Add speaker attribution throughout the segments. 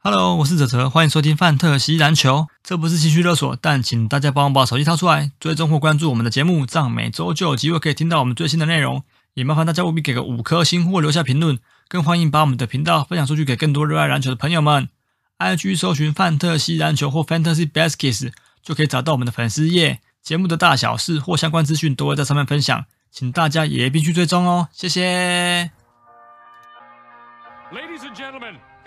Speaker 1: Hello，我是哲哲，欢迎收听《范特西篮球》。这不是情绪勒索，但请大家帮我把手机掏出来，追踪或关注我们的节目，这样每周就有机会可以听到我们最新的内容。也麻烦大家务必给个五颗星或留下评论，更欢迎把我们的频道分享出去给更多热爱篮球的朋友们。IG 搜寻“范特西篮球”或 “Fantasy Baskets” 就可以找到我们的粉丝页，节目的大小事或相关资讯都会在上面分享，请大家也必须追踪哦，谢谢。
Speaker 2: Ladies and gentlemen,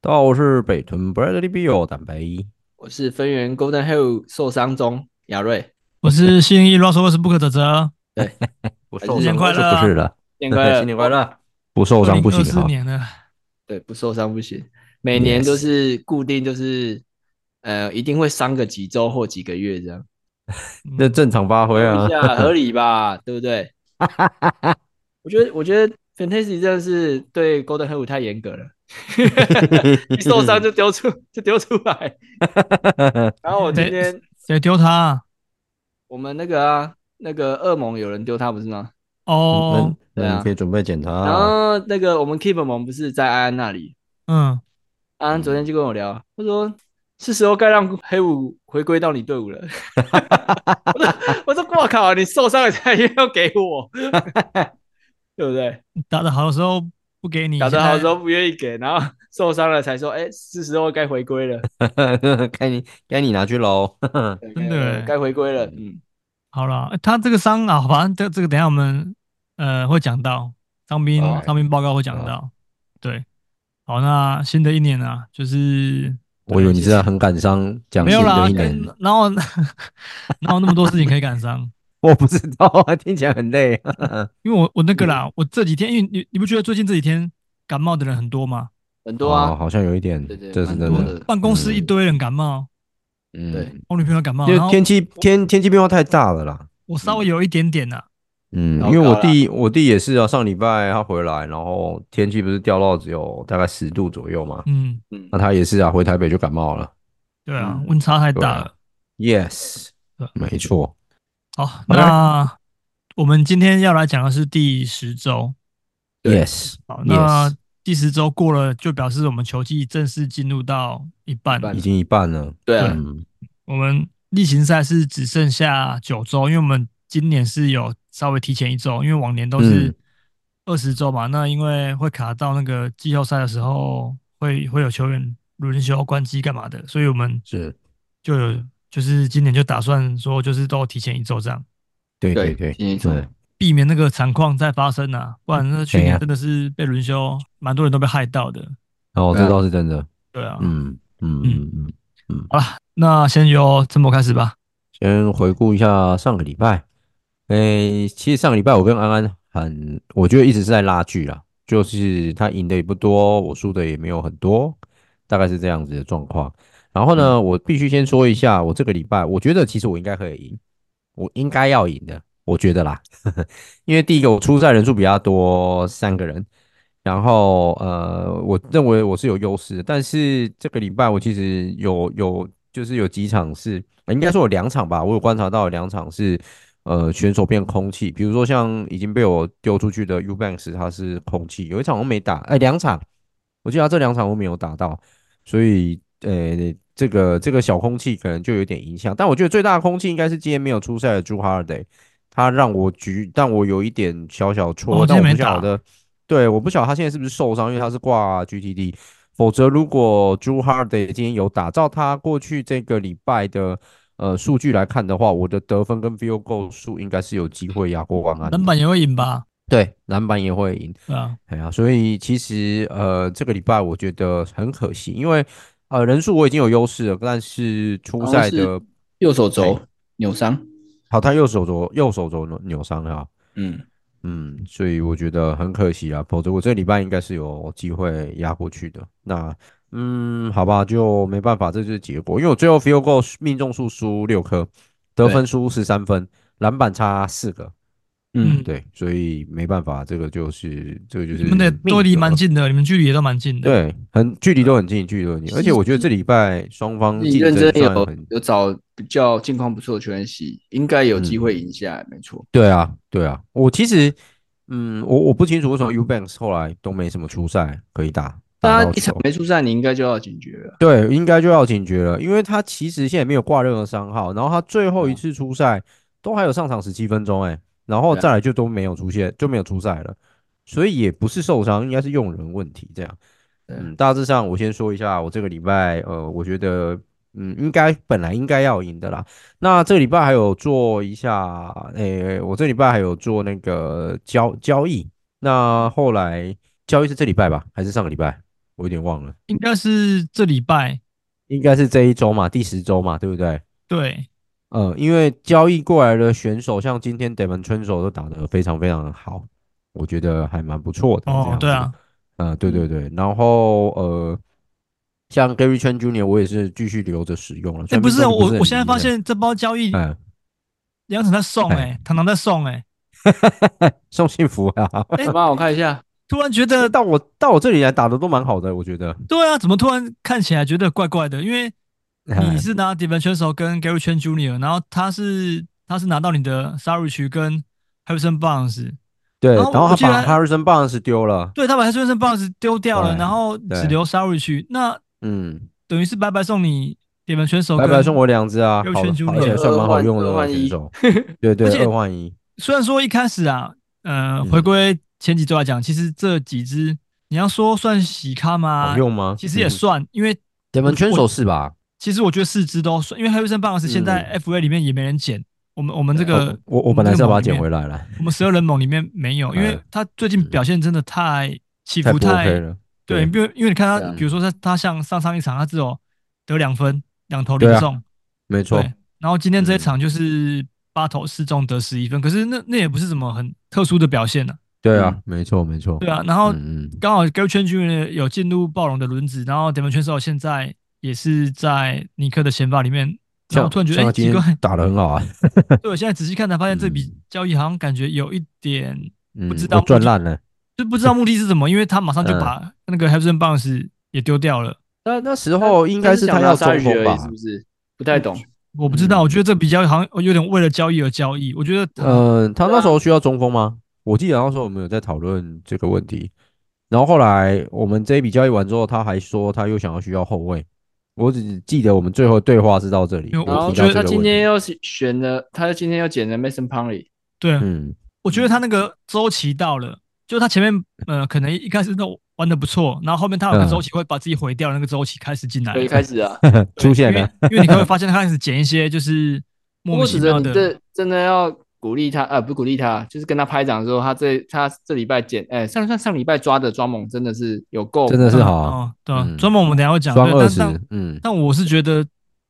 Speaker 3: 大家好，我是北屯 Bradley Beal 蛋白，
Speaker 4: 我是分园 Golden Hill 受伤中亚瑞，
Speaker 1: 我是新一 Russell Westbrook 的哲，
Speaker 3: 不
Speaker 4: 受伤新年
Speaker 1: 快乐
Speaker 3: 就不是了，
Speaker 4: 健哥
Speaker 3: 新年快乐，不受伤不行啊
Speaker 1: 四
Speaker 3: 哈。
Speaker 1: 年了，
Speaker 4: 对不受伤不行，每年都是固定就是呃一定会伤个几周或几个月这样，
Speaker 3: 那正常发挥啊
Speaker 4: 一，下合理吧，对不对？我觉得我觉得 Fantasy 真的是对 Golden Hill 太严格了， 一受伤就丢出就丢出来，然后我今天
Speaker 1: 谁丢他啊？
Speaker 4: 我们那个啊那个恶魔有人丢他不是吗？嗯
Speaker 1: 哦，
Speaker 3: 那那你可以准备检查
Speaker 4: 然
Speaker 3: 啊。
Speaker 4: 后那个我们 Keep 萌不是在安安那里，
Speaker 1: 嗯，
Speaker 4: 安安昨天就跟我聊，他说是时候该让黑五回归到你 队伍了。我说我说我靠，你受伤了才要给 我，对不对？
Speaker 1: 打得好的时候不给你，
Speaker 4: 打得好的时
Speaker 1: 现
Speaker 4: 候不愿意给，然后受伤了才说，哎、是时候该回归了，
Speaker 3: 该你该你拿去喽。
Speaker 4: 对
Speaker 1: 真的
Speaker 4: 该
Speaker 1: 欸
Speaker 4: 该回归了。嗯，
Speaker 1: 在好了，欸他这个伤啊，反正这这个等一下我们呃会讲到伤兵
Speaker 4: 哦
Speaker 1: 伤兵报告会讲到，对，好，那新的一年啊，就是
Speaker 3: 我以为你是在很感伤，讲
Speaker 1: 没
Speaker 3: 新
Speaker 1: 有啦
Speaker 3: 的一，
Speaker 1: 跟
Speaker 3: 年，
Speaker 1: 然后 然后那么多事情可以感伤，
Speaker 3: 我不知道啊，听起来很累。
Speaker 1: 因为我我那个
Speaker 4: 嗯
Speaker 1: 啦，我这几天因为你你不觉得最近这几天感冒的人很多吗？
Speaker 4: 很多
Speaker 3: 哦，
Speaker 4: 啊，
Speaker 3: 好像有一点
Speaker 4: 对对，
Speaker 3: 这是
Speaker 4: 蛮
Speaker 3: 真
Speaker 4: 多
Speaker 3: 的
Speaker 4: 的。
Speaker 1: 办公室一堆人感冒，
Speaker 3: 嗯，
Speaker 4: 对
Speaker 1: 我女朋友感冒，
Speaker 3: 因
Speaker 1: 啊然后
Speaker 3: 为天气天天气变化太大了啦。
Speaker 1: 我稍微有一点点啊啦，
Speaker 3: 嗯，
Speaker 4: 糟
Speaker 3: 因为我
Speaker 4: 糕啦
Speaker 3: 弟我弟也是啊，上礼拜他回来，然后天气不是掉到只有大概十度左右嘛，
Speaker 1: 嗯，
Speaker 4: 嗯
Speaker 3: 那，他也是啊，回台北就感冒了。
Speaker 1: 对啊，
Speaker 4: 嗯
Speaker 1: 温差太
Speaker 3: 对
Speaker 1: 大
Speaker 3: 啊
Speaker 1: 了。
Speaker 3: Yes，
Speaker 1: 对
Speaker 3: 没错。
Speaker 1: 好，
Speaker 3: 的
Speaker 1: 那我们今天要来讲的是第十周。
Speaker 4: 对
Speaker 3: Yes，
Speaker 1: 好，那
Speaker 3: Yes
Speaker 1: 第十周过了，就表示我们球季正式进入到一半
Speaker 4: 一。半
Speaker 3: 已经一半了。
Speaker 4: 对啊，
Speaker 3: 嗯，
Speaker 1: 我们例行赛是只剩下九周，因为我们今年是有稍微提前一周，因为往年都是
Speaker 3: 嗯
Speaker 1: 二十周嘛。那因为会卡到那个季后赛的时候，会会有球员轮休、关机干嘛的，所以我们
Speaker 3: 是，
Speaker 1: 就有就是今年就打算说，就是都提前一周这样。
Speaker 3: 对对
Speaker 4: 对
Speaker 3: 对，
Speaker 4: 今年错
Speaker 3: 对
Speaker 1: 避免那个惨况再发生啊，不然那去
Speaker 3: 对
Speaker 1: 年
Speaker 3: 啊
Speaker 1: 真的是被轮休，蛮多人都被害到的。
Speaker 3: 哦，
Speaker 4: 对
Speaker 3: 这
Speaker 4: 啊
Speaker 3: 倒是真的。
Speaker 1: 对啊，
Speaker 3: 嗯嗯嗯嗯。
Speaker 1: 那先由郑博开始吧。
Speaker 3: 先回顾一下上个礼拜，诶、其实上个礼拜我跟安安很，我觉得一直是在拉锯啦，就是他赢的也不多，我输的也没有很多，大概是这样子的状况。然后呢，我必须先说一下，我这个礼拜我觉得其实我应该可以赢，我应该要赢的，我觉得啦， 因为第一个我出赛人数比较多，三个人，然后呃，我认为我是有优势的，但是这个礼拜我其实有有就是有几场是，呃应该说有两场吧，我有观察到有两场是呃选手变空气，比如说像已经被我丢出去的 Ubanks 他是空气，有一场我没打，哎、两场，我记得他这两场我没有打到，所以呃这个这个小空气可能就有点影响，但我觉得最大的空气应该是今天没有出赛的 Drew Holiday，他让我局让我有一点小小
Speaker 1: 哦
Speaker 3: 错愕，
Speaker 1: 今
Speaker 3: 但
Speaker 1: 天
Speaker 3: 我
Speaker 1: 没
Speaker 3: 不晓
Speaker 1: 打
Speaker 3: 得。对，我不晓得他现在是不是受伤，因为他是挂 GTD。否则，如果 Drew Holiday 今天有打，照他过去这个礼拜的呃数据来看的话，我的得分跟 field goal 数应该是有机会压过万安的。
Speaker 1: 篮板也会赢吧？
Speaker 3: 对，篮板也会赢。
Speaker 1: 对啊，
Speaker 3: 哎呀，所以其实呃，这个礼拜我觉得很可惜，因为呃人数我已经有优势了，但是初
Speaker 4: 好像
Speaker 3: 赛
Speaker 4: 是
Speaker 3: 的哎
Speaker 4: 右手肘扭伤，
Speaker 3: 好，他右手肘右手肘扭扭伤了啊。
Speaker 4: 嗯，
Speaker 3: 嗯，所以我觉得很可惜啊，否则我这个礼拜应该是有机会压过去的。那嗯，好吧，就没办法，这就是结果。因为我最后 field goal 命中数输六颗，得
Speaker 4: 对
Speaker 3: 分输十三分，篮板差四个。
Speaker 1: 嗯
Speaker 3: 对，所以没办法，这个就是这个就是
Speaker 1: 你们的
Speaker 3: 命
Speaker 1: 都离
Speaker 3: 格
Speaker 1: 蛮近的，你们距离也都蛮近的。，
Speaker 3: 对，很距离都很近，距离都很近。而且我觉得这礼拜双方
Speaker 4: 你
Speaker 3: 竞
Speaker 4: 认
Speaker 3: 争
Speaker 4: 真
Speaker 3: 算
Speaker 4: 有
Speaker 3: 很
Speaker 4: 有找比较近况不错的球员洗，应该有机会
Speaker 3: 嗯
Speaker 4: 赢下来，没错。
Speaker 3: 对啊，对啊。我其实，嗯，我我不清楚为什么 Ubanks 后来都没什么出赛可以打，打
Speaker 4: 大家
Speaker 3: 到
Speaker 4: 一场
Speaker 3: 球
Speaker 4: 没出赛，你应该就要警觉了。
Speaker 3: 对，应该就要警觉了，因为他其实现在没有挂任何伤号，然后他最
Speaker 4: 嗯
Speaker 3: 后一次出赛都还有上场十七分钟，哎，然后
Speaker 4: 对啊
Speaker 3: 再来就都没有出现，就没有出赛了，所以也不是受伤，应该是用人问题这样。
Speaker 4: 对啊
Speaker 3: 嗯，大致上我先说一下，我这个礼拜，呃，我觉得，嗯，应该本来应该要赢的啦。那这个礼拜还有做一下，诶、我这礼拜还有做那个交交易，那后来交易是这礼拜吧，还是上个礼拜？我有点忘了。
Speaker 1: 应该是这礼拜。
Speaker 3: 应该是这一周嘛，第十周嘛，对不对？
Speaker 1: 对，
Speaker 3: 呃，因为交易过来的选手，像今天 d e m o n 春手都打得非常非常的好，我觉得还蛮不错的。这
Speaker 1: 哦
Speaker 3: 样，
Speaker 1: 对
Speaker 3: 子
Speaker 1: 啊，，
Speaker 3: 呃，对对对，然后呃，像 Gary Chen Jr. 我也是继续留着使用了。
Speaker 1: 哎，
Speaker 3: 虽然
Speaker 1: 不是
Speaker 3: 命中率
Speaker 1: 我，
Speaker 3: 很
Speaker 1: 我现在发
Speaker 3: 灵
Speaker 1: 现这包交易
Speaker 3: 验，嗯，
Speaker 1: 杨晨在送，哎，糖糖在送，哎，
Speaker 3: 送幸福啊！
Speaker 1: 哎
Speaker 4: 好吧，我看一下，
Speaker 1: 突然觉得
Speaker 3: 到我到我这里来打的都蛮好的，我觉得。
Speaker 1: 对啊，怎么突然看起来觉得怪怪的？因为
Speaker 3: 哎
Speaker 1: 你是拿 d e v e n c h e n s o 跟 Gary Chen Jr.，然后他是他是拿到你的 Sarich 跟 Harrison Barnes，
Speaker 3: 对，
Speaker 1: 然后
Speaker 3: 然
Speaker 1: 我
Speaker 3: 后
Speaker 1: 记得
Speaker 3: 他把 Harrison Barnes 丢了，
Speaker 1: 对他把 Harrison Barnes 丢掉了，
Speaker 3: 对
Speaker 1: 然后只
Speaker 3: 对
Speaker 1: 留 Sarich，那
Speaker 3: 嗯，
Speaker 1: 等于是白白送你 d e v e n c h e n s o
Speaker 3: 白白送我两只啊，
Speaker 1: Gary
Speaker 3: 好，
Speaker 1: Chen Jr.
Speaker 3: 而且算蛮好用
Speaker 4: 二
Speaker 3: 的
Speaker 4: 换
Speaker 3: 选
Speaker 4: 一
Speaker 3: 手。对对
Speaker 1: 而，且
Speaker 3: 二换一。
Speaker 1: 虽然说一开始啊，呃，
Speaker 3: 嗯
Speaker 1: 回归前几周来讲，其实这几支你要说算喜咖吗
Speaker 3: 好？用吗？嗯
Speaker 1: 其实也算，因为
Speaker 3: 得门圈手是吧？
Speaker 1: 其实我觉得四支都算，因为 Harrison Barnes 现在 FA 里面也没人捡，我们我们这个
Speaker 3: 嗯哦我我我本来是要把它捡回来了，
Speaker 1: 我们十二人盟里面没有，因为
Speaker 3: 嗯
Speaker 1: 他最近表现真的太起
Speaker 3: 太
Speaker 1: 伏
Speaker 3: 不
Speaker 1: 太
Speaker 3: OK 了。
Speaker 1: 对，因为因为你看
Speaker 4: 对啊
Speaker 1: 他，比如说他他像上上一场他只有得两分，两投
Speaker 3: 对
Speaker 1: 零
Speaker 3: 啊
Speaker 1: 中，
Speaker 3: 没错，
Speaker 1: 对然后今天这一
Speaker 3: 嗯
Speaker 1: 场就是八投四中得十一分，可是那那也不是什么很特殊的表现呢、
Speaker 3: 对啊，没错，没
Speaker 1: 嗯
Speaker 3: 错。
Speaker 1: 对啊，然后
Speaker 3: 嗯嗯，
Speaker 1: 刚好 Gary Chen Jr. 有进入暴龙的轮子，然后 d e m o n c h e n s o 现在也是在尼克的先发里面，然后
Speaker 3: 像
Speaker 1: 我突然觉得
Speaker 3: 像
Speaker 1: 哎
Speaker 3: 他
Speaker 1: 奇
Speaker 3: 今
Speaker 1: 怪
Speaker 3: 天，打得很好 啊，
Speaker 1: 对我现在仔细看才发现这笔
Speaker 3: 嗯
Speaker 1: 交易好像感觉有一点
Speaker 3: 嗯，
Speaker 1: 知道
Speaker 3: 我赚烂了。
Speaker 1: 就不知道目的是什么，因为他马上
Speaker 3: 嗯
Speaker 1: 就把那个 Harrison Barnes 也丢掉了。
Speaker 3: 那那时候哦应该
Speaker 4: 是
Speaker 3: 他要中
Speaker 4: 杀鱼
Speaker 3: 锋
Speaker 4: 而
Speaker 3: 吧
Speaker 4: 已，是？不是？不太懂。
Speaker 1: 我不知道，
Speaker 3: 嗯
Speaker 1: 我觉得这笔交易好像有点为了交易而交易。我觉得他，
Speaker 3: 呃，他
Speaker 1: 啊
Speaker 3: 那时候需要中锋吗？我记得那时候我们有在讨论这个问题，然后后来我们这一笔交易完之后，他还说他又想要需要后卫。我只记得我们最后对话是到这里，
Speaker 1: 因为
Speaker 4: 然
Speaker 1: 我
Speaker 3: 我
Speaker 4: 后
Speaker 3: 提到这
Speaker 4: 他
Speaker 3: 个问
Speaker 4: 今天
Speaker 3: 题。
Speaker 4: 又是选了，他今天又捡了 Mason Plumlee，
Speaker 1: 对，
Speaker 3: 嗯，
Speaker 1: 我觉得他那个周期到了，就他前面呃可能一开始都玩的不错，然后后面他有个
Speaker 3: 嗯
Speaker 1: 周期会把自己毁掉，那个周期开始
Speaker 3: 哎
Speaker 1: 进来
Speaker 4: 所以
Speaker 1: 了，
Speaker 4: 开始啊。
Speaker 3: 出现
Speaker 1: 因为
Speaker 3: 了。
Speaker 1: 因为你 会发现他开始捡一些就是莫名
Speaker 4: 不过
Speaker 1: 其
Speaker 4: 指着
Speaker 1: 妙
Speaker 4: 你
Speaker 1: 的，
Speaker 4: 这真的要鼓励他，呃，不鼓励他，就是跟他拍掌说他这他这礼拜捡，哎，上上上礼拜抓的抓猛真的是有够，
Speaker 3: 真的是好啊
Speaker 1: 哦，对啊
Speaker 3: 嗯，
Speaker 1: 专门我们等一下会讲，
Speaker 3: 双
Speaker 1: 对
Speaker 3: 二
Speaker 1: 但
Speaker 3: 十
Speaker 1: 但，
Speaker 3: 嗯，
Speaker 1: 但我是觉得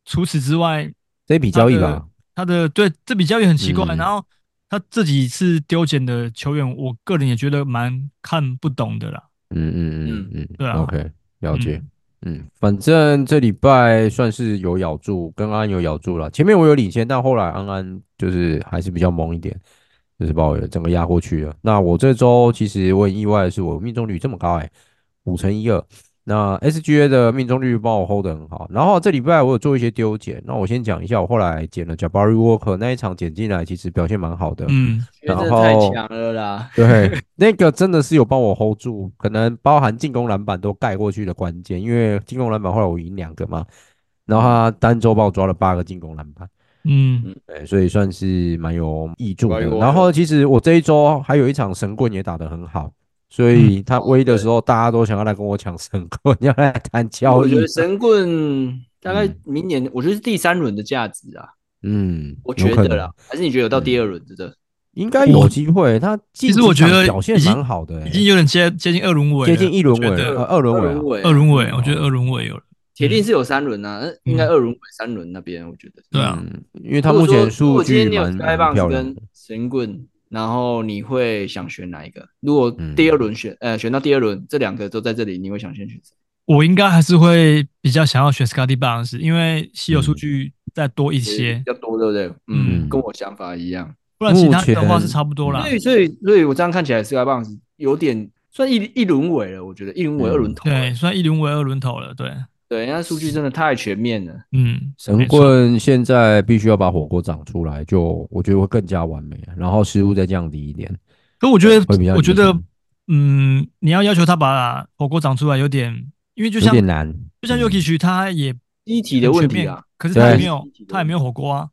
Speaker 1: 除此之外，
Speaker 3: 这笔交易
Speaker 1: 他的
Speaker 3: 吧，
Speaker 1: 他的对这笔交易很奇怪，
Speaker 3: 嗯
Speaker 1: 然后他这几次丢捡的球员，我个人也觉得蛮看不懂的啦。
Speaker 3: 嗯嗯嗯嗯
Speaker 1: 对啊
Speaker 3: o k 了解。嗯，反正这礼拜算是有咬住，跟安安有咬住了。前面我有领先，但后来安安就是还是比较猛一点，就是把我整个压过去了。那我这周其实我很意外的是，我命中率这么高哎、五乘一二。那 SGA 的命中率帮我 hold 得很好，然后这礼拜我有做一些丢捡。那我先讲一下，我后来捡了 Jabari Walker 那一场捡进来，其实表现蛮好的。
Speaker 1: 嗯，
Speaker 4: 因为真
Speaker 3: 然
Speaker 4: 的
Speaker 3: 后
Speaker 4: 太强了 啦。
Speaker 3: 对，那个真的是有帮我 hold 住，可能包含进攻篮板都盖过去的关键，因为进攻篮板后来我赢两个嘛，然后他单周帮我抓了八个进攻篮板，
Speaker 1: 嗯，
Speaker 3: 对，所以算是蛮有益处
Speaker 4: 哎
Speaker 3: 的。
Speaker 4: 呦
Speaker 3: 然后其实我这一周还有一场神棍也打得很好，所以他威的时候大家都想要来跟我抢神棍，要来谈交
Speaker 4: 我觉
Speaker 3: 易
Speaker 4: 得，神棍大概
Speaker 3: 嗯
Speaker 4: 明年，我觉得是第三轮的价值啊，
Speaker 3: 嗯，
Speaker 4: 我
Speaker 3: 有
Speaker 4: 觉
Speaker 3: 可
Speaker 4: 得
Speaker 3: 能嗯
Speaker 4: 啦，还是你觉得有到第二轮，真的？
Speaker 3: 应该有
Speaker 1: 我
Speaker 3: 机会。他
Speaker 1: 其实我觉得
Speaker 3: 表现
Speaker 1: 已经
Speaker 3: 蛮好的欸、
Speaker 1: 已经有点接接近二轮尾了，
Speaker 3: 接近一轮尾
Speaker 1: 我觉
Speaker 3: 了，
Speaker 1: 得
Speaker 3: 呃，二轮尾啊
Speaker 4: 轮。尾啊，
Speaker 1: 二轮尾，我觉得二轮尾有了。
Speaker 4: 铁定是有三轮啊，呃应该二轮尾三轮那边，我觉得。
Speaker 1: 对啊，
Speaker 3: 嗯，因为他目前
Speaker 4: 如
Speaker 3: 数
Speaker 4: 果说
Speaker 3: 据
Speaker 4: 如果今天你有
Speaker 3: 蛮
Speaker 4: Sky
Speaker 3: 蛮
Speaker 4: Box
Speaker 3: 漂亮
Speaker 4: 跟
Speaker 3: 的。
Speaker 4: 神棍，然后你会想选哪一个？如果
Speaker 3: 嗯
Speaker 4: 第二轮选，呃，选到第二轮，这两个都在这里，你会想先选谁？
Speaker 1: 我应该还是会比较想要选 Scotty Barnes，因为稀有数据再多一些
Speaker 4: 比，较多，对不对？嗯，
Speaker 3: 嗯
Speaker 4: 跟我想法一样。
Speaker 1: 不然其他
Speaker 3: 目
Speaker 1: 的
Speaker 3: 前
Speaker 1: 话是差不多啦
Speaker 4: 所。以，所以，所以我这样看起来 s k y b o u n c e 有点算一一轮尾了，我觉得一轮尾
Speaker 3: 嗯
Speaker 4: 二轮头了。
Speaker 1: 对，算一轮为二轮头了，对，
Speaker 4: 对，人家数据真的太全面了。
Speaker 1: 嗯，
Speaker 3: 神
Speaker 1: 没错，
Speaker 3: 棍现在必须要把火锅长出来，就我觉得会更加完美，啊然后失误再降低一点，
Speaker 1: 可我觉
Speaker 3: 会比
Speaker 1: 得，
Speaker 3: 较
Speaker 1: 我觉
Speaker 3: 理
Speaker 1: 得
Speaker 3: 想，
Speaker 1: 嗯，你要要求他把火锅长出来有点，因为就
Speaker 3: 有
Speaker 1: 像
Speaker 3: 点难。
Speaker 1: 就像 Yuki 他也
Speaker 4: 机体的
Speaker 1: 很全
Speaker 4: 问题
Speaker 1: 面
Speaker 4: 啊，，
Speaker 1: 可是他也
Speaker 3: 对
Speaker 1: 没有
Speaker 4: 机体的
Speaker 1: 他也没有火锅啊。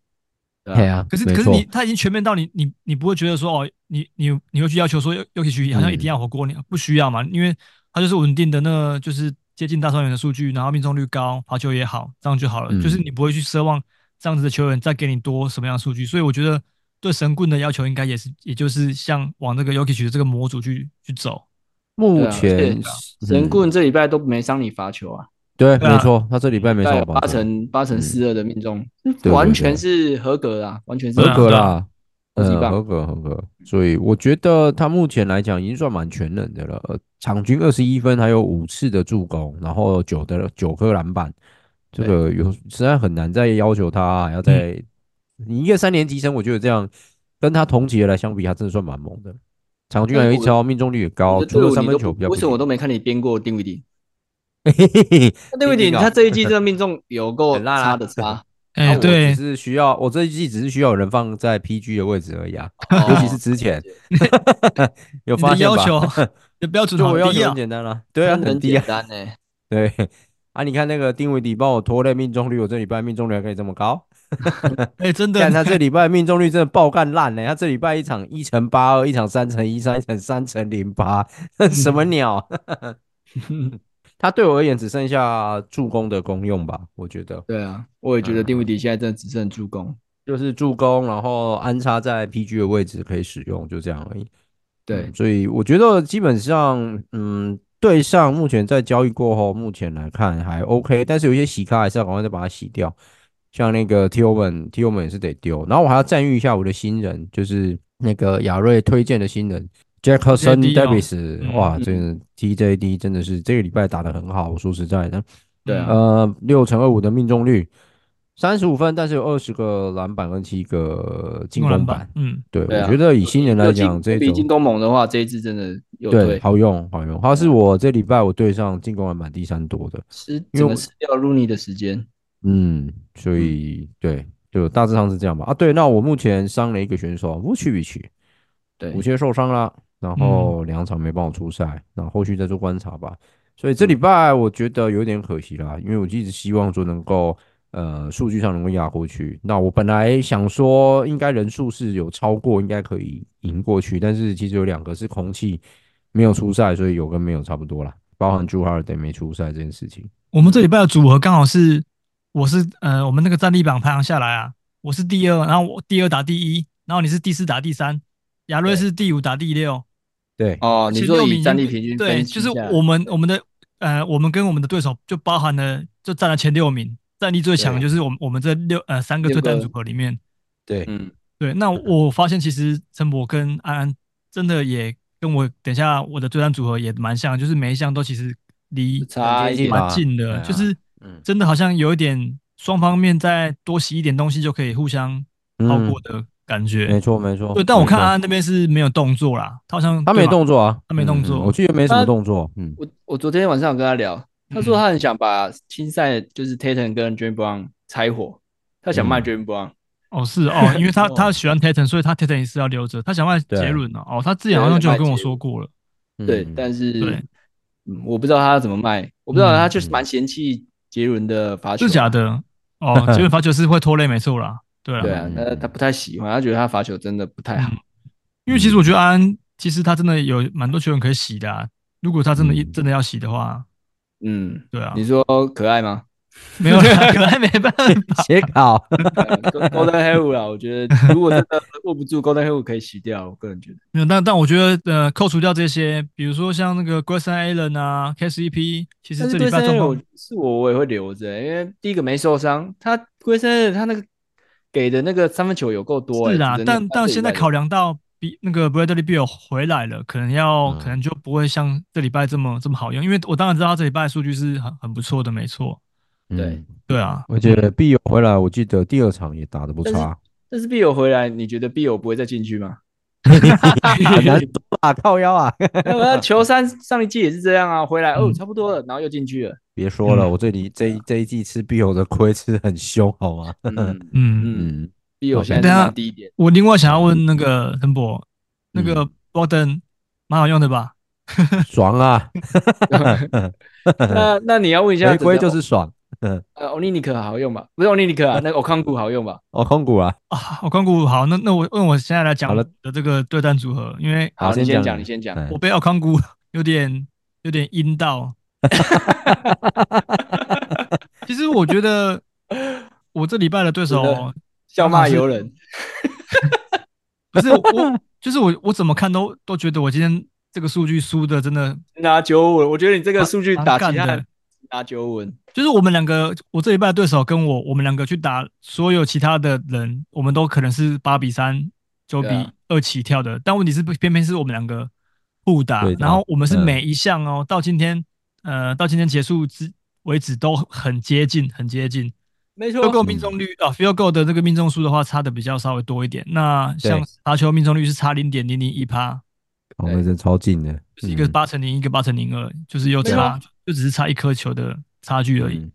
Speaker 4: 对
Speaker 3: 对
Speaker 4: 啊，
Speaker 3: 啊，
Speaker 1: 可是
Speaker 3: 没
Speaker 1: 可是
Speaker 3: 错
Speaker 1: 你他已经全面到你你你不会觉得说哦，你你你会去要求说 Yuki 好像一定要火锅，你不需要嘛，因为他就是稳定的那就是接近大三元的数据，然后命中率高，罚球也好，这样就好了。
Speaker 3: 嗯
Speaker 1: 就是你不会去奢望这样子的球员再给你多什么样的数据，所以我觉得对神棍的要求应该也是，也就是像往这个 Yuki 的这个模组去去走。
Speaker 4: 对
Speaker 3: 目
Speaker 4: 啊
Speaker 3: 前
Speaker 4: 而且
Speaker 3: 是
Speaker 4: 神
Speaker 3: 嗯
Speaker 4: 棍这礼拜都没伤你罚球啊，
Speaker 3: 对，
Speaker 1: 对啊
Speaker 3: 没错，他这礼拜没
Speaker 4: 大概
Speaker 3: 上
Speaker 4: 有
Speaker 3: 榜
Speaker 4: 八，成八成四二的命中，
Speaker 3: 对
Speaker 4: 完
Speaker 3: 对
Speaker 4: 全
Speaker 3: 对
Speaker 4: 是合格啊，完全是
Speaker 1: 对
Speaker 3: 合
Speaker 1: 啊
Speaker 3: 格
Speaker 1: 对啊
Speaker 3: 啦，
Speaker 4: 超级
Speaker 3: 呃，
Speaker 4: 棒
Speaker 3: 合格合格。所以我觉得他目前来讲已经算蛮全能的了，呃场均二十一分，还有五次的助攻，然后九的九颗篮板，这个有实在很难再要求他，还要再你一个三年级生，我觉得这样跟他同级的来相比，他真的算蛮猛的。场均还有一招，命中率也高，
Speaker 4: 我
Speaker 3: 除
Speaker 4: 觉得
Speaker 3: 了
Speaker 4: 队
Speaker 3: 三
Speaker 4: 伍
Speaker 3: 分
Speaker 4: 你
Speaker 3: 球
Speaker 4: 都
Speaker 3: 比较不
Speaker 4: 不为什么我
Speaker 3: 行。
Speaker 4: 都没看你编过丁威迪？那丁威
Speaker 3: 丁威迪
Speaker 4: 迪他
Speaker 3: 啊
Speaker 4: 这一季这个命中有够
Speaker 3: 很烂啊
Speaker 4: 差的 差，
Speaker 1: 哎、
Speaker 3: 啊我
Speaker 1: 对
Speaker 3: 只，是需要我这一季只是需要有人放在 PG 的位置而已啊，
Speaker 4: 哦
Speaker 3: 尤其是之前有
Speaker 1: 你
Speaker 3: 发
Speaker 1: 的
Speaker 3: 现
Speaker 1: 要
Speaker 3: 吧
Speaker 1: 求 你的标准
Speaker 3: 就
Speaker 1: 好
Speaker 3: 我要
Speaker 1: 低
Speaker 3: 求
Speaker 1: 啊
Speaker 3: 很。简单啦、对啊，
Speaker 4: 真的
Speaker 3: 很
Speaker 4: 很
Speaker 3: 低
Speaker 4: 简
Speaker 3: 啊，
Speaker 4: 单欸呢。
Speaker 3: 对啊，你看那个丁伟迪帮我拖累命中率，我这礼拜命中率还可以这么高，
Speaker 1: 哎、真的
Speaker 3: 但，他这礼拜命中率真的爆干烂呢、他这礼拜一场一乘八二，一场三乘一三，一场三乘零八，什么鸟？ 他对我而言只剩下助攻的功用吧，我觉得
Speaker 4: 对啊，我也觉得
Speaker 3: 嗯
Speaker 4: 丁威迪现在真的只剩助攻。
Speaker 3: 就是助攻，然后安插在 PG 的位置可以使用，就这样而已。
Speaker 4: 对
Speaker 3: 嗯，所以我觉得基本上，嗯，对上目前在交易过后，目前来看还 OK，但是有一些洗咖还是要赶快再把它洗掉，像那个 T O 们，T O 们也是得丢。然后我还要赞誉一下我的新人，就是那个亚瑞推荐的新人 Jackson
Speaker 1: JD 哦
Speaker 3: Davis，、
Speaker 1: 嗯
Speaker 3: 哇，这个 T J D 真的是这个礼拜打得很好，我说实在的，
Speaker 4: 对啊
Speaker 3: 呃，六乘二五的命中率。三十五分，但是有二十个篮板跟七个进
Speaker 1: 用
Speaker 3: 攻
Speaker 1: 篮
Speaker 3: 板
Speaker 1: 板。，嗯，
Speaker 3: 对，
Speaker 4: 对啊
Speaker 3: 我觉得以新人来
Speaker 4: 又进
Speaker 3: 讲，这
Speaker 4: 比
Speaker 3: 种
Speaker 4: 进攻猛的话，这一支真的有
Speaker 3: 对，嗯
Speaker 4: 对
Speaker 3: 好用，好用。他是我这礼拜我对上进攻篮板第三多的，
Speaker 4: 吃
Speaker 3: 因为
Speaker 4: 整
Speaker 3: 我
Speaker 4: 个吃掉入你的时间。
Speaker 3: 嗯，所以对，就大致上是这样吧。啊，对，那我目前伤了一个选手，乌奇比奇，
Speaker 4: 对
Speaker 3: 五，切受伤了，然后两场没帮我出赛，那后续再做观察吧。所以这礼拜我觉得有点可惜啦，因为我一直希望说能够呃数据上能够压过去。那我本来想说应该人数是有超过，应该可以赢过去，但是其实有两个是空气没有出赛，所以有跟没有差不多啦，包含朱哈尔德没出赛这件事情。
Speaker 1: 我们这礼拜的组合刚好是，我是呃，我们那个战力榜排行下来啊，我是第二，然后我第二打第一，然后你是第四打第三，亚瑞是第五打第六，
Speaker 3: 对，
Speaker 4: 哦，你
Speaker 1: 前
Speaker 4: 说
Speaker 1: 六
Speaker 4: 以
Speaker 1: 名
Speaker 4: 战力平均
Speaker 1: 对，
Speaker 4: 分析
Speaker 1: 就是
Speaker 4: 下来
Speaker 1: 我们我们的呃，我们跟我们的对手就包含了就占了前六名，战力最强的就是我们我们这六呃三个
Speaker 4: 六
Speaker 1: 对战
Speaker 4: 个
Speaker 1: 组合里面，
Speaker 3: 对
Speaker 4: 嗯，
Speaker 1: 对，那我发现其实陈博跟安安真的也跟我等一下我的对战组合也蛮像，就是每一项都其实离
Speaker 4: 差一点
Speaker 1: 蛮近
Speaker 3: 对
Speaker 1: 的，
Speaker 3: 啊
Speaker 1: 就是
Speaker 3: 嗯
Speaker 1: 真的好像有一点双方面再多洗一点东西就可以互相超过的感
Speaker 3: 嗯没
Speaker 1: 觉。
Speaker 3: 错没错。
Speaker 1: 对，但我
Speaker 3: 没
Speaker 1: 看
Speaker 3: 错
Speaker 1: 安安那边是没有动作啦，他好像
Speaker 3: 他没
Speaker 1: 对吧
Speaker 3: 动作啊，
Speaker 1: 他没动作
Speaker 3: 嗯我记得没什么
Speaker 4: 他
Speaker 3: 动作，嗯。
Speaker 4: 我我昨天晚上有跟他聊，他说他很想把青赛就是 Tatum 跟 d r a m Brown 拆伙，他想卖
Speaker 3: 嗯
Speaker 4: d r a m Brown，
Speaker 1: 哦，是哦，因为他
Speaker 3: 哦
Speaker 1: 他喜欢 Tatum，所以他 Tatum 也是要留着，他想卖
Speaker 3: 对啊
Speaker 1: 杰伦哦，哦，他之前好像就有跟我说过了，
Speaker 4: 对
Speaker 3: 嗯，
Speaker 4: 但是
Speaker 1: 对嗯
Speaker 4: 嗯我不知道他要怎么卖，我不知道他就是蛮嫌弃杰伦的罚球，
Speaker 1: 是假？的哦，杰伦罚球是会拖累，没错啦，对啦
Speaker 4: 对啊，他
Speaker 1: 嗯
Speaker 4: 他不太喜欢，他觉得他罚球真的不太好。
Speaker 1: 因为其实我觉得安安其实他真的有蛮多球员可以洗的、啊，如果他真的、
Speaker 3: 嗯
Speaker 1: 真的要洗的话，
Speaker 4: 嗯，
Speaker 1: 对啊
Speaker 4: 你，说可爱吗？
Speaker 1: 没有 啦，可能没办法。
Speaker 3: 写稿，
Speaker 4: Golden Hill 呃啦，我觉得如果真的握不住 Golden Hill 可以洗掉，我个人觉得。
Speaker 1: 没有，但但我觉得呃，扣除掉这些，比如说像那个 Grayson Allen 啊，KCP，其实
Speaker 4: 但
Speaker 1: 这
Speaker 4: 是
Speaker 1: 礼拜
Speaker 4: Grayson
Speaker 1: 状
Speaker 4: Allen 我
Speaker 1: 况，
Speaker 4: 是我我也会留着、欸因为第一个没受伤，他 Grayson Allen 他那个给的那个三分球有够多、欸，
Speaker 1: 是啦，
Speaker 4: 指着那
Speaker 1: 但
Speaker 4: 个
Speaker 1: 但现在考量到比那个 Bradley b i l l 回来了，可能要、
Speaker 3: 嗯
Speaker 1: 可能就不会像这礼拜这么这么好用，因为我当然知道他这礼拜的数据是很很不错的，没错。
Speaker 4: 对
Speaker 1: 对啊，
Speaker 3: 而且必有回来，我记得第二场也打得不
Speaker 4: 但是
Speaker 3: 差，
Speaker 4: 但是必友回来，你觉得必友不会再进去吗？
Speaker 3: 很难说啊，靠腰啊！
Speaker 4: 那那球三上一季也是这样啊，回来哦
Speaker 1: 嗯
Speaker 4: 差不多了，然后又进去了。
Speaker 3: 别说了，
Speaker 1: 嗯
Speaker 3: 我这里这
Speaker 4: 啊
Speaker 3: 一这一季吃必有的亏吃得很凶，好吗？
Speaker 4: 嗯
Speaker 1: 嗯，
Speaker 4: 嗯，
Speaker 3: 嗯，
Speaker 4: 必友现
Speaker 1: 等一
Speaker 4: 在是
Speaker 1: 下
Speaker 4: 蛮低一点。
Speaker 1: 我另外想要问那
Speaker 4: 嗯
Speaker 1: 个陈博，那个 Broden 蛮好用的吧？
Speaker 3: 爽 啊！
Speaker 4: 那那你要问一下，
Speaker 3: 回归就是爽
Speaker 4: 呃欧尼尼克好用吧？不是欧尼尼克啊，那个 o 康古好用吧？
Speaker 3: 哦，空谷啊，
Speaker 1: 啊，我光谷好，那那我问我现在来讲
Speaker 3: 好
Speaker 1: 我
Speaker 3: 了
Speaker 1: 的这个对战组合，因为
Speaker 3: 好
Speaker 4: 好，你
Speaker 3: 先
Speaker 4: 先
Speaker 3: 讲
Speaker 4: 讲，
Speaker 3: 你
Speaker 4: 你先讲。
Speaker 1: 我
Speaker 3: 嗯
Speaker 1: 被奥康谷 有点有点阴到。其实我觉得我这礼拜的对
Speaker 4: 真
Speaker 1: 手
Speaker 4: 的笑骂游人，
Speaker 1: 不是我，就是我我怎么看都都觉得我今天这个数据输的真的
Speaker 4: 拿九五，我觉得你这个数据
Speaker 1: 蛮
Speaker 4: 打
Speaker 1: 蛮
Speaker 4: 其
Speaker 1: 啊干
Speaker 4: 他
Speaker 1: 的
Speaker 4: 人拿九五，
Speaker 1: 就是我们两个，我这一半的对手跟我，我们两个去打所有其他的人，我们都可能是八比三、九比
Speaker 4: 对啊
Speaker 1: 二起跳的，但问题是偏偏是我们两个互打
Speaker 3: 对，
Speaker 1: 然后我们是
Speaker 3: 嗯
Speaker 1: 每一项哦，到今天呃到今天结束之为止都很接近，很接近。
Speaker 4: 没
Speaker 1: field
Speaker 4: 错
Speaker 1: goal 命中率啊，field goal 的这个命中数的话差的比较稍微多一点，那像
Speaker 3: 对
Speaker 1: 罚球命中率是差零点零零一趴，
Speaker 3: 我们真超近的，
Speaker 1: 就是一个
Speaker 3: 嗯
Speaker 1: 八乘零，一个八乘零二，就是又
Speaker 4: 没错
Speaker 1: 差，就只是差一颗球的差距而已。
Speaker 3: 嗯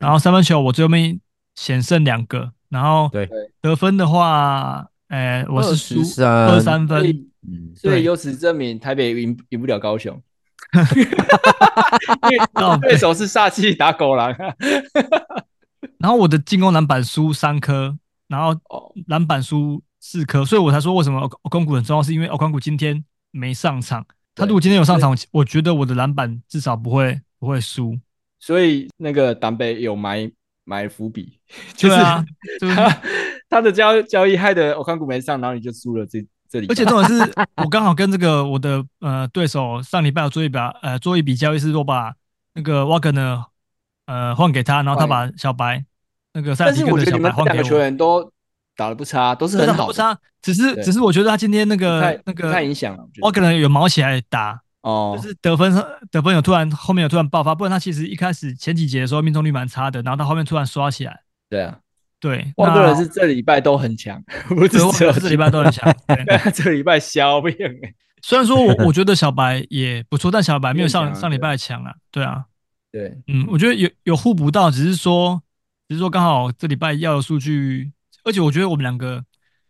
Speaker 1: 然后三分球我最后面险胜两个，然后
Speaker 3: 对
Speaker 1: 得分的话，呃，我是输
Speaker 3: 23
Speaker 1: 二三
Speaker 4: 所
Speaker 1: 分，
Speaker 4: 以
Speaker 3: 嗯，
Speaker 4: 所
Speaker 1: 对
Speaker 4: 以由此证明台北赢赢不了高雄，因
Speaker 1: 靠
Speaker 4: 为
Speaker 1: 北
Speaker 4: 对手是煞气打狗狼。啊
Speaker 1: 然后我的进攻篮板输三颗，然后
Speaker 4: 哦，
Speaker 1: 篮板输四颗，所以我才说为什么欧康古很重要，是因为欧康古今天没上场，他
Speaker 4: 对
Speaker 1: 如果今天有上场，我我觉得我的篮板至少不会不会输，
Speaker 4: 所以那个党北有埋埋伏笔，就是
Speaker 1: 对啊，就是
Speaker 4: 他 他的交交易害得我看股没上，然后你就输了这这里，
Speaker 1: 而且重点是我刚好跟这个我的呃对手上礼拜有做一笔呃做一笔交易，是我把那个瓦格呢呃换给他，然后他把小白那个塞尔
Speaker 4: 但
Speaker 1: 提
Speaker 4: 是
Speaker 1: 克
Speaker 4: 我
Speaker 1: 的
Speaker 4: 觉得
Speaker 1: 小
Speaker 4: 你
Speaker 1: 白
Speaker 4: 们
Speaker 1: 换
Speaker 4: 两
Speaker 1: 给
Speaker 4: 个球
Speaker 1: 我，
Speaker 4: 员都打的不差，都是
Speaker 1: 真
Speaker 4: 很
Speaker 1: 的
Speaker 4: 好
Speaker 1: 不
Speaker 4: 的，
Speaker 1: 差，只是
Speaker 4: 对
Speaker 1: 只是我觉得他今天那
Speaker 4: 不太
Speaker 1: 个那
Speaker 4: 不太
Speaker 1: 个
Speaker 4: 影响了，啊我觉得
Speaker 1: 瓦格呢有毛起来打，
Speaker 4: 哦，
Speaker 1: 就是得分得分有突然后面有突然爆发，不然他其实一开始前几节的时候命中率蛮差的，然后他后面突然刷起来，
Speaker 4: 对啊，
Speaker 1: 对，
Speaker 4: 沃
Speaker 1: 那
Speaker 4: 克人是这礼拜都很强， 不是
Speaker 1: 对，
Speaker 4: 只有
Speaker 1: 我这礼拜都很强。对
Speaker 4: 对啊这礼拜消灭，
Speaker 1: 虽然说我我觉得小白也不错，但小白没有上
Speaker 4: 更强啊
Speaker 1: 上礼拜强啊，对啊，
Speaker 4: 对，
Speaker 1: 嗯，我觉得有有互补到，只是说只是说刚好这礼拜要的数据，而且我觉得我们两个，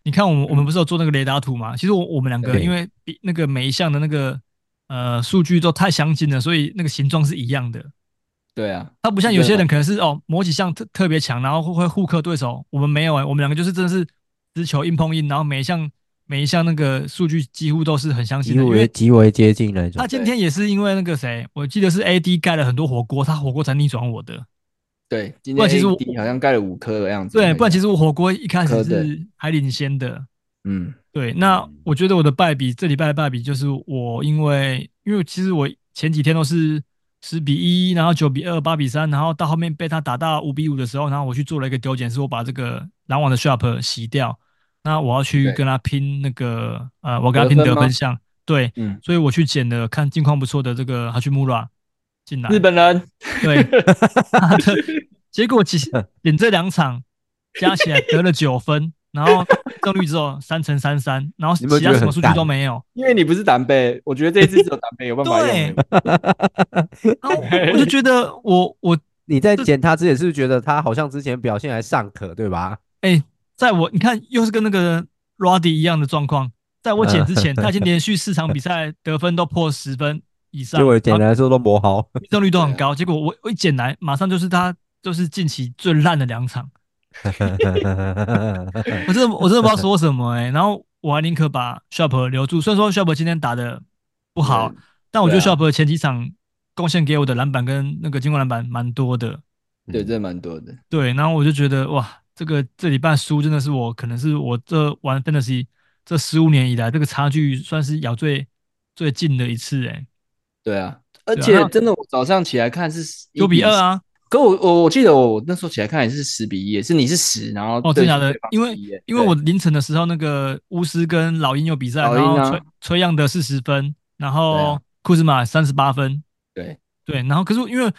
Speaker 1: 你看我们我们不是有做那个雷达图嘛？其实我我们两个
Speaker 3: 对
Speaker 1: 因为比那个每一项的那个呃数据都太相近了，所以那个形状是一样的。
Speaker 4: 对啊，
Speaker 1: 它不像有些人可能是哦某几项特特别强，然后会会互克对手，我们没有哎、我们两个就是真的是直球硬碰硬，然后每一项每一项那个数据几乎都是很相近
Speaker 3: 极
Speaker 1: 的，因为
Speaker 3: 为极为接近那种
Speaker 1: 他，今天也是因为那个谁，我记得是 AD 盖了很多火锅，他火锅才逆转我的。
Speaker 4: 对，今
Speaker 1: 不然
Speaker 4: 天
Speaker 1: 其实我
Speaker 4: AD 好像盖了五颗的样子，
Speaker 1: 对，不然其
Speaker 4: 实
Speaker 1: 实我火锅一开始
Speaker 4: 可对
Speaker 1: 是还领先的。
Speaker 4: 嗯，
Speaker 1: 对，那
Speaker 3: 嗯
Speaker 1: 我觉得我的败笔，这礼拜的败笔就是我因为因为其实我前几天都是十比一，然后九比二、八比三，然后到后面被他打到五比五的时候，然后我去做了一个丢捡，是我把这个篮网的 sharp 洗掉。那我要去
Speaker 4: 对
Speaker 1: 跟他拼那个呃，我跟他拼
Speaker 4: 得分
Speaker 1: 得分
Speaker 4: 吗
Speaker 1: 项，对，
Speaker 4: 嗯
Speaker 1: 所以我去捡了看近况不错的这个哈去穆拉进来。
Speaker 4: 日本人
Speaker 1: 对，他的结果其实
Speaker 3: 嗯
Speaker 1: 连这两场加起来得了九 分，然后命中率只有三乘三三，然后
Speaker 3: 你有没有
Speaker 1: 其他
Speaker 3: 觉得
Speaker 1: 什么
Speaker 3: 很
Speaker 1: 数据
Speaker 3: 干
Speaker 1: 都没 有。
Speaker 4: 因为你不是党北，我觉得这一次只有党北有办法
Speaker 1: 对
Speaker 4: 用，，
Speaker 1: 然后我我就觉得我我
Speaker 3: 你在剪他之前是不是觉得他好像之前表现还尚可，对吧？
Speaker 1: 在我你看又是跟那个 Roddy 一样的状况，在我减之前，他已经连续四场比赛得分都破十分以上，
Speaker 3: 对我简
Speaker 1: 然后
Speaker 3: 单来说都磨 好，
Speaker 1: 命中率都很高。结果我我一捡来，马上就是他就是近期最烂的两场。我真的我真的不知道说什么 哎、然后我还宁可把 Sharp 留住，虽然说 Sharp 今天打的不好，
Speaker 4: 嗯
Speaker 1: 但我觉得
Speaker 4: 对啊
Speaker 1: Sharp 前几场贡献给我的篮板跟那个进攻篮板蛮多的。
Speaker 4: 对，真的蛮多的，
Speaker 1: 对，然后我就觉得哇，这个这礼拜输真的是我可能是我这玩 Fantasy 这十五年以来这个差距算是咬最最近的一次哎、
Speaker 4: 对啊，而
Speaker 1: 对啊
Speaker 4: 且
Speaker 1: 那
Speaker 4: 真的我早上起来看是
Speaker 1: 九
Speaker 4: 1
Speaker 1: 比
Speaker 4: 比
Speaker 1: 二，啊，
Speaker 4: 可我我我记得我那时候起来看也是十比一耶，是你是十，然后
Speaker 1: 哦真
Speaker 4: 对
Speaker 1: 假的
Speaker 4: 对方
Speaker 1: 因为
Speaker 4: 11耶
Speaker 1: 因为我凌晨的时候，那个巫师跟老鹰有比赛，
Speaker 4: 老
Speaker 1: 然后
Speaker 4: 鹰啊
Speaker 1: 崔崔样的四十分，然
Speaker 4: 对
Speaker 1: 后
Speaker 4: 啊
Speaker 1: 库兹马三十八分，
Speaker 4: 对
Speaker 1: 对，然后可是因为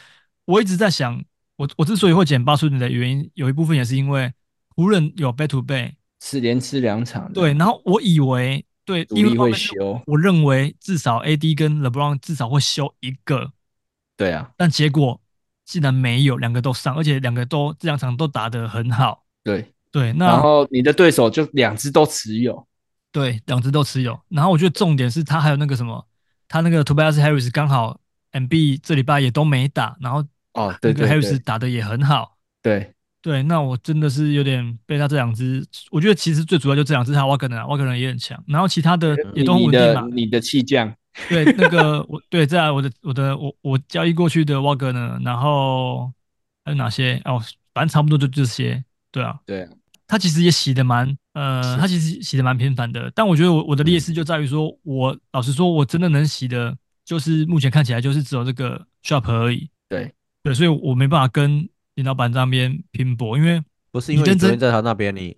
Speaker 1: 我一直在想，我我之所以会捡巴苏尼的原因，有一部分也是因为湖人有 back to back，
Speaker 4: 是连吃两场的，
Speaker 1: 对，然后我以为对，
Speaker 4: 主
Speaker 1: 因为
Speaker 4: 力会休，
Speaker 1: 我认为至少 AD 跟 LeBron 至少会休一个，
Speaker 4: 对啊，
Speaker 1: 但结果竟然没有，两个都上，而且两个都这两场都打得很好。
Speaker 4: 对，
Speaker 1: 对，
Speaker 4: 然
Speaker 1: 那
Speaker 4: 后你的对手就两只都持有，
Speaker 1: 对两只都持有。然后我觉得重点是他还有那个什么，他那个 Tobias Harris 刚好 MB 这礼拜也都没打，然后
Speaker 4: 哦
Speaker 1: 那
Speaker 4: 对
Speaker 1: 个
Speaker 4: 对
Speaker 1: Harris
Speaker 4: 对
Speaker 1: 打得也很好。
Speaker 4: 对
Speaker 1: 对，那我真的是有点被他这两只，我觉得其实最主要就这两只，他瓦格能瓦格能也很强，然后其他的也都很
Speaker 4: 嗯你
Speaker 1: 稳定嘛
Speaker 4: 的。你的气将，
Speaker 1: 对，那个我对，再来我的我的我我交易过去的沃格呢，然后还有哪些？哦，反正差不多就这些。对啊，
Speaker 4: 对啊，
Speaker 1: 他其实也洗的蛮，呃，
Speaker 4: 是
Speaker 1: 他其实洗的蛮频繁的，但我觉得我我的
Speaker 3: 嗯
Speaker 1: 劣势就在于说，我老实说，我真的能洗的，就是目前看起来就是只有这个 shop 而已。
Speaker 4: 对
Speaker 1: 对，所以我没办法跟林老板那边拼搏，因 为
Speaker 3: 不是
Speaker 1: 你
Speaker 3: 因为
Speaker 1: 认
Speaker 3: 你昨
Speaker 1: 真
Speaker 3: 天在他那边，你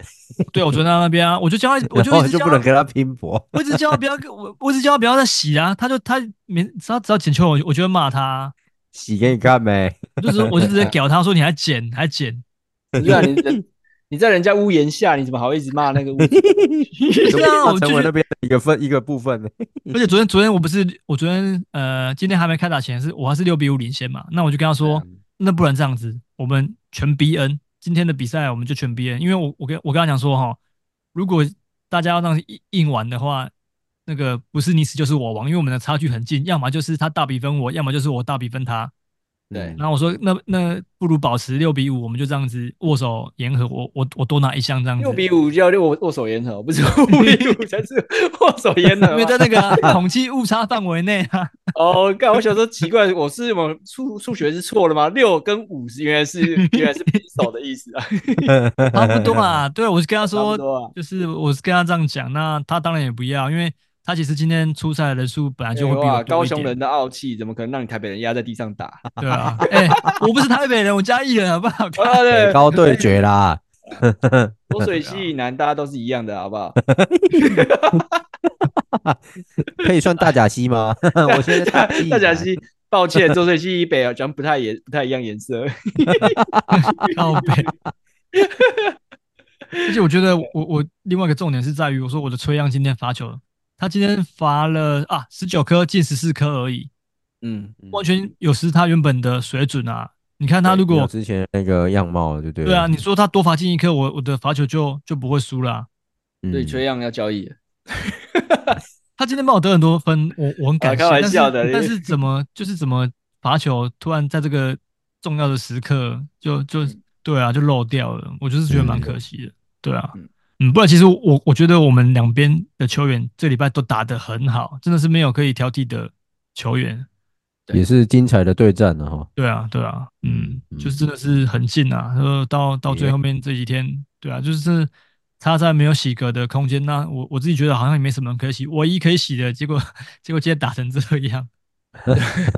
Speaker 1: 对我昨天在那边啊，我就叫他， 我
Speaker 3: 然
Speaker 1: 就一
Speaker 3: 后
Speaker 1: 直
Speaker 3: 就
Speaker 1: 叫
Speaker 3: 不
Speaker 1: 他
Speaker 3: 能跟他拼搏。
Speaker 1: 我一直叫他不要跟我，我一直叫他不要再洗啊，他就他每他只要捡球，我我就会骂他啊，
Speaker 3: 洗给你看呗，
Speaker 1: 我 就直我就直接屌他说你还捡还捡，
Speaker 4: 对啊，你 的你在人家屋檐下，你怎么好意思骂那个屋主？
Speaker 1: 是啊，我就觉
Speaker 3: 他成为那
Speaker 1: 得
Speaker 3: 边的一个分一个部分。
Speaker 1: 而且昨天昨天我不是我昨天呃今天还没开打前是我还是六比五领先嘛，那我就跟他说，那不然这样子，我们全 BN 今天的比赛我们就全 BN，因为我我跟我跟他讲说哈，如果大家要让硬硬玩的话。那个不是你死就是我亡，因为我们的差距很近，要么就是他大比分我，要么就是我大比分他。
Speaker 4: 对
Speaker 1: 然后我说那那不如保持六比五，我们就这样子握手言和，我我我多拿一项这样子。
Speaker 4: 六比五就要六握握手言和，不是五比五才是握手言和吗。
Speaker 1: 因为在那个啊、统计误差范围内啊，
Speaker 4: 哦，干！我想说奇怪，我是我数数学是错了吗？六跟五是原来是原来是平手的意思啊，
Speaker 1: 差不多 嘛。对，我是跟他
Speaker 4: 差不
Speaker 1: 说，
Speaker 4: 多啊。
Speaker 1: 就是我是跟他这样讲，那他当然也不要，因为他其实今天出赛的人数本来就会比
Speaker 4: 哎哇，
Speaker 1: 我
Speaker 4: 啊高
Speaker 1: 多一
Speaker 4: 雄
Speaker 1: 点。
Speaker 4: 人的傲气怎么可能让你台北人压在地 上打？
Speaker 1: 对啊，哎、我不是台北人，我嘉义人，好不好？
Speaker 4: 啊，对，
Speaker 3: 高对决啦，
Speaker 4: 浊水
Speaker 1: 啊
Speaker 4: 溪以南大家都是一样的，好 不好？
Speaker 3: 可以算大甲西吗？ 我现在在 西
Speaker 4: 大甲溪，抱歉，浊水溪以北啊，讲不太颜不太一样颜色。
Speaker 1: 靠背。而且我觉得我我另外一个重点是在于，我说我的崔样今天罚球，他今天罚了啊十九颗进十四颗而已，
Speaker 4: 嗯，
Speaker 1: 完全有失他原本的水准啊！你看他如
Speaker 3: 有
Speaker 1: 果
Speaker 3: 之前那个样貌，对不对？
Speaker 1: 对啊，你说他多罚进一颗，我我的罚球就就不会输了啊、
Speaker 3: 嗯
Speaker 4: 所以缺样要交易了，
Speaker 1: 他今天帮我得很多分，我我很感谢。
Speaker 4: 啊开玩笑的
Speaker 1: 但是但 是怎么就是怎么罚球突然在这个重要的时刻就就
Speaker 4: 嗯
Speaker 1: 对啊就漏掉了，我就是觉得蛮可惜的。对啊
Speaker 4: 嗯，
Speaker 1: 嗯，不然其实我我觉得我们两边的球员这礼拜都打得很好，真的是没有可以挑剔的球员。
Speaker 3: 也是精彩的对战了哈。
Speaker 1: 对啊，对啊，嗯，
Speaker 3: 嗯
Speaker 1: 就是真的是很近啊。呃，到到最后面这几天，对啊，就是差在没有洗格的空间。那我我自己觉得好像也没什么可以洗，唯一可以洗的结果，结果今天打成这样。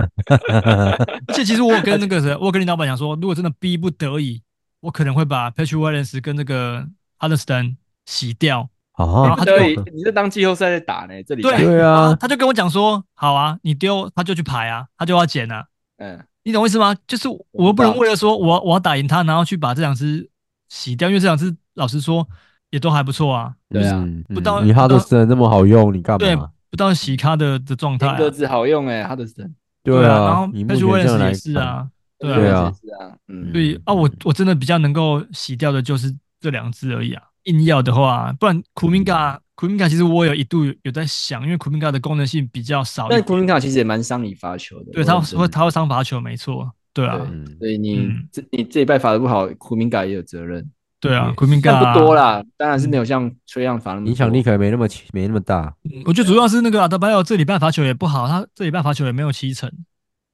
Speaker 1: 而且其实我有跟那个谁，我有跟林老板讲说，如果真的逼不得已，我可能会把 Patrick Williams 跟那个 Huddleston 洗掉。然
Speaker 3: 啊
Speaker 1: 后他，就
Speaker 4: 对，你这当季后赛在打呢，这里嗯
Speaker 1: 对
Speaker 3: 对啊，
Speaker 1: 他就跟我讲说，好啊，你丢他就去排啊，他就要捡啊。
Speaker 4: 嗯，
Speaker 1: 你懂我意思吗？就是我又不能为了说我要我要打赢他，然后去把这两只洗掉，因为这两只老实说也都还不错啊，
Speaker 4: 对啊，
Speaker 3: 嗯
Speaker 1: 不到
Speaker 3: 嗯你
Speaker 1: 不
Speaker 3: 哈
Speaker 1: 到
Speaker 3: 德森那么好用，你干
Speaker 1: 对
Speaker 3: 嘛？，啊
Speaker 1: 不到洗咖的的状态啊、
Speaker 4: 林格子好用哎，他的神，
Speaker 1: 对
Speaker 3: 啊，
Speaker 1: 然后
Speaker 3: 以
Speaker 1: p
Speaker 3: 目
Speaker 1: a t
Speaker 3: 前
Speaker 1: r i c k
Speaker 3: 这样来
Speaker 1: 也是
Speaker 3: 看，
Speaker 1: 啊，对
Speaker 3: 对
Speaker 1: 啊，
Speaker 3: 啊
Speaker 4: 是啊，
Speaker 3: 嗯
Speaker 4: 嗯，
Speaker 1: 所以啊，我我真的比较能够洗掉的就是这两只而已啊。硬要的话，不然苦明嘎苦明嘎，其实我有一度有有在想，因为苦明嘎的功能性比较少一
Speaker 4: 但
Speaker 1: 点，
Speaker 4: 库明卡其实也蛮伤你罚球
Speaker 1: 啊
Speaker 4: 的，
Speaker 1: 对
Speaker 4: 我
Speaker 1: 他
Speaker 4: 认真
Speaker 1: 会他会伤罚球，没错，对啊，
Speaker 4: 对
Speaker 3: 嗯，
Speaker 4: 所以你、
Speaker 1: 嗯
Speaker 4: 这你这一拜罚的不好，库明嘎也有责任，
Speaker 1: 对啊，嗯
Speaker 3: 也
Speaker 1: 苦明
Speaker 4: 但
Speaker 1: 嘎
Speaker 4: 不多啦，当然是没有像崔样罚那么多
Speaker 3: 影响力。可能没那么没那么大。
Speaker 1: 嗯我觉得主要是那个阿德巴约这礼拜罚球也不好，他这礼拜罚球也没有七成。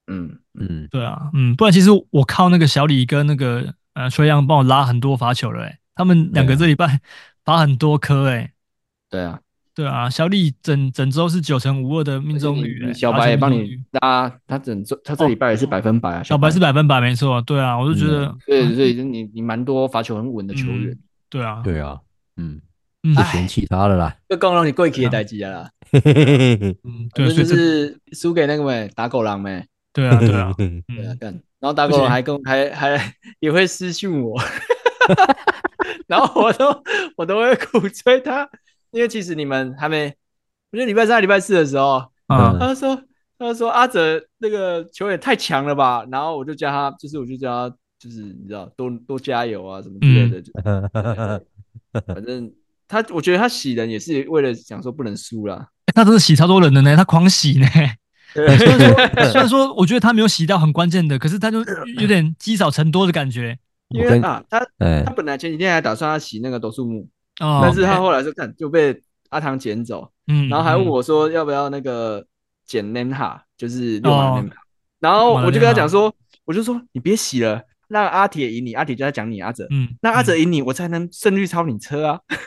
Speaker 4: 嗯，
Speaker 3: 嗯，
Speaker 1: 对啊，嗯，不然其实我靠那个小李跟那个呃崔杨帮我拉很多罚球了、欸，他们两个这礼拜罚很多颗、欸，
Speaker 4: 对啊，
Speaker 1: 对啊，小李整整周是九成五二的命中率、欸，
Speaker 4: 小
Speaker 1: 而且
Speaker 4: 白也
Speaker 1: 命
Speaker 4: 帮
Speaker 1: 中
Speaker 4: 你
Speaker 1: 率，哦
Speaker 4: 拉，他整周他这礼拜也是百分百啊，
Speaker 1: 小白是百分百没错，对啊，我就觉得，
Speaker 4: 对，所以你你蛮多罚球很稳的球员
Speaker 1: 嗯，对啊，
Speaker 3: 对啊，嗯，
Speaker 1: 嗯
Speaker 3: 就嫌弃他了啦。
Speaker 4: 就刚让你跪起的代志啊啦，
Speaker 1: 嗯，对，
Speaker 4: 这
Speaker 1: 所
Speaker 4: 就
Speaker 1: 以这，
Speaker 4: 是输给那个咩打狗狼咩，
Speaker 1: 对啊，对啊，
Speaker 4: 对啊
Speaker 1: 嗯，
Speaker 4: 干，然后打狗
Speaker 1: 而且
Speaker 4: 狼还跟我还还也会私讯我， 然后我都我都会鼓吹他，因为其实你们还没，我觉得礼拜三礼拜四的时候，
Speaker 1: 啊，
Speaker 4: 他就说，他就说阿哲那个球也太强了吧，然后我就叫他，就是我就叫他，就是你知道多多加油啊什么之类的，就反正他我觉得他洗人也是为了想说不能输啦，
Speaker 1: 欸他真的洗超多人的呢，他狂洗呢。
Speaker 4: 对
Speaker 1: 虽然说， 虽然说，我觉得他没有洗到很关键的，可是他就有点积少成多的感觉。
Speaker 4: 因
Speaker 3: 我
Speaker 4: 为
Speaker 3: 跟
Speaker 4: 啊他
Speaker 3: 哎
Speaker 4: 他，本来前几天还打算要洗那个斗数木，
Speaker 1: 哦，
Speaker 4: 但是他后来就看就被阿唐捡走，
Speaker 1: 嗯，
Speaker 4: 然后还问
Speaker 1: 嗯，
Speaker 4: 我说要不要那个捡 n e m h a 就是六马
Speaker 1: 哦
Speaker 4: n e m h a 然后我就跟他
Speaker 1: Nemha
Speaker 4: 讲说，我就说你别洗了，让阿铁赢你，阿铁就在讲你阿哲。
Speaker 1: 嗯，
Speaker 4: 那阿哲赢你，我才能胜率超你车啊！
Speaker 3: 嗯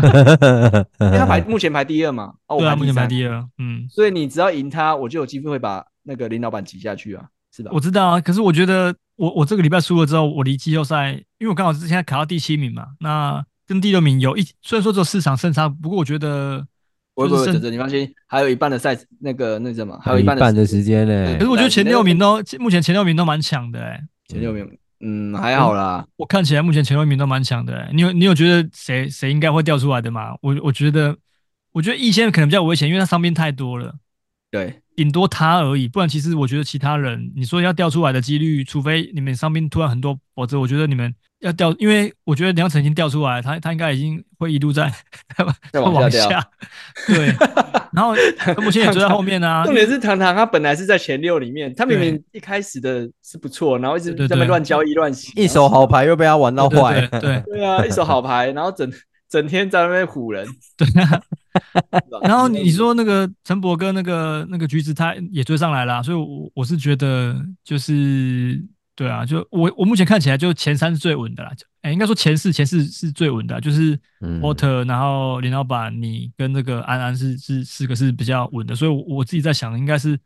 Speaker 4: 因为他排目前排第二嘛，
Speaker 1: 嗯
Speaker 4: 哦，我
Speaker 1: 对啊，
Speaker 4: 排
Speaker 1: 目前排
Speaker 4: 三，
Speaker 1: 第二，嗯，
Speaker 4: 所以你只要赢他，我就有机会把那个林老板挤下去啊，是吧
Speaker 1: 我？知道啊，可是我觉得我我这个礼拜输了之后，我离季后赛，因为我刚好是现在卡到第七名嘛，那跟第六名有一，虽然说只有四场胜差，不过我觉得
Speaker 4: 不会不
Speaker 1: 就是
Speaker 4: 会，
Speaker 1: 胜
Speaker 4: 哲哲，你放心，还有一半的赛，那个那什么，还有
Speaker 3: 一
Speaker 4: 半
Speaker 3: 半的
Speaker 4: 的
Speaker 3: 时间呢
Speaker 1: 可是。我觉得前六名都目前前六名都蛮强的、欸，
Speaker 4: 前六名，嗯，还好啦。
Speaker 1: 我看起来目前前六名都蛮强的、欸。你有你有觉得谁谁应该会掉出来的吗？我我觉得我觉得易先可能比较危险，因为他伤病太多了，
Speaker 4: 对，
Speaker 1: 顶多他而已。不然其实我觉得其他人，你说要掉出来的几率，除非你们伤病突然很多，否则我觉得你们要掉，因为我觉得梁晨已经掉出来了，他他应该已经会一路在
Speaker 4: 再往
Speaker 1: 往
Speaker 4: 下掉
Speaker 1: 下，对。然 后陈木谦也追在后面啊，
Speaker 4: 重点是糖糖他本来是在前六里面，他明
Speaker 1: 对
Speaker 4: 明一开始的是不错，然后一直
Speaker 1: 对对对
Speaker 4: 在那边乱交易乱洗，啊
Speaker 3: 一手好牌又被他玩到坏
Speaker 1: 对，对对。
Speaker 4: 对啊，一手好牌，然后整整天在那边 唬人， 对。
Speaker 1: 啊然 后你说那个陈博跟那个那个橘子，他也追上来了啊、所以我我是觉得就是对啊，就我我目前看起来就前三是最稳的啦，哎、应该说前四前四是最稳的啊、就是
Speaker 3: 嗯
Speaker 1: Water，、然后林老板你跟那个安安是是四个是比较稳的，所以我我自己在想，应该是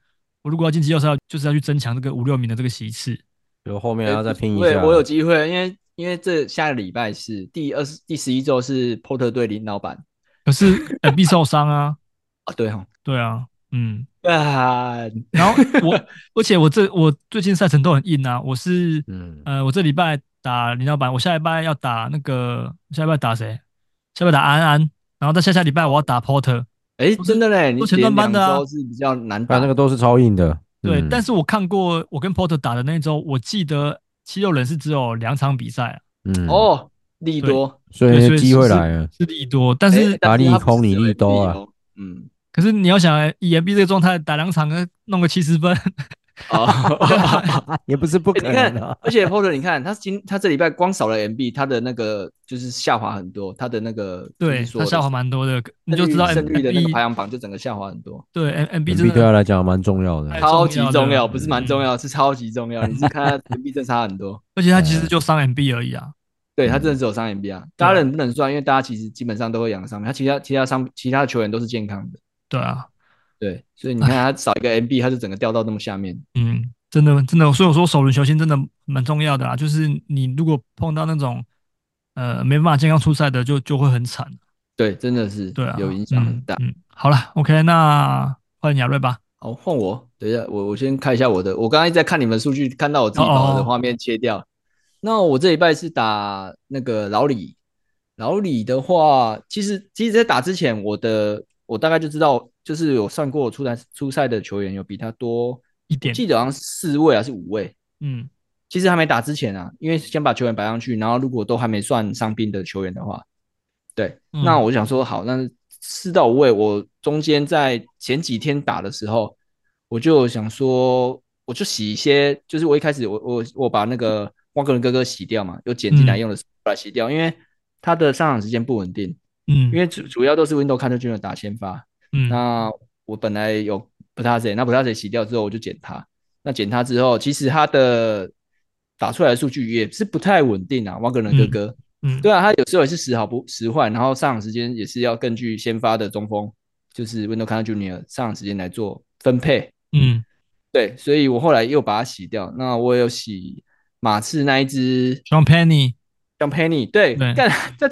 Speaker 1: 我如果要晋级要是要就是要去增强这个五六名的这个席次，
Speaker 3: 就后面
Speaker 4: 对
Speaker 3: 要再拼一
Speaker 4: 对，
Speaker 3: 下。
Speaker 4: 我有机会，因为因为这下个礼拜是第二十第十一周是 Porter 对林老板
Speaker 1: 可是呃必受伤啊，
Speaker 4: 啊，对哦，
Speaker 1: 对啊，嗯。
Speaker 4: 啊，
Speaker 1: 然后我，而且我这我最近赛程都很硬啊，我是
Speaker 3: 嗯
Speaker 1: 呃，我这礼拜打林老板，我下礼拜要打那个，下礼拜打谁？下礼拜打安安，然后再下下礼拜我要打 Porter。
Speaker 4: 哎，真的嘞，你
Speaker 1: 都前段班的啊
Speaker 4: 连两周是比较难打
Speaker 3: 但那个都是超硬的。嗯
Speaker 1: 对，
Speaker 4: 嗯
Speaker 1: 但
Speaker 3: 是
Speaker 1: 是我看过我跟 Porter 打的那一周，我记得七六人是只有两场比赛啊，
Speaker 3: 嗯，
Speaker 4: 哦，利多，
Speaker 3: 所
Speaker 1: 对所
Speaker 3: 以
Speaker 1: 以
Speaker 3: 机会
Speaker 1: 是
Speaker 3: 来了。
Speaker 1: 是利多，但是、
Speaker 4: 诶但是
Speaker 3: 打利
Speaker 4: 他不
Speaker 3: 空
Speaker 4: 是
Speaker 3: 你
Speaker 4: 只有
Speaker 3: 利多啊
Speaker 4: 利，嗯，
Speaker 1: 可是你要想欸，以 M B 这个状态打两场，呃弄个七十分，
Speaker 4: 哦，
Speaker 3: 也不是不
Speaker 4: 欸
Speaker 3: 可
Speaker 4: 你看
Speaker 3: 能啊，。
Speaker 4: 而且 Porter，你看他今他这礼拜光少了 MB，他的那个就是下滑很多，他的那个
Speaker 1: 对
Speaker 4: 就是
Speaker 1: 他
Speaker 4: 说
Speaker 1: 下滑蛮多的，你就知道 M
Speaker 4: 胜率的那个排
Speaker 1: B
Speaker 4: 行榜就整个下滑很多，
Speaker 1: 对 M M B 真
Speaker 3: NB
Speaker 4: 啊
Speaker 3: 对他
Speaker 1: 的
Speaker 3: 来讲蛮重要
Speaker 1: 太
Speaker 3: 的。
Speaker 4: 超级
Speaker 1: 哎重
Speaker 4: 重
Speaker 1: 要嗯
Speaker 4: 要，
Speaker 1: 了
Speaker 4: 不是蛮重要，是超级重要。你是看他 MB 正差很 多，
Speaker 1: 而且他其
Speaker 4: 嗯
Speaker 1: 实就伤 M B 而已啊，
Speaker 4: 对他真的只有伤 MB 啊，当然不能算，因为大家其实基本上都会养伤，他其他其他伤其他的球员都是健康的，
Speaker 1: 对啊，
Speaker 4: 对，所以你看他少一个 MB，他就整个掉到那么下面。
Speaker 1: 嗯，真的真的，所以我说首轮球星真的蛮重要的啦。就是你如果碰到那种呃没办法健康出赛的就，就会很惨。
Speaker 4: 对，真的是
Speaker 1: 对啊，
Speaker 4: 有影响很
Speaker 1: 嗯
Speaker 4: 大。
Speaker 1: 嗯，好了，OK，那换亚瑞吧。
Speaker 4: 好，换我。等一下，我我先看一下我的。我刚刚一直在看你们数据，看到我自己把我
Speaker 1: 哦哦
Speaker 4: 的画面切掉。那我这一拜是打那个老李。老李的话，其实其实，在打之前，我的我大概就知道，就是有算过我出赛出赛的球员有比他多
Speaker 1: 一点
Speaker 4: 记得好像是四位还是五位。
Speaker 1: 嗯
Speaker 4: 其实还没打之前啊，因为先把球员摆上去，然后如果都还没算伤病的球员的话，对，
Speaker 1: 嗯
Speaker 4: 那我想说好，那四到五位，我中间在前几天打的时候，我就想说，我就洗一些，就是我一开始我我我把那个汪格伦哥哥洗掉嘛，又捡进来
Speaker 1: 嗯
Speaker 4: 用的时候把它洗掉，因为他的上场时间不稳定，
Speaker 1: 嗯，
Speaker 4: 因为主主要都是 Window Counter Junior 打先发，
Speaker 1: 嗯
Speaker 4: 那我本来有 p o t a s e 那 p o t a s e 洗掉之后，我就减它。那减它之后，其实它的打出来的数据也是不太稳定啊。汪格伦哥哥，
Speaker 1: 嗯，
Speaker 4: 对啊，他有时候也是时好不时坏，然后上场时间也是要根据先发的中锋，就是 Wendell Carter Jr. 上场时间来做分配。
Speaker 1: 嗯，
Speaker 4: 对，所以我后来又把它洗掉。那我有洗马刺那一只
Speaker 1: 希望 Penny
Speaker 4: 像 Penny，对，
Speaker 1: 对
Speaker 4: 但但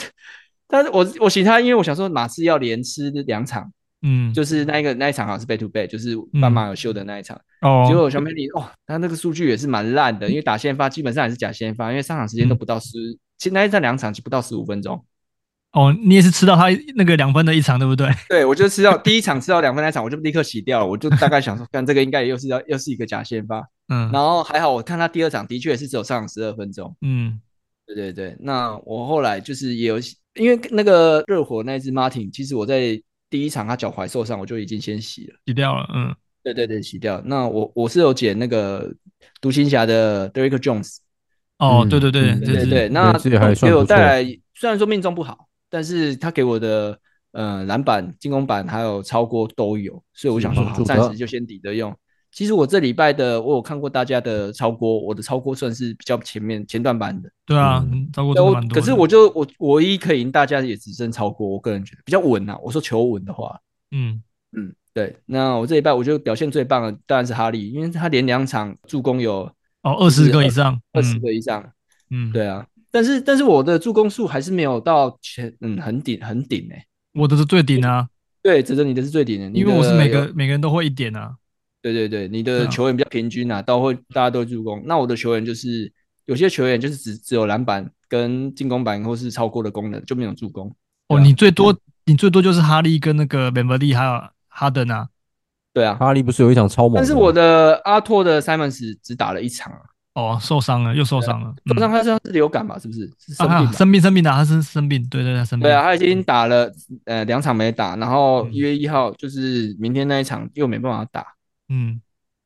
Speaker 4: 但是我我洗他，因为我想说马刺要连吃两场，
Speaker 1: 嗯，
Speaker 4: 就是那一个那一场好像是 back to back，就是斑马有秀的那一场。
Speaker 1: 哦，
Speaker 4: 结果小美女嗯哦，他那个数据也是蛮烂的，因为打先发基本上也是假先发，因为上场时间都不到十，其实那一场两场就不到十五分钟。
Speaker 1: 哦，你也是吃到他那个两分的一场，对 不对？
Speaker 4: 对，我就吃到第一场吃到两分那一场，我就立刻洗掉了，我就大概想说， 看这个应该又是要又是一个假先发。
Speaker 1: 嗯，
Speaker 4: 然后还好，我看他第二场的确是只有上场十二分钟。
Speaker 1: 嗯，
Speaker 4: 对对对，那我后来就是也有，因为那个热火那一只 Martin，其实我在第一场他脚踝受伤，我就已经先洗了。
Speaker 1: 洗掉了，嗯，
Speaker 4: 对对对，洗掉。那我我是有捡那个独行侠的 Derek Jones，
Speaker 1: 哦，
Speaker 3: 嗯
Speaker 1: 对对对，
Speaker 3: 嗯
Speaker 1: 这
Speaker 4: 对对
Speaker 1: 是
Speaker 4: 对，那
Speaker 3: 这还算
Speaker 4: 给我
Speaker 3: 不错
Speaker 4: 带来，虽然说命中不好，但是他给我的呃篮板、进攻板还有超过都有，所以我想说
Speaker 3: 是
Speaker 4: 好，
Speaker 3: 帮助
Speaker 4: 暂
Speaker 3: 他
Speaker 4: 时就先抵着用。其实我这礼拜的我有看过大家的超锅，我的超锅算是比较前面前段版的，
Speaker 1: 对啊，
Speaker 3: 嗯
Speaker 1: 超过
Speaker 4: 对
Speaker 1: 真的
Speaker 4: 我
Speaker 1: 蛮多的。
Speaker 4: 可是我就我我唯一可以赢大家的也只剩超锅，我个人觉得比较稳啊。我说求稳的话，
Speaker 1: 嗯
Speaker 4: 嗯，对。那我这一拜我觉得表现最棒的当然是哈利，因为他连两场助攻有
Speaker 1: 哦二
Speaker 4: 就
Speaker 1: 十
Speaker 4: 是
Speaker 1: 个以上，
Speaker 4: 二十
Speaker 1: 嗯
Speaker 4: 个以上，
Speaker 1: 嗯，
Speaker 4: 对啊，但是但是我的助攻数还是没有到前，嗯，很顶很顶哎、
Speaker 1: 我的是最顶啊，
Speaker 4: 对，哲哲你的是最顶的，你
Speaker 1: 因为
Speaker 4: 的
Speaker 1: 我是每
Speaker 4: 有
Speaker 1: 个每个人都会一点啊，
Speaker 4: 对对对，你
Speaker 1: 对
Speaker 4: 的
Speaker 1: 啊
Speaker 4: 球员比较平均啊，到会大家都会助攻。那我的球员就是有些球员就是只只有篮板跟进攻板或是超过的功能就没有助攻。
Speaker 1: 哦，
Speaker 4: 对啊
Speaker 1: 你最多你最多就是哈利跟那个 b e m b e l y 还有哈登啊，
Speaker 4: 对啊，
Speaker 3: 哈利不是有一场超猛的吗？
Speaker 4: 但是我的阿拓的 Simons 只打了一场啊，
Speaker 1: 哦受伤了又受伤了，
Speaker 4: 手上
Speaker 1: 嗯
Speaker 4: 啊他像是流感吧，是不是？是生
Speaker 1: 啊
Speaker 4: 病
Speaker 1: 哈
Speaker 4: 吧？
Speaker 1: 生病生病的，他是生病，对对对，生病，
Speaker 4: 对啊，他已经打了呃两场没打，然后
Speaker 1: 嗯
Speaker 4: 一月一号就是明天那一场又没办法打。
Speaker 1: 嗯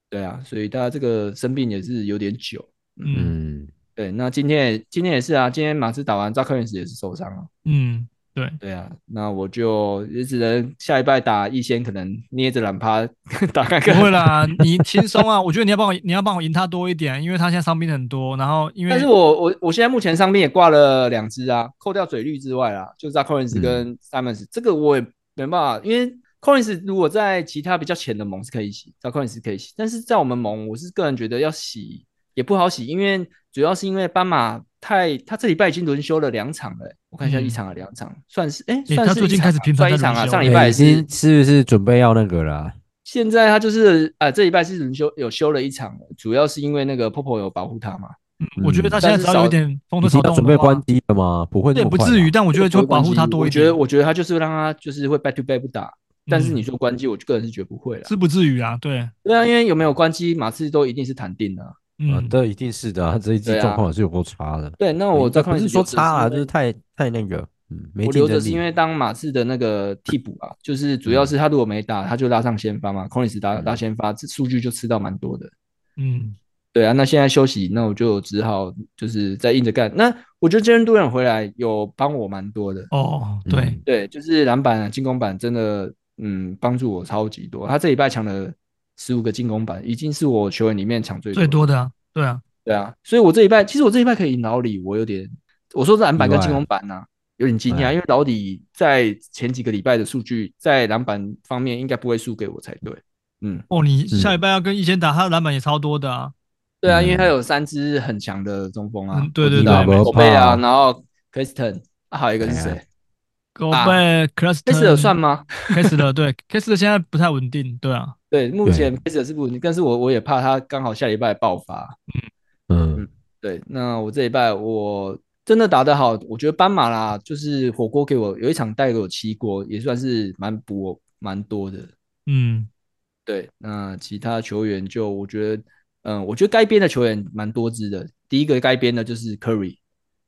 Speaker 4: 对啊，所以他这个生病也是有点久。
Speaker 1: 嗯
Speaker 3: 嗯，
Speaker 4: 对，那今天也今天也是啊，今天马刺打完，扎克恩斯也是受伤了。
Speaker 1: 嗯，对，
Speaker 4: 对啊，那我就也只能下一拜打一仙，可能捏着懒趴 打看
Speaker 1: 不
Speaker 4: 看。
Speaker 1: 会啦，你轻松啊，我觉得你要帮我你要帮我赢他多一点，啊因为他现在伤病很多，然后因为
Speaker 4: 但是我我我现在目前上面也挂了两只啊，扣掉嘴绿之外啦，就扎克恩斯
Speaker 1: 嗯
Speaker 4: 跟 Simons，、这个我也没办法，因为 Collins 如果在其他比较浅的盟是可以洗，扎克恩斯可以洗，但是在我们盟，我是个人觉得要洗也不好洗，因为主要是因为斑马太他这礼拜已经轮休了两场了、欸我看一下
Speaker 1: 嗯
Speaker 4: 一场还是两场，算是哎、
Speaker 1: 诶
Speaker 4: 算
Speaker 1: 他
Speaker 4: 是
Speaker 1: 最近
Speaker 4: 一场啊
Speaker 1: 开始频繁
Speaker 4: 算
Speaker 1: 在
Speaker 4: 一场啊，
Speaker 1: 轮休
Speaker 4: 上
Speaker 1: 了
Speaker 4: 礼拜
Speaker 3: 哎
Speaker 4: 也
Speaker 3: 已
Speaker 4: 是、
Speaker 3: 经是不是准备要那个了？
Speaker 4: 现在他就是呃这礼拜是轮休有休了一场了，主要是因为那个 Popo 有保护他嘛，
Speaker 1: 嗯我觉得他现在
Speaker 4: 嗯
Speaker 1: 只要有一点风
Speaker 3: 已
Speaker 1: 吹
Speaker 3: 经
Speaker 1: 草动
Speaker 3: 要
Speaker 1: 的
Speaker 3: 准备
Speaker 1: 话
Speaker 3: 关机了吗？不会那
Speaker 1: 对
Speaker 3: 么
Speaker 1: 不
Speaker 3: 快
Speaker 1: 至于，
Speaker 3: 吧
Speaker 1: 但我觉得就会保护他
Speaker 4: 我
Speaker 1: 多一
Speaker 4: 觉
Speaker 1: 点嗯
Speaker 4: 得，，我觉得他就是让他就是会 back to back 不打，但是你说关机，我个人是觉得不会啦。
Speaker 1: 是不至于啊，对，
Speaker 4: 对啊，因为有没有关机，马刺都一定是谈定的啊、
Speaker 3: 啊
Speaker 1: 嗯，，
Speaker 3: 这一定是的啊，他这一季
Speaker 4: 对啊
Speaker 3: 状况也是有够差的。
Speaker 4: 对，那我
Speaker 3: 这
Speaker 4: 再
Speaker 3: 不
Speaker 4: 看
Speaker 3: 是说差啊，
Speaker 4: 啊，
Speaker 3: 就是太太那个，嗯，没
Speaker 4: 我
Speaker 3: 竞
Speaker 4: 留着
Speaker 3: 争
Speaker 4: 是因
Speaker 3: 力。
Speaker 4: 为当马刺的那个替补啊，就是主要是他如果没打，他就拉上先发嘛，c o l i n s 打
Speaker 3: 嗯
Speaker 4: 拉先发，这数据就吃到蛮多的。
Speaker 1: 嗯
Speaker 4: 对啊，那现在休息，那我就只好就是再硬着干。那我觉得 j a r e 回来有帮我蛮多的，
Speaker 1: 哦，对，
Speaker 3: 嗯，
Speaker 4: 对，就是篮板啊，进攻板真的，嗯，帮助我超级多。他这礼拜抢了十五个进攻板，已经是我球员里面抢最
Speaker 1: 最多
Speaker 4: 多的。
Speaker 1: 的啊，对啊，
Speaker 4: 对啊，所以我这一拜，其实我这一拜可以赢老李，我有点，我说是篮板跟进攻板呐、有点惊讶，
Speaker 3: 哎
Speaker 4: 因为老李在前几个礼拜的数据在篮板方面应该不会输给我才对。嗯，
Speaker 1: 哦，你
Speaker 3: 是
Speaker 1: 下礼拜要跟易贤打，他的篮板也超多的啊，
Speaker 4: 对啊，因为
Speaker 3: 嗯
Speaker 4: 他有三支很强的中锋啊
Speaker 1: 嗯，对对
Speaker 4: 我知道
Speaker 1: 对没
Speaker 3: 错
Speaker 4: 狗贝啊，
Speaker 3: 没错
Speaker 4: 然后 Kristen，、啊、还有一个是
Speaker 3: 哎
Speaker 4: 谁
Speaker 3: 呀
Speaker 1: 狗
Speaker 4: 啊
Speaker 1: 贝 c l a s t
Speaker 4: ？Kristen 有 算吗？
Speaker 1: k e s s 的对 k e s s 的现在不太稳定，对啊，
Speaker 4: 对，目
Speaker 3: 对
Speaker 4: 前 Kristen 是不稳定，但是我我也怕他刚好下礼拜爆发。
Speaker 3: 嗯，
Speaker 4: 对，那我这一拜我真的打得好，我觉得斑马啦，就是火锅给我有一场带给我七锅，也算是蛮补我蛮多的。
Speaker 1: 嗯
Speaker 4: 对，那其他球员就我觉得，嗯，我觉得该边的球员蛮多支的。第一个该边的就是 Curry，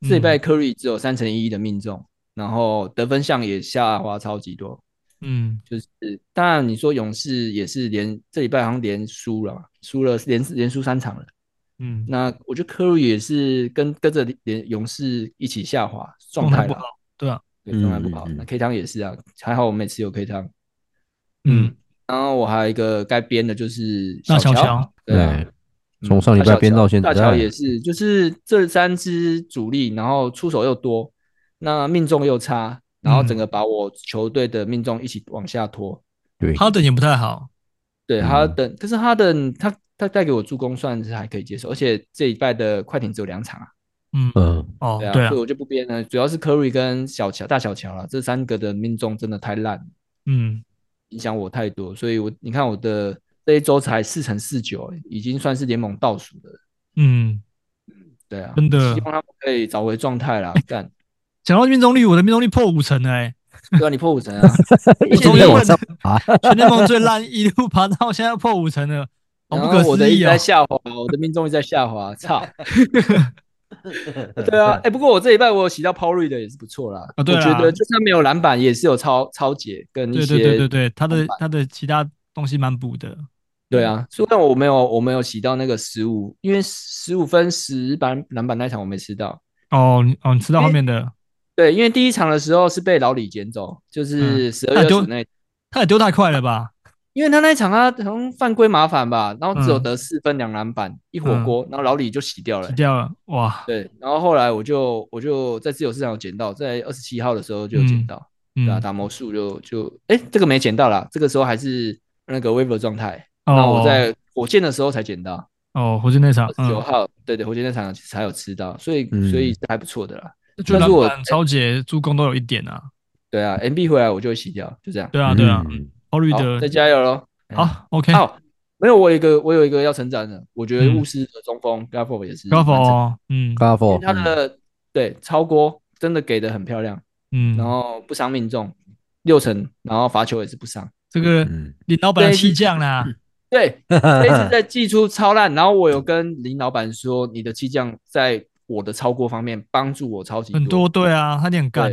Speaker 4: 这一拜 Curry 只有三乘一的命中，然后得分项也下滑超级多。
Speaker 1: 嗯，
Speaker 4: 就是当然你说勇士也是连这礼拜好像连输了嘛，输了连连输三场了。
Speaker 1: 嗯，
Speaker 4: 那我觉得科瑞也是跟跟着连勇士一起下滑，状态
Speaker 1: 不
Speaker 4: 啦
Speaker 1: 好，对啊，
Speaker 4: 对状态不好。
Speaker 3: 嗯嗯嗯
Speaker 4: 那 K 汤也是啊，还好我每次有 K 汤。
Speaker 1: 嗯，
Speaker 4: 然后我还有一个该编的就是
Speaker 1: 那
Speaker 4: 乔
Speaker 1: 乔乔，
Speaker 4: 对
Speaker 3: 哎
Speaker 4: 啊，
Speaker 3: 对从上礼拜编到现在哎
Speaker 4: 大乔也是，就是这三支主力，然后出手又多，那命中又差，然后
Speaker 1: 嗯
Speaker 4: 整个把我球队的命中一起往下拖。嗯
Speaker 3: 对，
Speaker 1: 哈登也不太好，
Speaker 4: 对
Speaker 3: 嗯
Speaker 4: 哈登，可是哈登他他带给我助攻算是还可以接受，而且这一拜的快艇只有两场啊，
Speaker 1: 嗯，
Speaker 3: 嗯，
Speaker 1: 哦，
Speaker 4: 对啊，
Speaker 1: 对啊
Speaker 4: 所以，我就不编了，主要是 Curry 跟小乔大小乔了，这三个的命中真的太烂，
Speaker 1: 嗯，
Speaker 4: 影响我太多，所以我你看我的这一周才四乘四九，欸已经算是联盟倒数的了，
Speaker 1: 嗯，
Speaker 4: 对啊，
Speaker 1: 真的哎
Speaker 4: 希望他们可以找回状态啦，干，
Speaker 1: 讲到命中率，我的命中率破五成了 哎、
Speaker 4: 对啊，你破五成啊，
Speaker 3: 一直在往上爬，
Speaker 1: 全联盟 最烂一路爬到现在破五成 了， 好
Speaker 4: 然
Speaker 1: 不
Speaker 4: 后
Speaker 1: 可
Speaker 4: 我的
Speaker 1: 思
Speaker 4: 一直
Speaker 1: 议啊
Speaker 4: 在！下滑，我的命中一直在下 滑，操！对啊，哎、不过我这一拜我有洗到 Paul Reed 的也是不错啦。
Speaker 1: 啊对啊
Speaker 4: 我觉得就算没有篮板，也是有超超解跟一
Speaker 1: 对
Speaker 4: 些
Speaker 1: 对对对对，他的
Speaker 4: 篮板
Speaker 1: 他的其他东西蛮补的，
Speaker 4: 对啊。
Speaker 1: 嗯
Speaker 4: 虽然我没有我没有洗到那个十五，因为十五分十板篮板那一场我没吃到。
Speaker 1: 哦你哦，你吃到后面的，
Speaker 4: 对，因为第一场的时候是被老李捡走，就是十
Speaker 1: 那
Speaker 4: 二月
Speaker 1: 丢
Speaker 4: 组那一，
Speaker 1: 他也丢太快了吧？
Speaker 4: 因为他那一场他好像犯规麻烦吧，然后只有
Speaker 1: 嗯
Speaker 4: 得四分两篮板一火锅，然后老李就洗掉了
Speaker 1: 死。掉了，哇，
Speaker 4: 对，啊然后后来我就我就在自由市场有捡到，在二十七号的时候就有捡
Speaker 1: 嗯
Speaker 4: 到。对啊，
Speaker 1: 嗯，
Speaker 4: 打魔术就就哎、这个没捡到啦，这个时候还是那个 waiver 状态。那
Speaker 1: 哦
Speaker 4: 我在火箭的时候才捡到
Speaker 1: 哦，火箭那场，
Speaker 4: 九
Speaker 1: 嗯，
Speaker 4: 号，对对，火箭那场才有吃到，所以、
Speaker 3: 嗯
Speaker 4: 所以是还不错的啦。
Speaker 1: 就
Speaker 4: 但
Speaker 1: 篮
Speaker 4: 是我
Speaker 1: 板、超姐、助攻都有一点啊，
Speaker 4: 对啊，MB 回来我就会洗掉，就这样。
Speaker 1: 对啊对啊，嗯
Speaker 3: 嗯
Speaker 1: 奥利
Speaker 4: 好，
Speaker 1: 德
Speaker 4: 再，加油喽。
Speaker 1: 好，OK，
Speaker 4: 好、没有我有一个我有一个要称赞的，我觉得
Speaker 1: 嗯
Speaker 4: 巫师的中锋 g a f f o 也是
Speaker 1: 高
Speaker 4: 蛮称
Speaker 1: 否，嗯
Speaker 3: 高
Speaker 4: 因为
Speaker 3: 否，
Speaker 4: 他的、对超锅真的给的很漂亮，
Speaker 1: 嗯，
Speaker 4: 然后不伤命中六成，然后罚球也是不伤。
Speaker 1: 这个
Speaker 3: 嗯，
Speaker 1: 林老板的气将啦，
Speaker 4: 对，这一次
Speaker 3: 嗯
Speaker 4: 在技出超烂，然后我有跟林老板说，你的气将在我的超锅方面帮助我超级
Speaker 1: 很多对啊，他有点干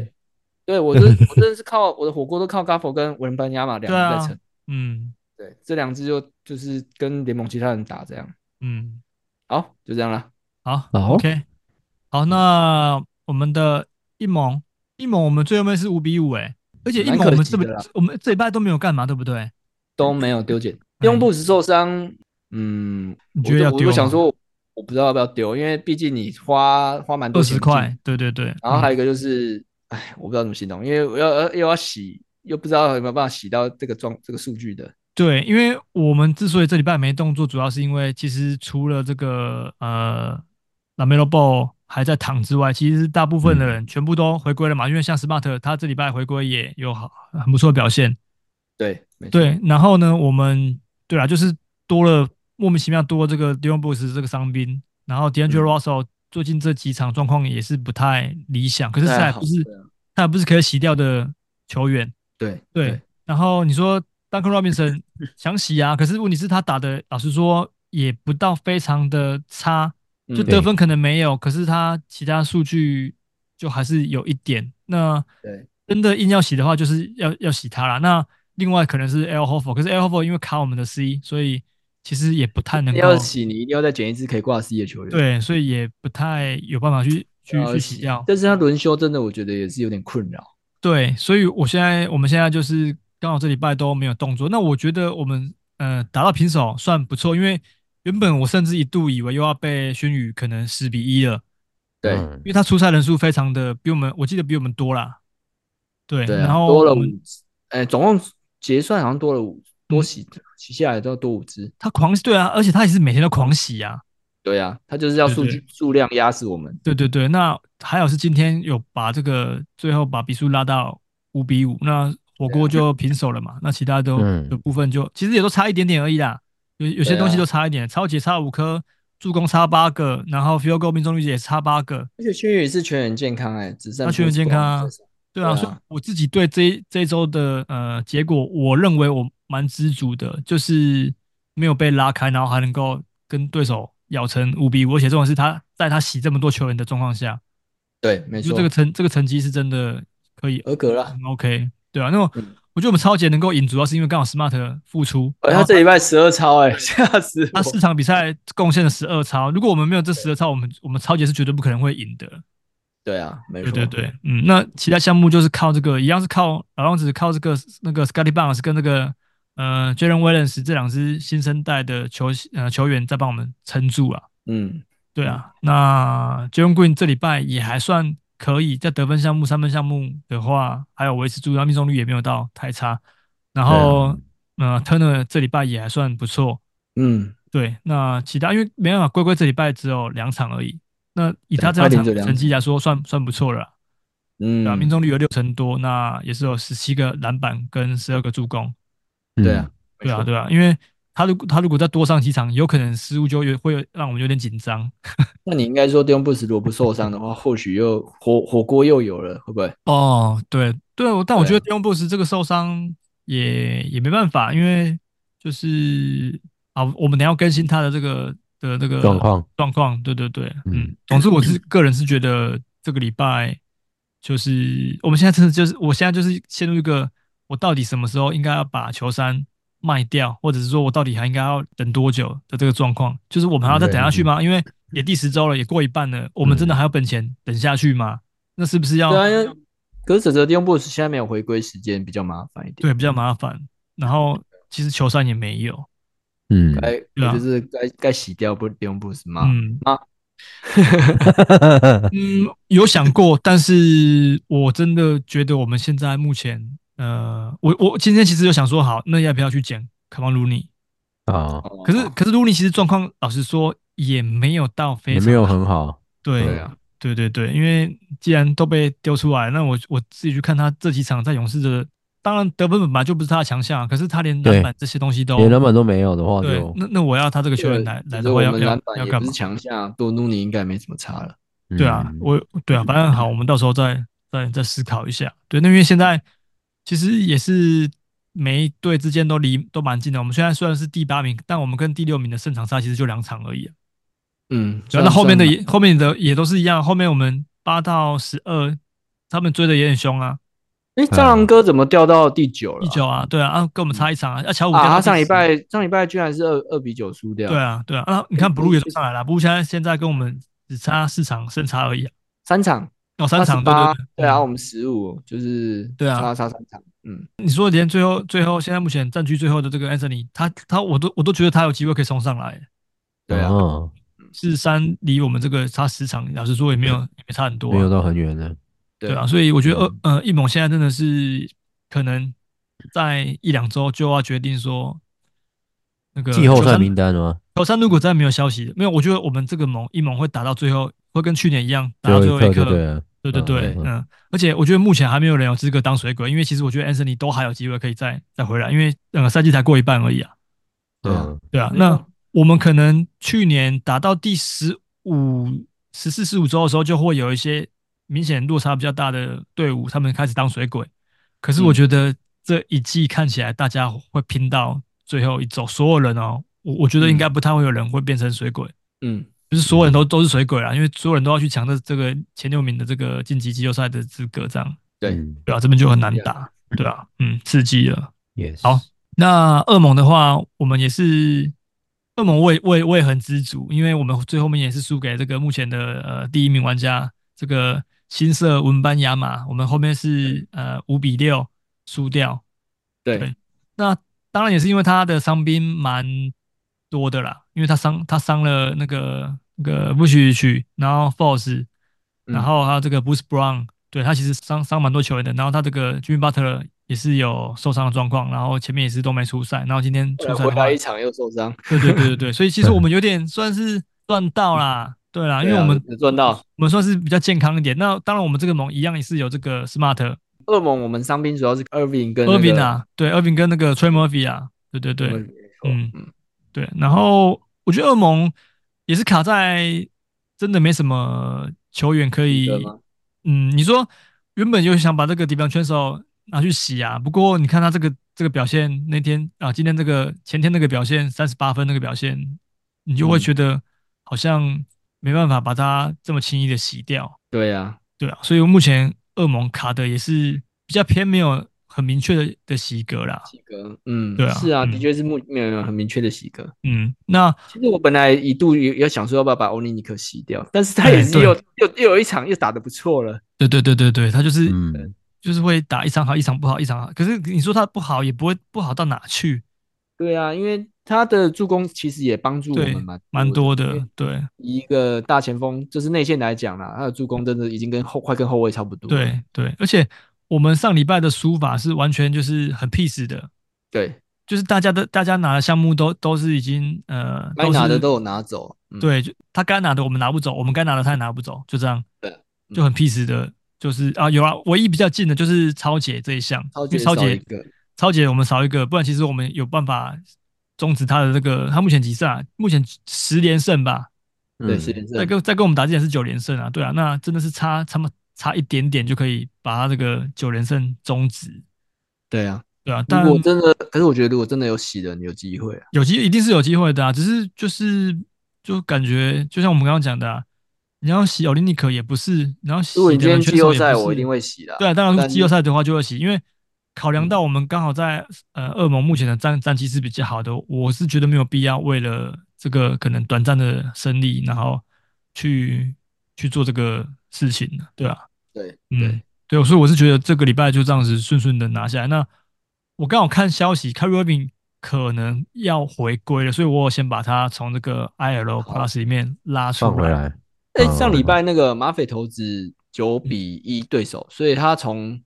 Speaker 4: 对，，对 我真我真的是靠我的火锅都靠 Gaffo 跟文班亚马两
Speaker 1: 对啊
Speaker 4: 个在撑，
Speaker 1: 嗯
Speaker 4: 对,、这两支就就是跟联盟其他人打这样，
Speaker 1: 嗯，
Speaker 4: 好就这样啦。
Speaker 1: 好
Speaker 3: 嗯好
Speaker 1: ，OK，好，那我们的一盟一盟，我们最后面是五比五哎，而且一
Speaker 4: 蛮
Speaker 1: 盟
Speaker 4: 可
Speaker 1: 我们
Speaker 4: 惜
Speaker 1: 这
Speaker 4: 的
Speaker 1: 不
Speaker 4: 啦
Speaker 1: 我们这礼拜都没有干嘛，对不对？
Speaker 4: 都没有丢捡，用布什受伤，嗯，
Speaker 1: 嗯哎你觉得要
Speaker 4: 我就我
Speaker 1: 丢
Speaker 4: 就想
Speaker 1: 吗
Speaker 4: 说，我不知道要不要丢，因为毕竟你花花蛮多
Speaker 1: 二
Speaker 4: 钱
Speaker 1: 十
Speaker 4: 进
Speaker 1: 块，对对对，
Speaker 4: 然后
Speaker 1: 嗯
Speaker 4: 还有一个就是，哎、我不知道怎么形容，因为我要又要洗，又不知道有没有办法洗到这个装这个数据的。
Speaker 1: 对，因为我们之所以这礼拜没动作，主要是因为其实除了这个呃 Lamelo Ball 还在躺之外，其实大部分
Speaker 4: 嗯
Speaker 1: 的人全部都回归了嘛，因为像 Smart 他这礼拜回归也有好很不错的表现，
Speaker 4: 对，没错，
Speaker 1: 对，然后呢，我们对啊，就是多了莫名其妙多这个 Dion b o s 这个伤兵，然后 D'Angelo
Speaker 4: 嗯
Speaker 1: Russell 最近这几场状况也是不太理想，可是
Speaker 4: 不
Speaker 1: 他
Speaker 4: 太
Speaker 1: 也
Speaker 4: 好
Speaker 1: 不是
Speaker 4: 对啊
Speaker 1: 他也不是可以洗掉的球员，
Speaker 4: 对
Speaker 1: 对。然后你说 Duncan Robinson 想洗啊，可是问题是他打的，老实说也不到非常的差，就得
Speaker 4: 嗯
Speaker 3: 对
Speaker 1: 分可能没有，可是他其他数据就还是有一点那。
Speaker 4: 对
Speaker 1: 真的硬要洗的话，就是要要洗他啦。那另外可能是 L Hoffo，可是 L Hoffo 因为卡我们的 C，所以其实也不太能
Speaker 4: 你
Speaker 1: 够
Speaker 4: 要洗，你一定要再捡一支可以挂 C 的球员。
Speaker 1: 对，所以也不太有办法去去
Speaker 4: 要
Speaker 1: 去洗掉。
Speaker 4: 但呃是他轮休真的，我觉得也是有点困扰。
Speaker 1: 对，所以我现在我们现在就是刚好这礼拜都没有动作。那我觉得我们呃打到平手算不错，因为原本我甚至一度以为又要被轩宇可能十比一了，
Speaker 4: 对
Speaker 3: 嗯
Speaker 1: 因为他出赛人数非常的比我们，我记得比我们多啦。对，
Speaker 4: 对啊，
Speaker 1: 然后
Speaker 4: 多了
Speaker 1: 我
Speaker 4: 五
Speaker 1: 们，嗯
Speaker 4: 哎，总共结算好像多了五，多洗洗下来都要多五支。
Speaker 1: 他狂对啊，而且他也是每天都狂洗啊。
Speaker 4: 对啊，他就是要
Speaker 1: 对
Speaker 4: 数
Speaker 1: 对
Speaker 4: 据数量压死我们。
Speaker 1: 对对对，那还好是今天有把这个最后把比数拉到五比五，那火锅就平手了嘛。那其他都
Speaker 3: 嗯
Speaker 1: 的部分就其实也都差一点点而已啦，有有些
Speaker 4: 对啊
Speaker 1: 东西都差一点，超级差五颗，助攻差八个，然后 field goal 命中率也差八个。
Speaker 4: 而且轩宇是全员健康，哎，只剩
Speaker 1: 他全员健康啊
Speaker 4: Postbone 在上
Speaker 1: 对啊，
Speaker 4: 对啊
Speaker 1: 所以我自己对这一这一周的呃结果，我认为我蛮知足的，就是没有被拉开，然后还能够跟对手咬成五比五，而且重点是他在他洗这么多球员的状况下，
Speaker 4: 对，没
Speaker 1: 就
Speaker 4: 错，
Speaker 1: 这个成这个成绩是真的可以
Speaker 4: 合格了。
Speaker 1: 很 OK，对啊，那么
Speaker 4: 嗯
Speaker 1: 我觉得我们超级能够赢，主要是因为刚好 Smart 复出，
Speaker 4: 哦，
Speaker 1: 然
Speaker 4: 他
Speaker 1: 后
Speaker 4: 这礼拜十二超哎、吓死我！
Speaker 1: 他四场比赛贡献了十二超，如果我们没有这十二超，我们我们超级是绝对不可能会赢的。
Speaker 4: 对啊，没
Speaker 1: 对
Speaker 4: 错，
Speaker 1: 对对，嗯，那其他项目就是靠这个，一样是靠老样子靠这个那个 Scotty Barnes 跟那个呃 Jalen Williams 这两支新生代的球呃球员在帮我们撑住啊。
Speaker 4: 嗯，
Speaker 1: 对啊，那 Jalen Green 这礼拜也还算可以在得分项目、三分项目的话，还有维持住，他命中率也没有到太差。然
Speaker 4: 啊
Speaker 1: 后，呃，Turner 这礼拜也还算不错。
Speaker 4: 嗯，
Speaker 1: 对，那其他因为没办法，龟龟这礼拜只有两场而已。那以他这
Speaker 4: 对
Speaker 1: 两
Speaker 4: 快艇
Speaker 1: 场
Speaker 4: 就两
Speaker 1: 成绩来说算，算不错了啦。
Speaker 4: 嗯
Speaker 1: 对啊，命中率有六成多，那也是有十七个篮板跟十二个助攻。
Speaker 4: 对啊，
Speaker 1: 对啊，
Speaker 4: 没错，
Speaker 1: 对啊，因为他如果他如果再多上几场，有可能失误就有会有让我们有点紧张。
Speaker 4: 那你应该说 d i o n b u s 如果不受伤的话，或许又火火锅又有了，会不会？
Speaker 1: 哦，对对，我但我
Speaker 4: 对
Speaker 1: 觉得 d i o n b o s 这个受伤也也没办法，因为就是啊，我们等一下要更新他的这个的那个
Speaker 3: 状况
Speaker 1: 状况，对对对，
Speaker 3: 嗯
Speaker 1: 嗯，总之我是个人是觉得这个礼拜就是我们现在真的就是我现在就是陷入一个我到底什么时候应该要把球衫卖掉，或者是说我到底还应该要等多久的这个状况，就是我们还要再等下去
Speaker 4: 嗯
Speaker 1: 吗？因为也第十周了，也过一半了，我们真的还要本钱等下去吗？那是不是要
Speaker 4: 对啊，因为可是泽泽 d i o n b u s 现在没有回归时间，比较麻烦一点。
Speaker 1: 对，比较麻烦。然后其实球衫也没有，
Speaker 3: 嗯，
Speaker 4: 该
Speaker 1: 对啊
Speaker 4: 就是该该洗掉不 d i o n b u s 嘛。
Speaker 1: 嗯
Speaker 4: 啊
Speaker 1: 嗯，有想过，但是我真的觉得我们现在目前，呃，我我今天其实有想说，好，那要不要去捡卡邦鲁尼？
Speaker 3: 啊，
Speaker 4: 哦
Speaker 1: 可是可是鲁尼其实状况，老实说也没有到非
Speaker 3: 也
Speaker 1: 常
Speaker 3: 没有很好，
Speaker 4: 对
Speaker 1: 对
Speaker 4: 啊，
Speaker 1: 对对对，因为既然都被丢出来，那我我自己去看他这几场在勇士的，当然得分本来就不是他的强项，啊可是他连篮
Speaker 3: 对
Speaker 1: 板这些东西都
Speaker 3: 连篮板都没有的话
Speaker 1: 对
Speaker 3: 就，
Speaker 1: 那那我要他这个球员来来的
Speaker 4: 这个
Speaker 1: 话
Speaker 4: 我
Speaker 1: 要
Speaker 4: 们
Speaker 1: 要
Speaker 4: 篮板
Speaker 1: 要
Speaker 4: 也
Speaker 1: 干
Speaker 4: 不
Speaker 1: 嘛
Speaker 4: 是？强项，多努尼应该没什么差了。
Speaker 1: 对啊，
Speaker 3: 嗯
Speaker 1: 我对啊，反正好，我们到时候再再再思考一下。对，那因为现在其实也是每一队之间都离都蛮近的。我们现在虽然是第八名，但我们跟第六名的胜场差其实就两场而已啊、
Speaker 4: 嗯，
Speaker 1: 主要那后面的也后面的也都是一样，啊后面我们八到十二，他们追的也很凶啊，
Speaker 4: 哎，诶蟑螂哥怎么掉到第九了啊？
Speaker 1: 第九啊，对啊，啊跟我们差一场啊，啊乔五掉
Speaker 4: 啊，
Speaker 1: 到
Speaker 4: 他
Speaker 1: 第
Speaker 4: 上礼
Speaker 1: 十
Speaker 4: 拜上礼拜居然是二二比九输掉，
Speaker 1: 对，啊对啊，啊你看 blue 也都上来了，blue 现在现在跟我们只差四场胜差而已啊，
Speaker 4: 三场
Speaker 1: 哦三场对
Speaker 4: 八
Speaker 1: 对，
Speaker 4: 对啊，
Speaker 1: 嗯
Speaker 4: 我们十五就是
Speaker 1: 对啊
Speaker 4: 差差三场，嗯，
Speaker 1: 你说连最后最后现在目前占据最后的这个 Anthony，他他我都我都觉得他有机会可以冲上来。
Speaker 4: 对啊，
Speaker 3: 哦
Speaker 1: 四三离我们这个差十场，老实说也没有也没差很多、啊
Speaker 3: 没有到嗯很远的，
Speaker 1: 对啊，所以我觉得呃呃，一猛现在真的是可能在一两周就要决定说那个
Speaker 3: 季后赛
Speaker 1: 球
Speaker 3: 名单了吗？
Speaker 1: 球三如果再没有消息，没有，我觉得我们这个盟一盟会打到最后，会跟去年一样打到最
Speaker 3: 最
Speaker 1: 后
Speaker 3: 后
Speaker 1: 一
Speaker 3: 刻就
Speaker 1: 刻。
Speaker 3: 对了，
Speaker 1: 对对
Speaker 3: 嗯
Speaker 1: 对，
Speaker 3: 嗯
Speaker 1: 嗯，而且我觉得目前还没有人有资格当水鬼，因为其实我觉得 Anthony 都还有机会可以再再回来，因为呃赛季才过一半而已啊。
Speaker 4: 对啊
Speaker 3: 嗯
Speaker 1: 对啊，
Speaker 4: 没
Speaker 1: 那
Speaker 4: 错
Speaker 1: 我们可能去年打到第十五、十四、十五周的时候，就会有一些明显落差比较大的队伍，他们开始当水鬼。可是我
Speaker 3: 嗯
Speaker 1: 觉得这一季看起来，大家会拼到最后一周，所有人哦，我我觉得
Speaker 3: 嗯
Speaker 1: 应该不太会有人会变成水鬼，
Speaker 4: 嗯，
Speaker 1: 就是所有人都都是水鬼啊啦，因为所有人都要去抢这这个前六名的这个晋级季后赛的资格，这样
Speaker 4: 对
Speaker 3: 嗯
Speaker 1: 对啊，这边就很难打，对啊，嗯，刺激了。
Speaker 3: ，yes，
Speaker 1: 好那恶魔的话，我们也是恶魔我也，我也我也很知足，因为我们最后面也是输给这个目前的呃第一名玩家这个新社文班亚马，我们后面是呃五比六输掉。
Speaker 4: 对
Speaker 1: 对，那当然也是因为他的伤兵蛮多的啦，因为他伤他伤了那个那个不许许，然后 Force，然
Speaker 4: 嗯
Speaker 1: 后还有这个 Bruce Brown，对他其实伤伤蛮多球员的，然后他这个 Jimmy Butler 也是有受伤的状况，然后前面也是都没出赛，然后今天出赛的
Speaker 4: 后来啊回
Speaker 1: 话
Speaker 4: 来一场又受伤，
Speaker 1: 对对对对 对，所以其实我们有点算是赚到啦，对啦，因为
Speaker 4: 对啊
Speaker 1: 我们
Speaker 4: 有赚到
Speaker 1: 我们算是比较健康一点。那当然我们这个盟一样也是有这个 Smart
Speaker 4: 恶魔，我们伤兵主要是 Irving 跟
Speaker 1: i r v i n 啊，对 i r v i n 跟那个 Trey Murphy 啊，对对
Speaker 4: 那
Speaker 1: 对
Speaker 4: 个，，
Speaker 1: 嗯
Speaker 4: 嗯
Speaker 1: 对，然后我觉得恶盟也是卡在真的没什么球员可以
Speaker 4: 值得吗，
Speaker 1: 嗯，你说原本有想把这个底方圈手拿去洗啊，不过你看他这个这个表现，那天啊，今天这个前天那个表现，三十八分那个表现，你就会
Speaker 4: 嗯
Speaker 1: 觉得好像没办法把他这么轻易的洗掉，
Speaker 4: 对啊，
Speaker 1: 对啊，所以目前恶魔卡的也是比较偏没有很明确的的洗格啦，
Speaker 4: 喜哥，嗯，
Speaker 1: 对啊
Speaker 4: 是啊，
Speaker 1: 嗯
Speaker 4: 的确是目没有没有很明确的喜哥。
Speaker 1: 嗯，那
Speaker 4: 其实我本来一度也也想说要不要把欧尼尼克洗掉，但是他也
Speaker 1: 哎
Speaker 4: 是
Speaker 1: 对
Speaker 4: 又又又有一场又打得不错了，
Speaker 1: 对对对对对，他就是、
Speaker 3: 嗯，
Speaker 1: 就是会打一场好，一场不好，一场好，可是你说他不好也不会不好到哪去，
Speaker 4: 对啊，因为他的助攻其实也帮助我
Speaker 1: 对
Speaker 4: 们蛮
Speaker 1: 蛮
Speaker 4: 多的。
Speaker 1: 多
Speaker 4: 因
Speaker 1: 的
Speaker 4: 为，
Speaker 1: 对
Speaker 4: 以一个大前锋，就是内线来讲啦，他的助攻真的已经跟后快跟后卫差不多了。
Speaker 1: 对对，而且我们上礼拜的输法是完全就是很 peace 的，
Speaker 4: 对，
Speaker 1: 就是大家的大家拿的项目都都是已经呃，
Speaker 4: 该
Speaker 1: 是
Speaker 4: 拿的都有拿走。嗯、
Speaker 1: 对，就他该拿的我们拿不走，我们该拿的他也拿不走，就这样，
Speaker 4: 对嗯
Speaker 1: 就很 peace 的，就是啊有啊，唯一比较近的就是超姐这一项，
Speaker 4: 超
Speaker 1: 因
Speaker 4: 级
Speaker 1: 为超
Speaker 4: 少一
Speaker 1: 姐
Speaker 4: 个，
Speaker 1: 超姐我们少一个，不然其实我们有办法终止他的这个，他目前几胜啊？目前十连胜吧，
Speaker 4: 对，
Speaker 3: 嗯
Speaker 4: 是是
Speaker 1: 在跟在跟我们打之前是九连胜啊，对啊，那真的是差差么差一点点就可以把他这个九连胜终止，
Speaker 4: 对啊。
Speaker 1: 对啊，但
Speaker 4: 如果真的，可是我觉得如果真的有洗人，有机会啊。
Speaker 1: 有机一定是有机会的啊，只是就是就感觉就像我们刚刚讲的、啊，你要洗奥林尼克也不是，然后洗
Speaker 4: 如果你今天
Speaker 1: 两
Speaker 4: 季后赛，我一定会洗啦。
Speaker 1: 对、啊，当然
Speaker 4: 但嗯
Speaker 1: 是季后赛的话就会洗，因为考量到我们刚好在呃恶盟目前的战战绩是比较好的，我是觉得没有必要为了这个可能短暂的胜利，然后去去做这个事情的，对啊，
Speaker 4: 对
Speaker 1: 嗯
Speaker 4: 对，
Speaker 1: 对，所以我是觉得这个礼拜就这样子顺顺的拿下来。那我刚好看消息 c a r r y Irving 可能要回归了，所以我有先把他从这个 IL
Speaker 4: 好
Speaker 1: Plus 里面拉出
Speaker 3: 放回
Speaker 1: 来。
Speaker 3: 来，
Speaker 4: 哎、
Speaker 3: 嗯
Speaker 4: 上礼拜那个马匪投资九比一对手，所以他从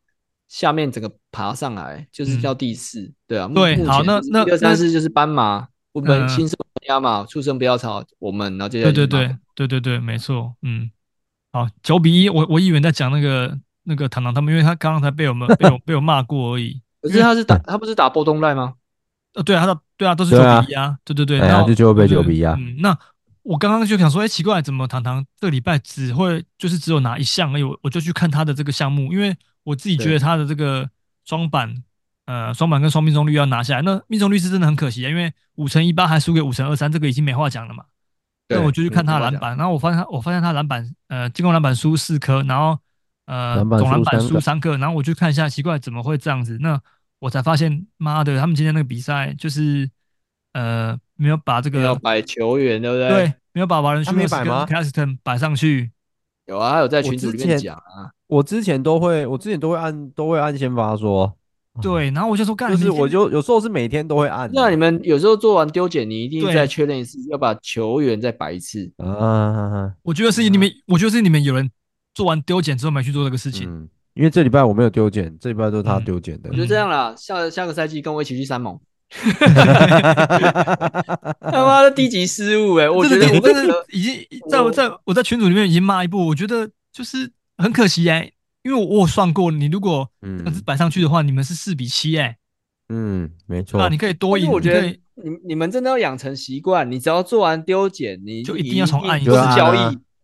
Speaker 4: 下面整个爬上来，就是叫第四，嗯对啊。目
Speaker 1: 对
Speaker 4: 目前
Speaker 1: 好那
Speaker 4: 就是
Speaker 1: 那
Speaker 4: 一二三四就是斑马，我
Speaker 1: 嗯
Speaker 4: 们新手家嘛，畜生不要吵，我们然后接下
Speaker 1: 对
Speaker 4: 来
Speaker 1: 对
Speaker 4: 就是马
Speaker 1: 对对对对，没错，嗯，好，九比一，我我以为你在讲那个那个糖糖他们，因为他刚刚才被我 们被我被我骂过而已。
Speaker 4: 可是他是打他不是打波动赖吗？
Speaker 1: 呃，对啊，他的对啊，都是九
Speaker 3: 对啊
Speaker 1: 比一啊，对对对，
Speaker 3: 哎呀
Speaker 1: 然后
Speaker 3: 就9比
Speaker 1: 是
Speaker 3: 9比一啊
Speaker 1: 嗯，那我刚刚就想说，哎，奇怪，怎么糖糖这个礼拜只会就是只有拿一项而已？我我就去看他的这个项目，因为我自己觉得
Speaker 4: 对
Speaker 1: 他的这个双板，呃，双板跟双命中率要拿下来，那命中率是真的很可惜啊，因为五乘一八还输给五乘二三，这个已经没话讲了嘛。那
Speaker 4: 对
Speaker 1: 我就去看他的
Speaker 4: 没话
Speaker 1: 篮
Speaker 4: 讲
Speaker 1: 板，然后我发现他，我发现他篮板，呃，进攻篮板输四颗，然后呃，
Speaker 3: 篮板
Speaker 1: 总
Speaker 3: 输
Speaker 1: 篮板
Speaker 3: 三
Speaker 1: 输
Speaker 3: 个
Speaker 1: 三颗，然后我去看一下，奇怪，怎么会这样子？那我才发现，妈的，他们今天那个比赛就是呃，没有把这
Speaker 4: 要
Speaker 1: 个
Speaker 4: 摆球员对不对？
Speaker 1: 对，，没有把瓦伦
Speaker 3: 他
Speaker 1: 舒
Speaker 3: 没
Speaker 1: 斯
Speaker 3: 摆
Speaker 1: 跟
Speaker 3: 吗
Speaker 1: Claxton 摆上去，
Speaker 4: 有啊，他有在群组
Speaker 3: 我之
Speaker 4: 里面
Speaker 3: 前
Speaker 4: 讲啊，
Speaker 3: 我之前都会，我之前都会按，都会按先发说，
Speaker 1: 对，然后我就说，干，
Speaker 3: 哦就是
Speaker 1: 明天
Speaker 3: 我就有时候是每天都会按的，
Speaker 4: 那你们有时候做完丢检，你一定
Speaker 1: 对
Speaker 4: 再确认一次，要把球员再摆一次。
Speaker 3: 啊啊，啊啊
Speaker 1: 我觉得是你们，我觉得是你们有人做完丢捡之后没去做这个事情，
Speaker 3: 嗯，因为这礼拜我没有丢捡，这礼拜都是他
Speaker 1: 嗯
Speaker 3: 丢捡的
Speaker 4: 我，就这样啦，下下个赛季跟我一起去三盟。 他妈的低级失误哎、我觉
Speaker 1: 真
Speaker 4: 得
Speaker 1: 的，
Speaker 4: 我
Speaker 1: 我
Speaker 4: 真
Speaker 1: 真
Speaker 4: 的
Speaker 1: 的已经在我在我在群组里面已经骂一步，我觉得就是很可惜哎、因为我我有算过，你如果这样子
Speaker 3: 嗯
Speaker 1: 摆上去的话，你们是四比七哎、
Speaker 3: 嗯，没错
Speaker 1: 那，你可以多
Speaker 4: 所以
Speaker 1: 赢，
Speaker 4: 我觉
Speaker 1: 你
Speaker 4: 得
Speaker 1: 可以
Speaker 4: 你你们真的要养成习惯，你只要做完丢捡，你
Speaker 1: 就一
Speaker 4: 一
Speaker 1: 定要从按一
Speaker 4: 或
Speaker 1: 次
Speaker 4: 是交易、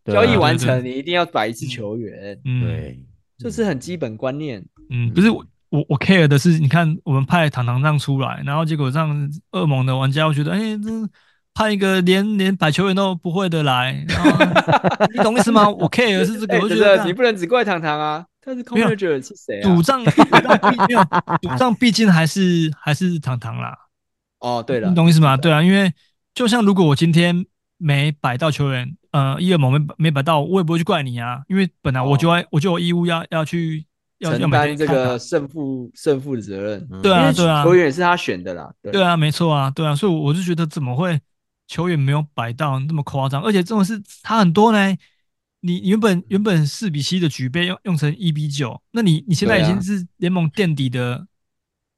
Speaker 3: 对啊
Speaker 4: 交易
Speaker 1: 对
Speaker 4: 完
Speaker 1: 对
Speaker 4: 成，
Speaker 1: 对
Speaker 4: 你一定要摆一次球员，
Speaker 1: 嗯
Speaker 3: 对，
Speaker 4: 这是很基本观念。
Speaker 1: 嗯，不是我我我 care 的是，你看我们派糖糖让出来，然后结果让恶魔的玩家会觉得，哎、这派一个连连摆球员都不会的来，然后你懂意思吗？我 care 的是这个，
Speaker 4: 哎、
Speaker 1: 我就
Speaker 4: 真
Speaker 1: 觉得
Speaker 4: 的，
Speaker 1: 干
Speaker 4: 你不能只怪糖糖啊，他是 c o
Speaker 1: 没有
Speaker 4: m a g e r 是谁啊
Speaker 1: 赌？账，赌账毕没有赌账，毕竟还是还是糖糖啦。
Speaker 4: 哦，对了
Speaker 1: 你，懂意思吗？对啊，因为就像如果我今天没摆到球员，呃，一二盟没没摆到，我也不会去怪你啊，因为本来我就要、我就有义务要要去要要
Speaker 4: 哦承
Speaker 1: 每
Speaker 4: 担
Speaker 1: 天
Speaker 4: 这
Speaker 1: 看
Speaker 4: 个
Speaker 1: 啊
Speaker 4: 胜负胜负的责任，
Speaker 3: 嗯
Speaker 1: 对啊对啊
Speaker 4: 球员也是他选的啦。对
Speaker 1: 对啊，没错啊，对啊，所以我就觉得怎么会球员没有摆到那么夸张，而且这种是差很多呢。你你原本
Speaker 3: 嗯
Speaker 1: 原本四比七的举杯用用成一比九，那你你现在
Speaker 4: 对
Speaker 1: 已
Speaker 4: 啊
Speaker 1: 经是联盟垫底的、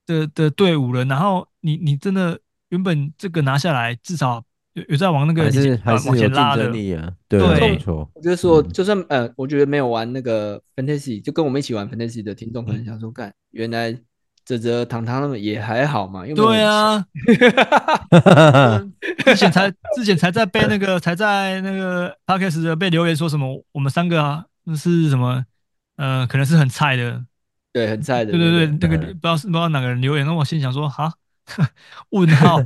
Speaker 1: 的的队伍了，然后你你真的原本这个拿下来，至少有有在往那个
Speaker 3: 还是还
Speaker 1: 往
Speaker 3: 是有
Speaker 1: 前
Speaker 3: 竞
Speaker 1: 拉的
Speaker 3: 争，力啊，对啊，
Speaker 1: 对
Speaker 3: 没错，
Speaker 4: 我觉得说，
Speaker 3: 嗯
Speaker 4: 就算呃，我觉得没有玩那个 fantasy，就跟我们一起玩 fantasy 的听众
Speaker 3: 嗯
Speaker 4: 可能想说，干、原来泽泽糖糖他们也还好嘛，因为
Speaker 1: 对， 啊， 之前才之前才在被那个才在那个 podcast 的被留言说什么，我们三个啊，那是什么？呃，可能是很菜的，
Speaker 4: 对，很菜的，
Speaker 1: 对对
Speaker 4: 对
Speaker 1: 对，那个
Speaker 3: 嗯
Speaker 1: 不知道是不知道哪个人留言，那我心里想说哈， 问 号，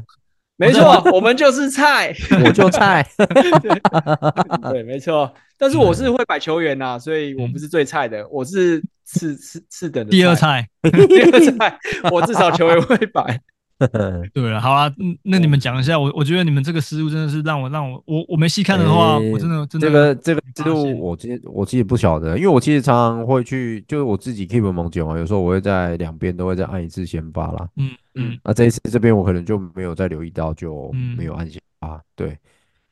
Speaker 4: 没错，我们就是菜，
Speaker 3: 我就菜，
Speaker 4: 对，没错。但是我是
Speaker 3: 嗯
Speaker 4: 会摆球员呐、所以我不是最菜的，我是次次次等的
Speaker 1: 第二，菜，
Speaker 4: 第二菜，我至少球员会摆。
Speaker 1: 对了，好啦，嗯那你们讲一下，我我觉得你们这个失误真的是让我让我我我没细看的话，
Speaker 3: 诶
Speaker 1: 我真的真的
Speaker 3: 这个这个
Speaker 1: 发
Speaker 3: 思路
Speaker 1: 现
Speaker 3: 我其实我其实不晓得，因为我其实常常会去，就是我自己 keep 猛酒嘛，有时候我会在两边都会再按一次先发啦。
Speaker 1: 嗯嗯
Speaker 3: 那这一次这边我可能就没有再留意到，就
Speaker 1: 嗯
Speaker 3: 没有按先发。对，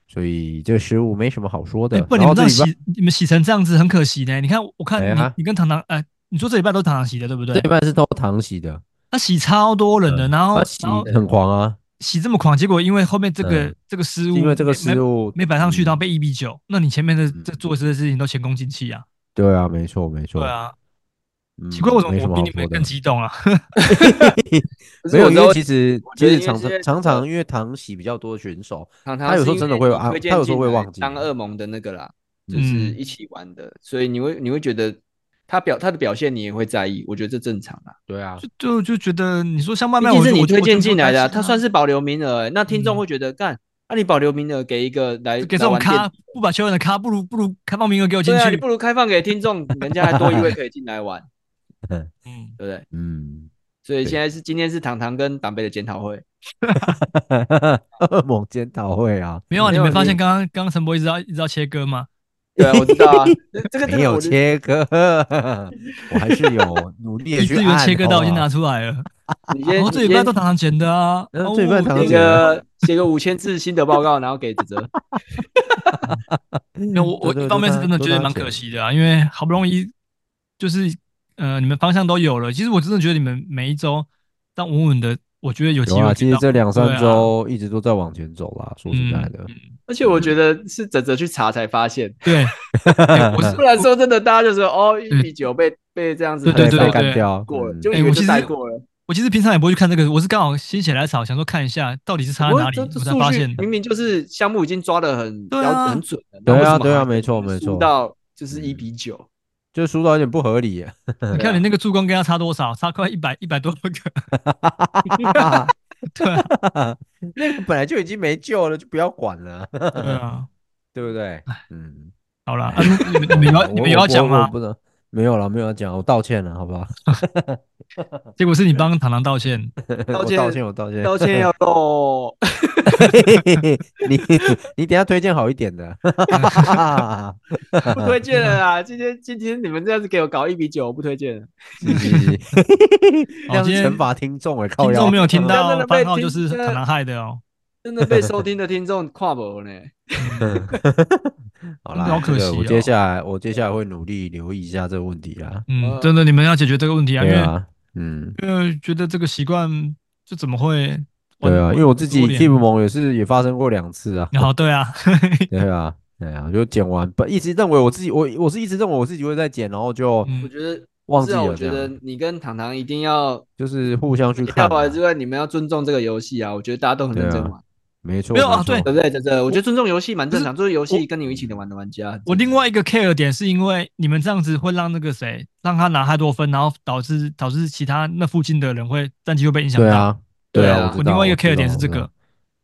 Speaker 3: 所以这个失误没什么好说的。
Speaker 1: 哎，不然
Speaker 3: 然
Speaker 1: 你
Speaker 3: 后
Speaker 1: 们这
Speaker 3: 这
Speaker 1: 样
Speaker 3: 礼拜
Speaker 1: 洗你们洗成这样子很可惜呢。你看我看
Speaker 3: 哎
Speaker 1: 你、
Speaker 3: 呀
Speaker 1: 你跟糖糖哎，你说这礼拜都是糖糖洗的对不
Speaker 3: 这
Speaker 1: 对
Speaker 3: 礼？拜是偷糖洗的，
Speaker 1: 他洗超多人的，然后
Speaker 3: 呃他洗
Speaker 1: 哦然后
Speaker 3: 很狂啊，
Speaker 1: 洗这么狂，结果因为后面这个、
Speaker 3: 嗯
Speaker 1: 这个失
Speaker 3: 是
Speaker 1: 误，
Speaker 3: 因为这个
Speaker 1: 没
Speaker 3: 失误
Speaker 1: 没没摆上去，
Speaker 3: 嗯
Speaker 1: 然后被一比九，那你前面的
Speaker 3: 嗯
Speaker 1: 这做这些事情都前功尽弃啊。
Speaker 3: 对啊，没错没错。
Speaker 1: 对，啊，
Speaker 3: 嗯、
Speaker 1: 奇怪，为什么
Speaker 3: 没什
Speaker 1: 我
Speaker 3: 么
Speaker 1: 比
Speaker 3: 好
Speaker 1: 你
Speaker 3: 说
Speaker 1: 们
Speaker 3: 的
Speaker 1: 更。激动啊？
Speaker 4: 可是
Speaker 3: 没有，
Speaker 4: 我知
Speaker 3: 因
Speaker 4: 道
Speaker 3: 为其实
Speaker 4: 我觉
Speaker 3: 其实
Speaker 4: 得因为
Speaker 3: 常
Speaker 4: 现在
Speaker 3: 常常常因为糖洗比较多的选手，
Speaker 4: 糖糖
Speaker 3: 他有时候
Speaker 4: 是
Speaker 3: 真
Speaker 4: 因
Speaker 3: 的
Speaker 4: 为
Speaker 3: 会
Speaker 4: 你
Speaker 3: 啊
Speaker 4: 推荐
Speaker 3: 他有时候会
Speaker 4: 进来
Speaker 3: 忘记啊
Speaker 4: 当噩梦的那个啦，就是
Speaker 1: 嗯
Speaker 4: 一起玩的，所以你会你会觉得他表他的表现你也会在意，我觉得这正常啦。
Speaker 3: 对啊，
Speaker 1: 就就觉得你说像麦麦，
Speaker 4: 毕
Speaker 1: 我
Speaker 4: 竟是
Speaker 1: 就
Speaker 4: 你
Speaker 1: 我就
Speaker 4: 推荐进来的啊、
Speaker 1: 我就
Speaker 4: 他算
Speaker 1: 是
Speaker 4: 是保留名额欸、那听众
Speaker 1: 嗯
Speaker 4: 会觉得干，那、你保留名额给一个来
Speaker 1: 给这
Speaker 4: 来
Speaker 1: 种
Speaker 4: 玩电
Speaker 1: 咖不把球员的咖，不如不如开放名额给我进
Speaker 4: 对啊，你
Speaker 1: 去
Speaker 4: 不。如开放给听众，人家还 多一位可以进来玩，
Speaker 1: 嗯，
Speaker 4: 对不对？
Speaker 3: 嗯，
Speaker 4: 所以
Speaker 3: 对
Speaker 4: 现在是今天是糖糖跟党贝的检讨 会，
Speaker 3: 噩梦检讨会啊，
Speaker 1: 没有啊，你
Speaker 4: 没有
Speaker 1: 没发现
Speaker 4: 你
Speaker 1: 刚刚刚刚陈博一直要一直要切割吗？
Speaker 4: 对啊，我知道啊，这这个这
Speaker 3: 没
Speaker 4: 个
Speaker 3: 有
Speaker 4: 我就
Speaker 3: 切割， 我还是有努力 的
Speaker 1: 以
Speaker 3: 去
Speaker 1: 至于
Speaker 3: 按。啊
Speaker 1: 切割
Speaker 3: 好
Speaker 4: 啊
Speaker 1: 刀
Speaker 3: 不
Speaker 1: 已经拿
Speaker 3: 好
Speaker 1: 出来了。
Speaker 4: 你
Speaker 1: 然
Speaker 4: 先
Speaker 3: 哦
Speaker 1: 后这礼
Speaker 4: 你
Speaker 1: 拜
Speaker 4: 先
Speaker 1: 都糖糖剪的啊，
Speaker 3: 嗯
Speaker 1: 哦
Speaker 3: 这礼拜糖糖
Speaker 4: 写
Speaker 3: 剪的
Speaker 4: 个写个五千字新的报告，然后给泽泽。
Speaker 1: 那我我
Speaker 3: 多
Speaker 1: 一方面是真的觉得蛮可。惜的啊，因为好不容易就是呃你们方向都有了，其实我真的觉得你们每一周但稳稳的，我觉得有机
Speaker 3: 多多多有啊，
Speaker 1: 会
Speaker 3: 其
Speaker 1: 进
Speaker 3: 实
Speaker 1: 到。
Speaker 3: 这两
Speaker 1: 对
Speaker 3: 三
Speaker 1: 啊
Speaker 3: 周一直都在往前走啦。说实在的
Speaker 1: 嗯，嗯
Speaker 4: 而且我觉得是泽泽去查才发现，
Speaker 1: 对， 哎我是
Speaker 4: 不然说真的，大家就说哦，一比九被被这样子
Speaker 1: 对对
Speaker 3: 还
Speaker 1: 对
Speaker 3: 被
Speaker 1: 对
Speaker 3: 干
Speaker 1: 对
Speaker 3: 掉
Speaker 4: 过了，
Speaker 3: 嗯
Speaker 4: 就
Speaker 1: 哎
Speaker 4: 以
Speaker 1: 我
Speaker 4: 为
Speaker 1: 其
Speaker 4: 就
Speaker 1: 实
Speaker 4: 带过了。
Speaker 1: 我其实平常也不会去看这个，我是刚好心血来潮，想说看一下到底是差在
Speaker 4: 我
Speaker 1: 哪里，
Speaker 4: 这
Speaker 1: 我
Speaker 4: 这
Speaker 1: 才
Speaker 4: 数
Speaker 1: 发
Speaker 4: 据
Speaker 1: 现。
Speaker 4: 明明就是项目已经抓的很
Speaker 1: 对啊
Speaker 4: 标很准了，
Speaker 3: 对啊
Speaker 4: 然后为什么
Speaker 3: 对啊
Speaker 4: 还
Speaker 3: 没错
Speaker 4: 输
Speaker 3: 没错
Speaker 4: 到就是
Speaker 3: 嗯
Speaker 4: 一比九，
Speaker 3: 就输到有点不合理啊。
Speaker 1: 你
Speaker 4: 对啊
Speaker 1: 看你那个助攻跟他差多少，差快一百一百多 个，对啊
Speaker 3: 那 个本来就已经没救了，就不要管了，
Speaker 1: 对啊。
Speaker 3: 对不对？嗯，
Speaker 1: 好啦，啊、那你们你们有要
Speaker 3: 我
Speaker 1: 你们有要
Speaker 3: 我
Speaker 1: 讲
Speaker 3: 我我
Speaker 1: 吗？
Speaker 3: 不能，没有了，没有要讲，我道歉了，好不好？
Speaker 1: 结果是你帮糖糖道歉，
Speaker 4: 道
Speaker 3: 我
Speaker 4: 歉
Speaker 3: 道歉，我道歉，
Speaker 4: 道歉要 够。
Speaker 3: 你 你等一下推荐好一点的，
Speaker 4: 不推荐了啦！今天今天你们这样子给我搞一比九，我不推荐了。
Speaker 3: 是是是， 这
Speaker 1: 哦
Speaker 3: 样
Speaker 1: 今
Speaker 3: 是
Speaker 1: 天
Speaker 3: 惩罚听众哎，靠
Speaker 1: 听众
Speaker 3: 腰
Speaker 1: 没有听
Speaker 4: 这样真
Speaker 1: 到
Speaker 4: 的被
Speaker 1: 番号就
Speaker 4: 听
Speaker 1: 是
Speaker 4: 这
Speaker 1: 糖糖害的哦。
Speaker 4: 真的被收听的听众跨博呢，
Speaker 1: 嗯真
Speaker 3: 好
Speaker 1: 的好
Speaker 3: 啦，
Speaker 1: 可
Speaker 3: 这个
Speaker 1: 惜
Speaker 3: 我
Speaker 1: 哦
Speaker 3: 接下来我接下来会努力留意一下这个问题啊。
Speaker 1: 嗯，
Speaker 4: 呃
Speaker 1: 真的，你们要解决这个问题啊，因
Speaker 3: 对
Speaker 1: 为、
Speaker 3: 啊，嗯，
Speaker 1: 因为觉得这个习惯就怎么会玩？
Speaker 3: 对啊，因为我自己
Speaker 1: 玩多点
Speaker 3: keep 盟也是也发生过两次啊。
Speaker 1: 好，对啊，
Speaker 3: 对啊，对啊，我就剪完，本一直认为我自己，我我是一直认为我自己会在剪，然后就
Speaker 1: 嗯
Speaker 4: 我觉得
Speaker 3: 忘记
Speaker 4: 至少啊我
Speaker 3: 了这
Speaker 4: 觉
Speaker 3: 样，
Speaker 4: 得你跟糖糖一定要
Speaker 3: 就是互相去
Speaker 4: 跳
Speaker 3: 看啊、
Speaker 4: 完之外，你们要尊重这个游戏啊！我觉得大家都很认真
Speaker 3: 对啊
Speaker 4: 玩，
Speaker 3: 没错，
Speaker 1: 没有啊
Speaker 3: 错
Speaker 1: 对
Speaker 4: 对不对？真的，我觉得尊重游戏蛮正常，就是游
Speaker 1: 我
Speaker 4: 戏跟你一起的玩的玩家。
Speaker 1: 我另外一个 care 点是因为你们这样子会让那个谁让他拿太多分，然后导致导致其他那附近的人会战绩会被影响到。
Speaker 3: 对啊，
Speaker 4: 对啊
Speaker 3: 啊，
Speaker 1: 我
Speaker 3: 知
Speaker 1: 另外
Speaker 3: 道
Speaker 1: 一个
Speaker 3: 我知
Speaker 1: care 点
Speaker 3: 道
Speaker 1: 是这
Speaker 3: 我知
Speaker 1: 个
Speaker 3: 道，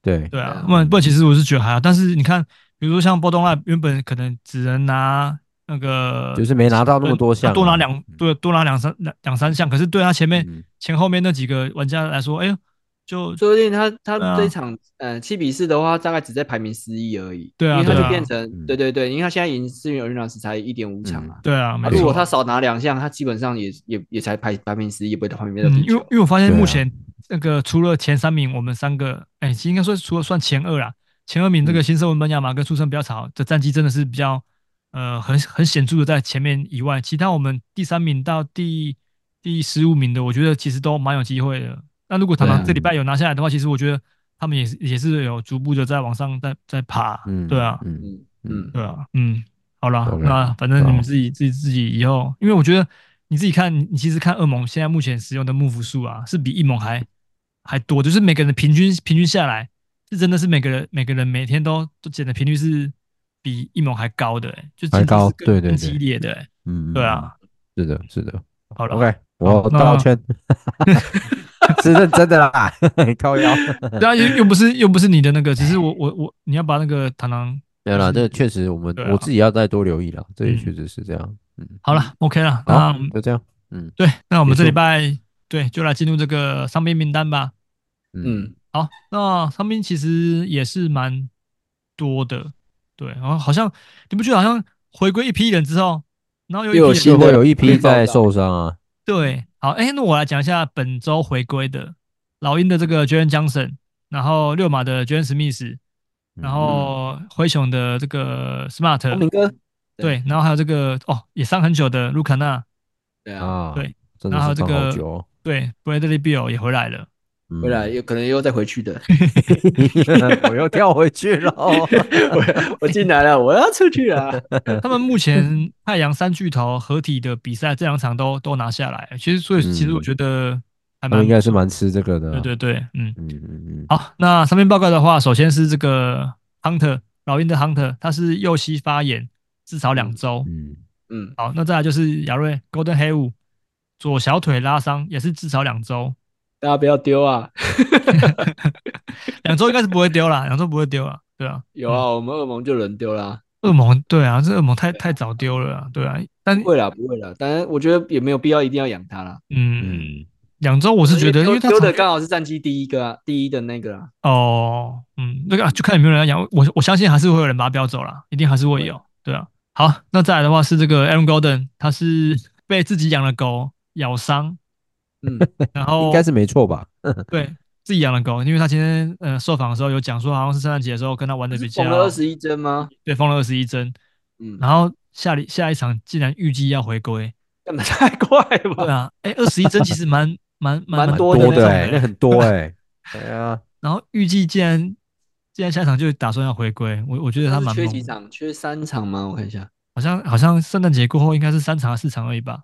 Speaker 3: 对，
Speaker 1: 对啊
Speaker 4: 对啊，
Speaker 1: 不然不然其实我是觉得还好，但是你看，比如说像波动赖原本可能只能拿那个，
Speaker 3: 就是没拿到那么多
Speaker 1: 对
Speaker 3: 项啊，
Speaker 1: 多拿两对多拿两三两两三项，可是对他前面、
Speaker 3: 嗯
Speaker 1: 前后面那几个玩家来说，哎呦，就
Speaker 4: 说不定他他
Speaker 1: 对啊
Speaker 4: 这一场呃七比四的话，大概只在排名十一而已。
Speaker 1: 对啊
Speaker 4: 因为他
Speaker 1: 对
Speaker 4: 就
Speaker 1: 啊
Speaker 4: 变成
Speaker 3: 嗯
Speaker 4: 对对对，因为他现在赢思源 Arena 时才一点五场啊。
Speaker 1: 对啊，没
Speaker 4: 啊
Speaker 1: 错。
Speaker 4: 如果他少拿两项，他基本上也也也才排排名十一，也不会排名到
Speaker 1: 嗯，
Speaker 4: 第
Speaker 1: 因为
Speaker 4: 九。
Speaker 1: 因为我发现
Speaker 3: 对啊
Speaker 1: 目前那个除了前三名，我们三个，哎、其实应该说除了算前二啦，啊前二
Speaker 3: 嗯
Speaker 1: 名这个新生文班亚马跟出生比较吵的战绩真的是比较呃很很显著的在前面以外，其他我们第三名到第第十五名的，我觉得其实都蛮有机会的。那如果唐
Speaker 4: 对
Speaker 1: 唐
Speaker 4: 啊
Speaker 1: 这礼拜有拿下来的话，其实我觉得他们也是也是有逐步的在往上在在爬，
Speaker 3: 嗯，
Speaker 1: 对啊，
Speaker 3: 嗯，
Speaker 4: 嗯嗯，
Speaker 1: 对啊，嗯，好啦，
Speaker 3: OK，
Speaker 1: 那反正你
Speaker 3: 好
Speaker 1: 们自己自己自己以后，因为我觉得你自己看，你其实看恶魔现在目前使用的幕服数啊，是比一盟还还多，就是每个人的平均平均下来，是真的是每个人每个人每天都都减的频率是比一盟还高的、欸，就
Speaker 3: 还
Speaker 1: 竞争
Speaker 3: 高
Speaker 1: 是更
Speaker 3: 对对
Speaker 1: 更
Speaker 3: 对
Speaker 1: 激烈的、欸，
Speaker 3: 嗯，嗯
Speaker 1: 对啊，
Speaker 3: 嗯是的，是的
Speaker 1: 好了
Speaker 3: ，OK，我
Speaker 1: 那
Speaker 3: 道歉，是认真的啦，靠 腰，
Speaker 1: 对啊，又又不是又不是你的那个，只是我我我你要把那个糖糖
Speaker 3: 没有啦，这确实我们
Speaker 1: 对啊
Speaker 3: 我自己要再多留意啦，这也
Speaker 1: 嗯
Speaker 3: 确实是这样，嗯，
Speaker 1: 好了，OK 了，那
Speaker 3: 好
Speaker 1: 我们，
Speaker 3: 就这样，嗯
Speaker 1: 对，那我们
Speaker 3: 结
Speaker 1: 这礼
Speaker 3: 束
Speaker 1: 拜对就来进入这个伤病名单吧。
Speaker 3: 嗯，
Speaker 4: 嗯，
Speaker 1: 好，那伤兵其实也是蛮多的，对，然后好像你不觉得好像回归一批人之后，然后有一
Speaker 4: 又有
Speaker 1: 批
Speaker 4: 新
Speaker 1: 人
Speaker 3: 就
Speaker 4: 的
Speaker 3: 会有一
Speaker 4: 被
Speaker 3: 批
Speaker 4: 报
Speaker 3: 在
Speaker 4: 道
Speaker 3: 受伤啊。
Speaker 1: 对，好，哎，那我来讲一下本周回归的老鹰的这个 j a n Johnson，然后六马的 j a n Smith，然后灰熊的这个 Smart，
Speaker 4: 聪明哥，
Speaker 1: 对，然后还有这个哦也伤很久的卢卡纳，
Speaker 4: 对
Speaker 3: 嗯
Speaker 4: 啊，
Speaker 3: 啊，
Speaker 1: 对，
Speaker 3: 真的
Speaker 1: 然后
Speaker 3: 是
Speaker 1: 这
Speaker 3: 放好
Speaker 1: 个
Speaker 3: 久哦，
Speaker 1: 对，Bradley Beal 也回来了，
Speaker 3: 嗯
Speaker 4: 未来有可能又再回 去的。
Speaker 3: 我又跳回去了哦。
Speaker 4: 我我进来了，我要出 去了。
Speaker 1: 他们目前太阳三巨头合体的比赛这两场都都拿下来，其实所以其实我
Speaker 3: 嗯
Speaker 1: 觉得还
Speaker 3: 他们
Speaker 1: 蛮
Speaker 3: 应该是蛮吃这个的啊。
Speaker 1: 对对对，嗯，
Speaker 3: 嗯嗯嗯，
Speaker 1: 好，那上面报告的话，首先是这个 Hunter 老鹰的 Hunter，他是右膝发炎，至少两周。
Speaker 3: 嗯，
Speaker 4: 嗯，
Speaker 1: 好，那再来就是亚瑞 Golden 黑五左小腿拉伤，也是至少两周，
Speaker 4: 大家不要丢啊！
Speaker 1: 两周应该是不会丢啦， 两周不会丢啦，对啊，
Speaker 4: 有啊，我们恶魔就轮丢啦。
Speaker 1: 恶魔对啊，这恶魔太太早丢了啊，对啊，但
Speaker 4: 不会啦，不会啦。当然，我觉得也没有必要一定要养它啦。
Speaker 1: 嗯，
Speaker 3: 嗯
Speaker 1: 两周我
Speaker 4: 我
Speaker 1: 是觉得，因为他
Speaker 4: 丢的
Speaker 1: 常
Speaker 4: 刚好是战绩第一个啊，第一的那个啊。
Speaker 1: 哦，嗯，那个啊就看有没有人要养，我我相信还是会有人把它标走啦，一定还是会有，对啊。好，那再来的话是这个 Aaron Golden，他 是被自己养的狗咬伤，
Speaker 4: 嗯，
Speaker 1: 然后
Speaker 3: 应该是没错吧？
Speaker 1: 对自己养的狗，因为他今天呃受访的时候有讲说，好像是圣诞节的时候跟他玩的比较
Speaker 4: 缝了二十一针吗？
Speaker 1: 对，封了二十一针，
Speaker 4: 嗯，
Speaker 1: 然后下里下一场竟然预计要回归，
Speaker 4: 干嘛太快了
Speaker 1: 对
Speaker 4: 吧？
Speaker 1: 啊，哎，二十一针其实 蛮蛮蛮
Speaker 4: 蛮
Speaker 1: 蛮
Speaker 4: 多
Speaker 3: 多
Speaker 4: 的
Speaker 1: 那
Speaker 3: 的欸，
Speaker 1: 种
Speaker 3: 那很多哎。 对啊，
Speaker 1: 然后预计竟然竟然下一场就打算要回归，我我觉得他
Speaker 4: 是
Speaker 1: 蛮
Speaker 4: 缺
Speaker 1: 猛
Speaker 4: 几
Speaker 1: 的。
Speaker 4: 场？缺三场吗？我看一下。
Speaker 1: 好像好像圣诞节过后应该是三场还是四场而已吧？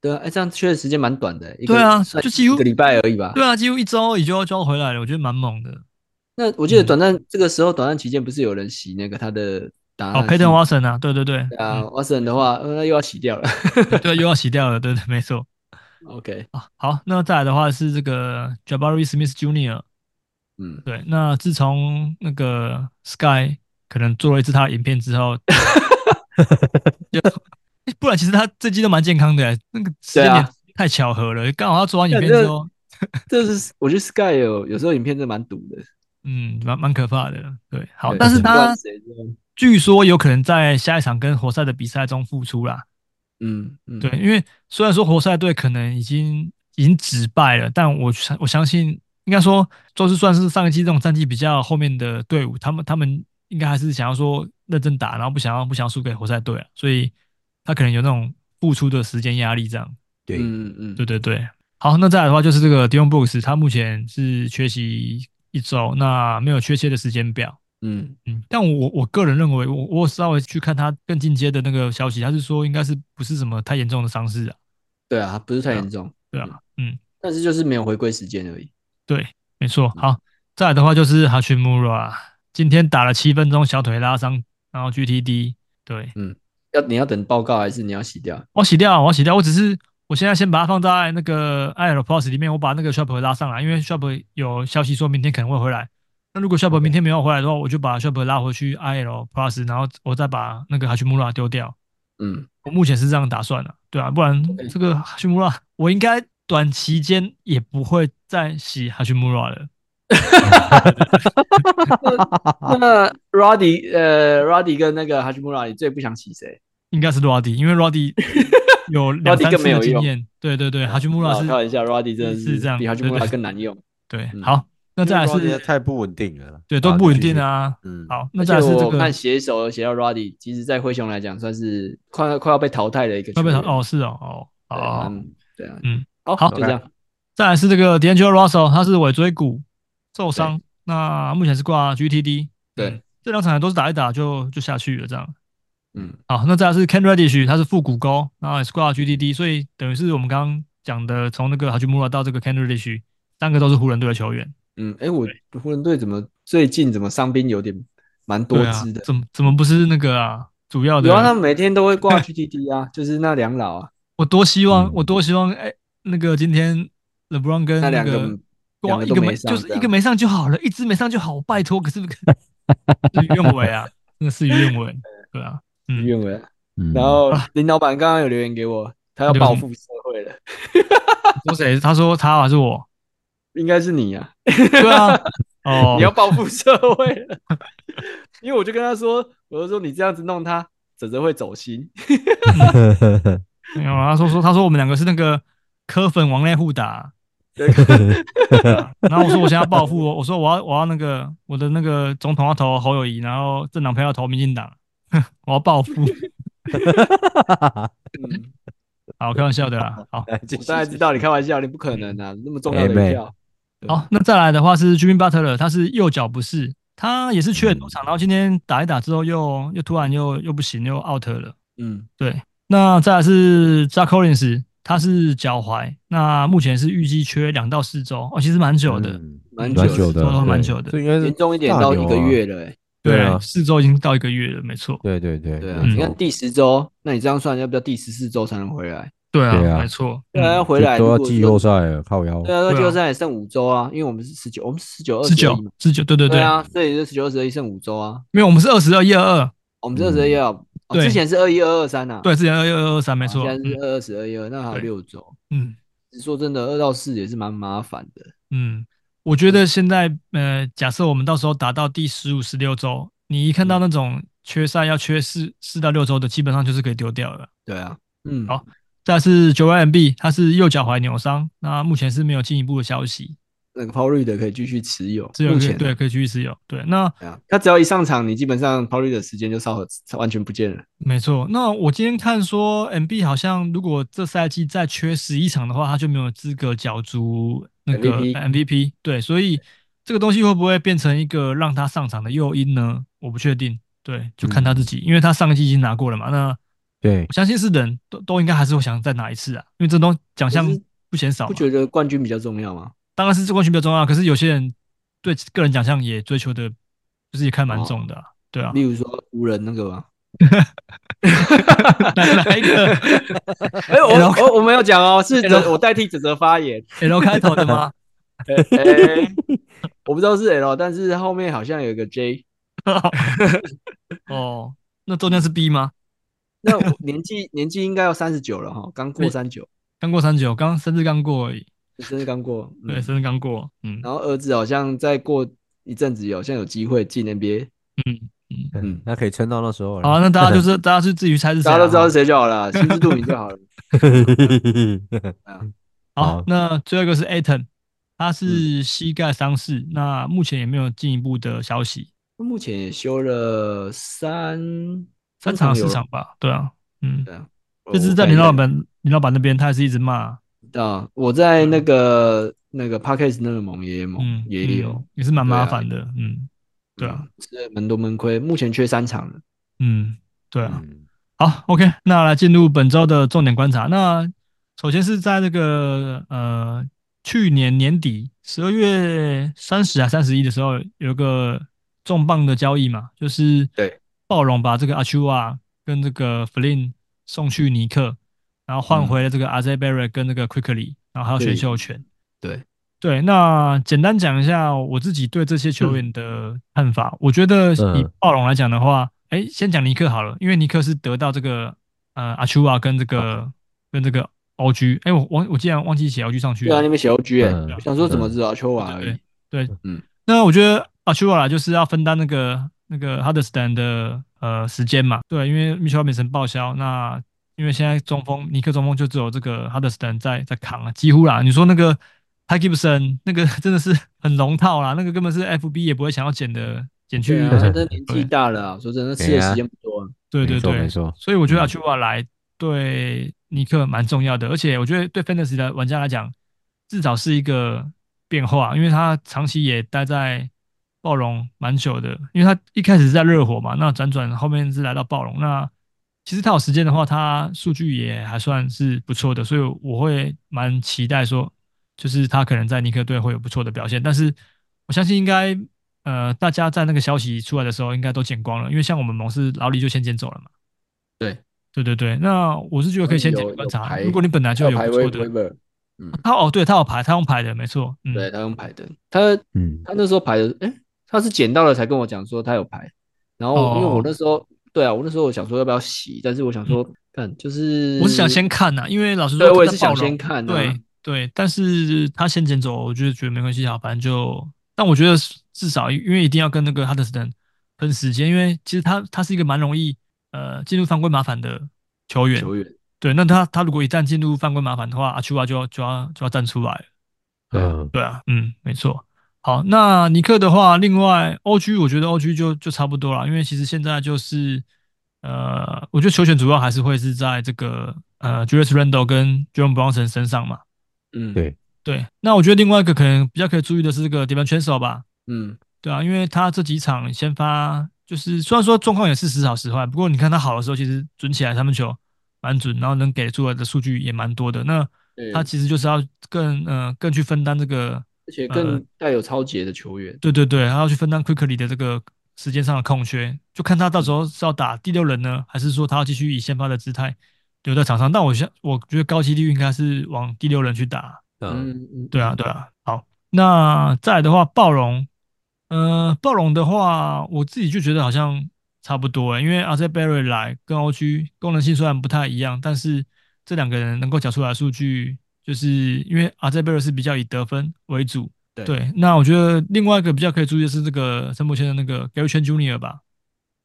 Speaker 4: 对啊，哎，这样缺的时间蛮短的，一个
Speaker 1: 对啊，
Speaker 4: 算
Speaker 1: 就几乎
Speaker 4: 一个礼拜而已吧。
Speaker 1: 对啊，几乎一周而已就要就要回来了，我觉得蛮猛的。
Speaker 4: 那我记得
Speaker 1: 嗯
Speaker 4: 短暂这个时候，短暂期间不是有人洗那个他的答
Speaker 1: 哦
Speaker 4: 案
Speaker 1: ，Payton Watson 啊，对对对，
Speaker 4: 对啊，Watson 的话，呃那又要洗掉了。
Speaker 1: 嗯 对，又要洗掉了，对对，没错。
Speaker 4: OK，
Speaker 1: 啊，好，那再来的话是这个 Jabari Smith Jr.
Speaker 4: 嗯，
Speaker 1: 对，那自从那个 Sky 可能做了一次他的影片之 后，就诶不然其实他这季都蛮健康的，欸那个时间
Speaker 4: 对啊
Speaker 1: 点太巧合了，刚好他做完影片
Speaker 4: 感
Speaker 1: 之
Speaker 4: 觉
Speaker 1: 后，
Speaker 4: 这是我觉得 Sky 有有时候影片真的蛮毒的。
Speaker 1: 嗯，蛮蛮可怕的。对，好，
Speaker 4: 对
Speaker 1: 但是
Speaker 4: 不管
Speaker 1: 他
Speaker 4: 谁都
Speaker 1: 据说有可能在下一场跟活塞的比赛中复出啦。
Speaker 4: 嗯嗯，
Speaker 1: 对，因为虽然说活塞队可能已经已经止败了，但我相我相信，应该说就是算是上一季这种战绩比较后面的队伍，他们他们应该还是想要说认真打，然后不想要不想要输给活塞队啊，所以他可能有那种付出的时间压力这样。
Speaker 3: 对
Speaker 4: 嗯嗯
Speaker 1: 对对对，好，那再来的话就是这个 Dion Brooks，他目前是缺席一周，那没有确切的时间表。
Speaker 4: 嗯
Speaker 1: 嗯，但我我个人认为，我我稍微去看他更进阶的那个消息，他是说应该是不是什么太严重的伤势啊？
Speaker 4: 对啊，不是太
Speaker 1: 对啊
Speaker 4: 严重，
Speaker 1: 对啊，嗯，
Speaker 4: 但是就是没有回归时间而已。
Speaker 1: 对，嗯没错。好，再来的话就是哈奇穆拉，今天打了七分钟，小腿拉伤，然后 GTD，对
Speaker 4: 要你要等报告还是你要洗掉？
Speaker 1: 我洗掉，我洗掉，我只是我现在先把它放在那个 IL Plus 里面，我把那个 Shop 拉上来，因为 Shop 有消息说明天可能会回来。那如果 Shop 明天没有回来的话，我就把 Shop 拉回去 IL Plus，然后我再把那个哈奇穆拉丢掉。
Speaker 4: 嗯，
Speaker 1: 我目前是这样打算的、对啊，不然
Speaker 4: 对
Speaker 1: 这个哈奇穆拉，我应该短期间也不会再洗哈奇穆拉了。
Speaker 4: 那 Roddy 呃 Roddy 跟那个 Hashimura，你最不想洗谁？
Speaker 1: 应该是 Roddy，因为 Roddy 有两
Speaker 4: Roddy
Speaker 1: 三
Speaker 4: 更
Speaker 1: 次
Speaker 4: 没
Speaker 1: 的
Speaker 4: 有
Speaker 1: 经
Speaker 4: 用
Speaker 1: 验。对对对，哈奇穆拉
Speaker 4: 啊
Speaker 1: 是
Speaker 4: 开玩笑，Roddy 真的
Speaker 1: 是这样
Speaker 4: 比
Speaker 1: 对对
Speaker 4: Hashimura 更难用。
Speaker 1: 对。
Speaker 4: 嗯
Speaker 1: 好，那再来
Speaker 3: 因为 Rodney
Speaker 1: 是
Speaker 3: 太不稳定了，
Speaker 1: 对都
Speaker 3: 打
Speaker 1: 不
Speaker 3: 得
Speaker 1: 稳
Speaker 3: 进
Speaker 1: 定
Speaker 3: 去。
Speaker 1: 啊。
Speaker 3: 嗯，
Speaker 1: 好， 那
Speaker 4: 而
Speaker 1: 再来
Speaker 4: 且
Speaker 1: 是这
Speaker 4: 我
Speaker 1: 个
Speaker 4: 看写手写到 Roddy，其实在灰熊来讲算是快快要被淘汰的一个
Speaker 1: 会
Speaker 4: 球
Speaker 1: 不会
Speaker 4: 员。
Speaker 1: 淘哦？是哦哦
Speaker 4: 对
Speaker 1: 哦。
Speaker 4: 蛮对啊，
Speaker 1: 嗯，
Speaker 4: 好，
Speaker 1: 好
Speaker 4: 就这样。
Speaker 1: 再来是这个 D'Angelo Russell，他是尾椎骨受伤，那目前是挂 GTD。
Speaker 4: 对
Speaker 1: 嗯，这两场都是打一打就就下去了这样。
Speaker 4: 嗯，
Speaker 1: 好，那再来是 Ken Radish，他是腹股沟，然后也是挂 GTD，所以等于是我们刚刚讲的从那个哈奇穆拉到这个 Ken Radish，三个都是湖人队的球员。
Speaker 4: 嗯，哎，我湖人队怎么最近怎么伤兵有点蛮多
Speaker 1: 对啊
Speaker 4: 支的，？
Speaker 1: 怎么怎么不是那个啊？主要的
Speaker 4: 有啊，他们每天都会挂 GTD 啊，就是那两老啊，
Speaker 1: 我多希望，
Speaker 3: 嗯
Speaker 1: 我多希望，哎、那个今天 LeBron 跟
Speaker 4: 那
Speaker 1: 那
Speaker 4: 两个
Speaker 1: 个
Speaker 4: 两
Speaker 1: 光
Speaker 4: 个
Speaker 1: 一
Speaker 4: 都
Speaker 1: 个
Speaker 4: 没上
Speaker 1: 就是
Speaker 4: 这
Speaker 1: 一
Speaker 4: 样
Speaker 1: 个没上就好了，一只没上就好，拜托，可是事与愿违啊， 真的事与愿违，对啊，嗯，
Speaker 4: 认为。
Speaker 3: 嗯
Speaker 4: 然后林老板刚刚有留言给我，他要报复社会了。
Speaker 1: 说谁？他说他还是我？
Speaker 4: 应该是你啊，
Speaker 1: 对啊，哦，
Speaker 4: 你要报复社会了。 因为我就跟他说，我就说你这样子弄他，泽泽会走心。
Speaker 1: 没有啊，他说说他说我们两个是那个科粉往内互打，对啊 然后我说我现在要报复，我我说我要我要那个我的那个总统要投侯友谊，然后政党票要投民进党， 我要报复。
Speaker 4: 嗯，
Speaker 1: 好，开玩笑的啦。好，
Speaker 4: 我当然知道你开玩笑，你不
Speaker 1: 嗯
Speaker 4: 可能啊，那么重要的
Speaker 3: 哎
Speaker 4: 一票。
Speaker 1: 好，那再来的话是 Jimmy Butler，他是右脚不适，他也是去了多场，然后今天打一打之后又又突然又又不行，又 out 了。
Speaker 4: 嗯，
Speaker 1: 对，那再来是 j a c o l i n s 他是脚踝，那目前是预计缺两到四周，哦，其实蛮久的，
Speaker 3: 嗯
Speaker 4: 蛮
Speaker 3: 蛮
Speaker 4: 久
Speaker 3: 的
Speaker 4: 的，
Speaker 1: 都蛮
Speaker 3: 对
Speaker 1: 久的
Speaker 3: 这应该是
Speaker 4: 严重一点
Speaker 3: 大
Speaker 4: 到
Speaker 3: 牛
Speaker 4: 一个
Speaker 3: 啊
Speaker 4: 月了、欸，
Speaker 3: 对啊
Speaker 1: 四周已经到一个月了，没错。
Speaker 3: 对对对，
Speaker 4: 对啊，
Speaker 3: 没
Speaker 1: 嗯
Speaker 4: 你看
Speaker 3: 错
Speaker 4: 第十周，那你这样算要不要第十四周才能回来？
Speaker 1: 对啊，
Speaker 3: 对啊
Speaker 1: 没错。
Speaker 4: 对啊，要回
Speaker 3: 就
Speaker 4: 来
Speaker 3: 都要
Speaker 4: 如果
Speaker 3: 季
Speaker 4: 说
Speaker 3: 后赛了，靠腰。
Speaker 4: 对啊，那
Speaker 1: 对啊
Speaker 4: 季后赛也剩五周啊，因为我们是十九，我们十九二
Speaker 1: 十
Speaker 4: 十
Speaker 1: 九
Speaker 4: 一嘛，
Speaker 1: 十九，对对
Speaker 4: 对
Speaker 1: 对，
Speaker 4: 啊，所以就十九二十一剩五周啊。
Speaker 1: 没有，我们是二十二一二二，
Speaker 4: 我们这十二哦，
Speaker 1: 嗯对
Speaker 4: 之前是二一二二三呐，哦
Speaker 1: 对，之前二二二三，没错。
Speaker 4: 啊现在
Speaker 1: 嗯
Speaker 4: 是二二十二一二，那还有
Speaker 1: 对
Speaker 4: 六周。
Speaker 1: 嗯
Speaker 4: 说真的，二到四也是蛮麻烦的。
Speaker 1: 嗯，我觉得现在呃，假设我们到时候打到第十五、十六周，你一看到那种缺赛要缺四四到六周的，基本上就是可以丢掉了。
Speaker 4: 对啊，嗯，
Speaker 1: 好再来是九 M B，他是右脚踝扭伤，那目前是没有进一步的消息，
Speaker 4: 那个 Paul Reed 可以继续持有，
Speaker 1: 只有
Speaker 4: 目
Speaker 1: 可以
Speaker 4: 前
Speaker 1: 对可以继续持有。对，那
Speaker 4: 对啊，他只要一上场，你基本上 Paul Reed 的时间就稍后完全不见了。
Speaker 1: 没错，那我今天看说，M B 好像如果这赛季再缺十一场的话，他就没有资格角逐那个
Speaker 4: MVP
Speaker 1: M V P。对，所以这个东西会不会变成一个让他上场的诱因呢？我不确定，对，就看他自
Speaker 4: 嗯
Speaker 1: 己，因为他上一季已经拿过了嘛。那
Speaker 3: 对
Speaker 1: 我相信是人都都应该还是会想再拿一次啊，因为这东奖项
Speaker 4: 可是
Speaker 1: 不嫌少嘛
Speaker 4: 不。觉得冠军比较重要吗？
Speaker 1: 当然是这冠军比较重要，可是有些人对个人奖项也追求的，就是也看蛮
Speaker 4: 哦
Speaker 1: 重的啊、对啊
Speaker 4: 例。如说湖人那个吧。
Speaker 1: 哪哪一个
Speaker 4: 哎、我我我没有讲哦，是
Speaker 1: 然后
Speaker 4: 泽我代替泽泽发 言。
Speaker 1: L 开头的吗？
Speaker 4: 哎哎我不知道是 L，但是后面好像有一个 J。
Speaker 1: 哦，那中间是 B 吗？
Speaker 4: 那我年纪年纪应该要三十九了哈，刚过三九，
Speaker 1: 刚过三九，刚生日刚过而已。
Speaker 4: 生日刚过。嗯
Speaker 1: 对，生日刚过。嗯
Speaker 4: 然后儿子好像再过一阵子，好像有机会进 NBA，
Speaker 1: 嗯嗯。
Speaker 4: 嗯
Speaker 3: 那可以撑到那时候了。
Speaker 1: 好啊，那大家就是大家去自己猜是谁啊。
Speaker 4: 大家都知道是谁就好了，心知肚明就好了。
Speaker 1: 好
Speaker 3: 好，
Speaker 1: 那最后一个是 Aton，他
Speaker 4: 嗯
Speaker 1: 是膝盖伤势，那目前也没有进一步的消息，
Speaker 4: 目前也休了三
Speaker 1: 三场
Speaker 4: 有
Speaker 1: 四场吧？对啊，嗯，
Speaker 4: 对啊，
Speaker 1: 就是在
Speaker 4: 你
Speaker 1: 林老板林老板那边，他也是一直骂，
Speaker 4: 啊，我在那个那个 Parkes 那个盟也盟
Speaker 1: 嗯，
Speaker 4: 也
Speaker 1: 嗯
Speaker 4: 有，，
Speaker 1: 也是蛮
Speaker 4: 对啊
Speaker 1: 麻烦的，嗯，对啊，
Speaker 4: 嗯，是蛮多闷亏，目前缺三场了。
Speaker 1: 嗯，对啊。
Speaker 3: 嗯
Speaker 1: 好，OK，那来进入本周的重点观察。那首先是在这个呃去年年底十二月三十啊三十一的时候，有一个重磅的交易嘛，就是
Speaker 4: 对
Speaker 1: 暴龙把这个阿丘啊跟这个 Flynn 送去尼克，然后换
Speaker 4: 嗯
Speaker 1: 回了这个 a z e b e r y 跟那个 Quickly，然后还有选
Speaker 4: 对
Speaker 1: 秀权。
Speaker 4: 对
Speaker 1: 对，那简单讲一下我自己对这些
Speaker 4: 嗯
Speaker 1: 球员的看法。我觉得以
Speaker 3: 嗯
Speaker 1: 暴龙来讲的话，哎、先讲尼克好了，因为尼克是得到这个呃阿丘瓦跟这个跟这个 OG，哎、我我我竟然忘记写 OG 上去
Speaker 4: 对啊，
Speaker 1: 了。
Speaker 4: 那边写 OG 哎、
Speaker 3: 嗯
Speaker 4: 我想说怎么
Speaker 3: 嗯
Speaker 4: 知道秋娃而
Speaker 1: 对
Speaker 4: 已。
Speaker 1: 对，
Speaker 4: 嗯
Speaker 1: 那我觉得阿丘瓦就是要分担那个那个 Hudson 的呃时间嘛，对，因为 Mitchell 本身报销，那因为现在中锋尼克中锋就只有这个 Hudson 在在扛啊，几乎啦，你说那个 t y Gibson 那个 真的是很龙套啦，那个根本是 FB 也不会想要捡的捡去
Speaker 4: 对啊，，真的年纪
Speaker 1: 对
Speaker 4: 大了啊，说真的，
Speaker 3: 对
Speaker 4: 吃的
Speaker 3: 啊
Speaker 4: 时间不多啊。
Speaker 1: 对对
Speaker 3: 没错
Speaker 1: 对，
Speaker 3: 没错
Speaker 1: 所以我觉得
Speaker 3: 嗯
Speaker 1: 阿丘瓦来对尼克蛮重要的，而且我觉得对 Fantasy 的玩家来讲，至少是一个变化，因为他长期也待在暴龙蛮久的，因为他一开始是在热火嘛，那辗转后面是来到暴龙，那其实他有时间的话，他数据也还算是不错的，所以我会蛮期待说，就是他可能在尼克队会有不错的表现，但是我相信应该。呃，大家在那个消息出来的时候，应该都剪光了，因为像我们盟是老李就先捡走了嘛。对对对，那我是觉得可以先简单观察。
Speaker 4: 有有排
Speaker 1: 如果你本来就有不错的，
Speaker 4: Weber，
Speaker 1: 他哦，对他有排，他用排的，没错，嗯，
Speaker 4: 对他用排的，他
Speaker 3: 嗯，
Speaker 4: 他那时候排的，哎，他是捡到了才跟我讲说他有排，然
Speaker 1: 哦嗯
Speaker 4: 后因为我那时候，对啊，我那时候我想说要不要洗，但是我想说，看就是
Speaker 1: 我是想先看呐、因为老实说，
Speaker 4: 嗯对，我也
Speaker 1: 在
Speaker 4: 是
Speaker 1: 暴
Speaker 4: 想
Speaker 1: 龙
Speaker 4: 先看啊，
Speaker 1: 对对，但是他先捡走，我就觉得没关系啊，反正就，但我觉得至少因为一定要跟那个哈德斯顿分时间，因为其实他他是一个蛮容易呃进入犯规麻烦的球员，
Speaker 4: 球员
Speaker 1: 对，那他他如果一旦进入犯规麻烦的话，阿丘巴就要就要就要站出来了。对
Speaker 3: 嗯，
Speaker 1: 对啊，嗯，没错。好，那尼克的话，另外 OG 我觉得 OG 就就差不多了，因为其实现在就是呃，我觉得球权主要还是会是在这个呃 Julius Randle 跟 Jerome Brownson 身上嘛。
Speaker 4: 嗯
Speaker 3: 对
Speaker 1: 对，那我觉得另外一个可能比较可以注意的是这个 d e v o n c h e n s o 吧，
Speaker 4: 嗯
Speaker 1: 对啊，因为他这几场先发就是虽然说状况也是时好时坏，不过你看他好的时候其实准起来三分球蛮准，然后能给出来的数据也蛮多的。那
Speaker 4: 对
Speaker 1: 他其实就是要更呃更去分担这个
Speaker 4: 而且
Speaker 1: 呃
Speaker 4: 更带有超杰的球员，
Speaker 1: 对对对，他要去分担 Quickly 的这个时间上的空缺，就看他到时候是要打第六人呢，还是说他要继续以先发的姿态留在场上。但我想，我觉得高几率应该是往第六人去打。
Speaker 3: 嗯
Speaker 4: 嗯嗯，
Speaker 1: 对啊，对啊。好，那再来的话，暴龙，呃，暴龙的话，我自己就觉得好像差不多欸，因为阿 z b e r r y 来跟 OG 功能性虽然不太一样，但是这两个人能够缴出来的数据，就是因为阿 z b e r r y 是比较以得分为主。
Speaker 4: 对
Speaker 1: 对，那我觉得另外一个比较可以注意的是这个陈柏谦的那个 Gary Chen Junior 吧，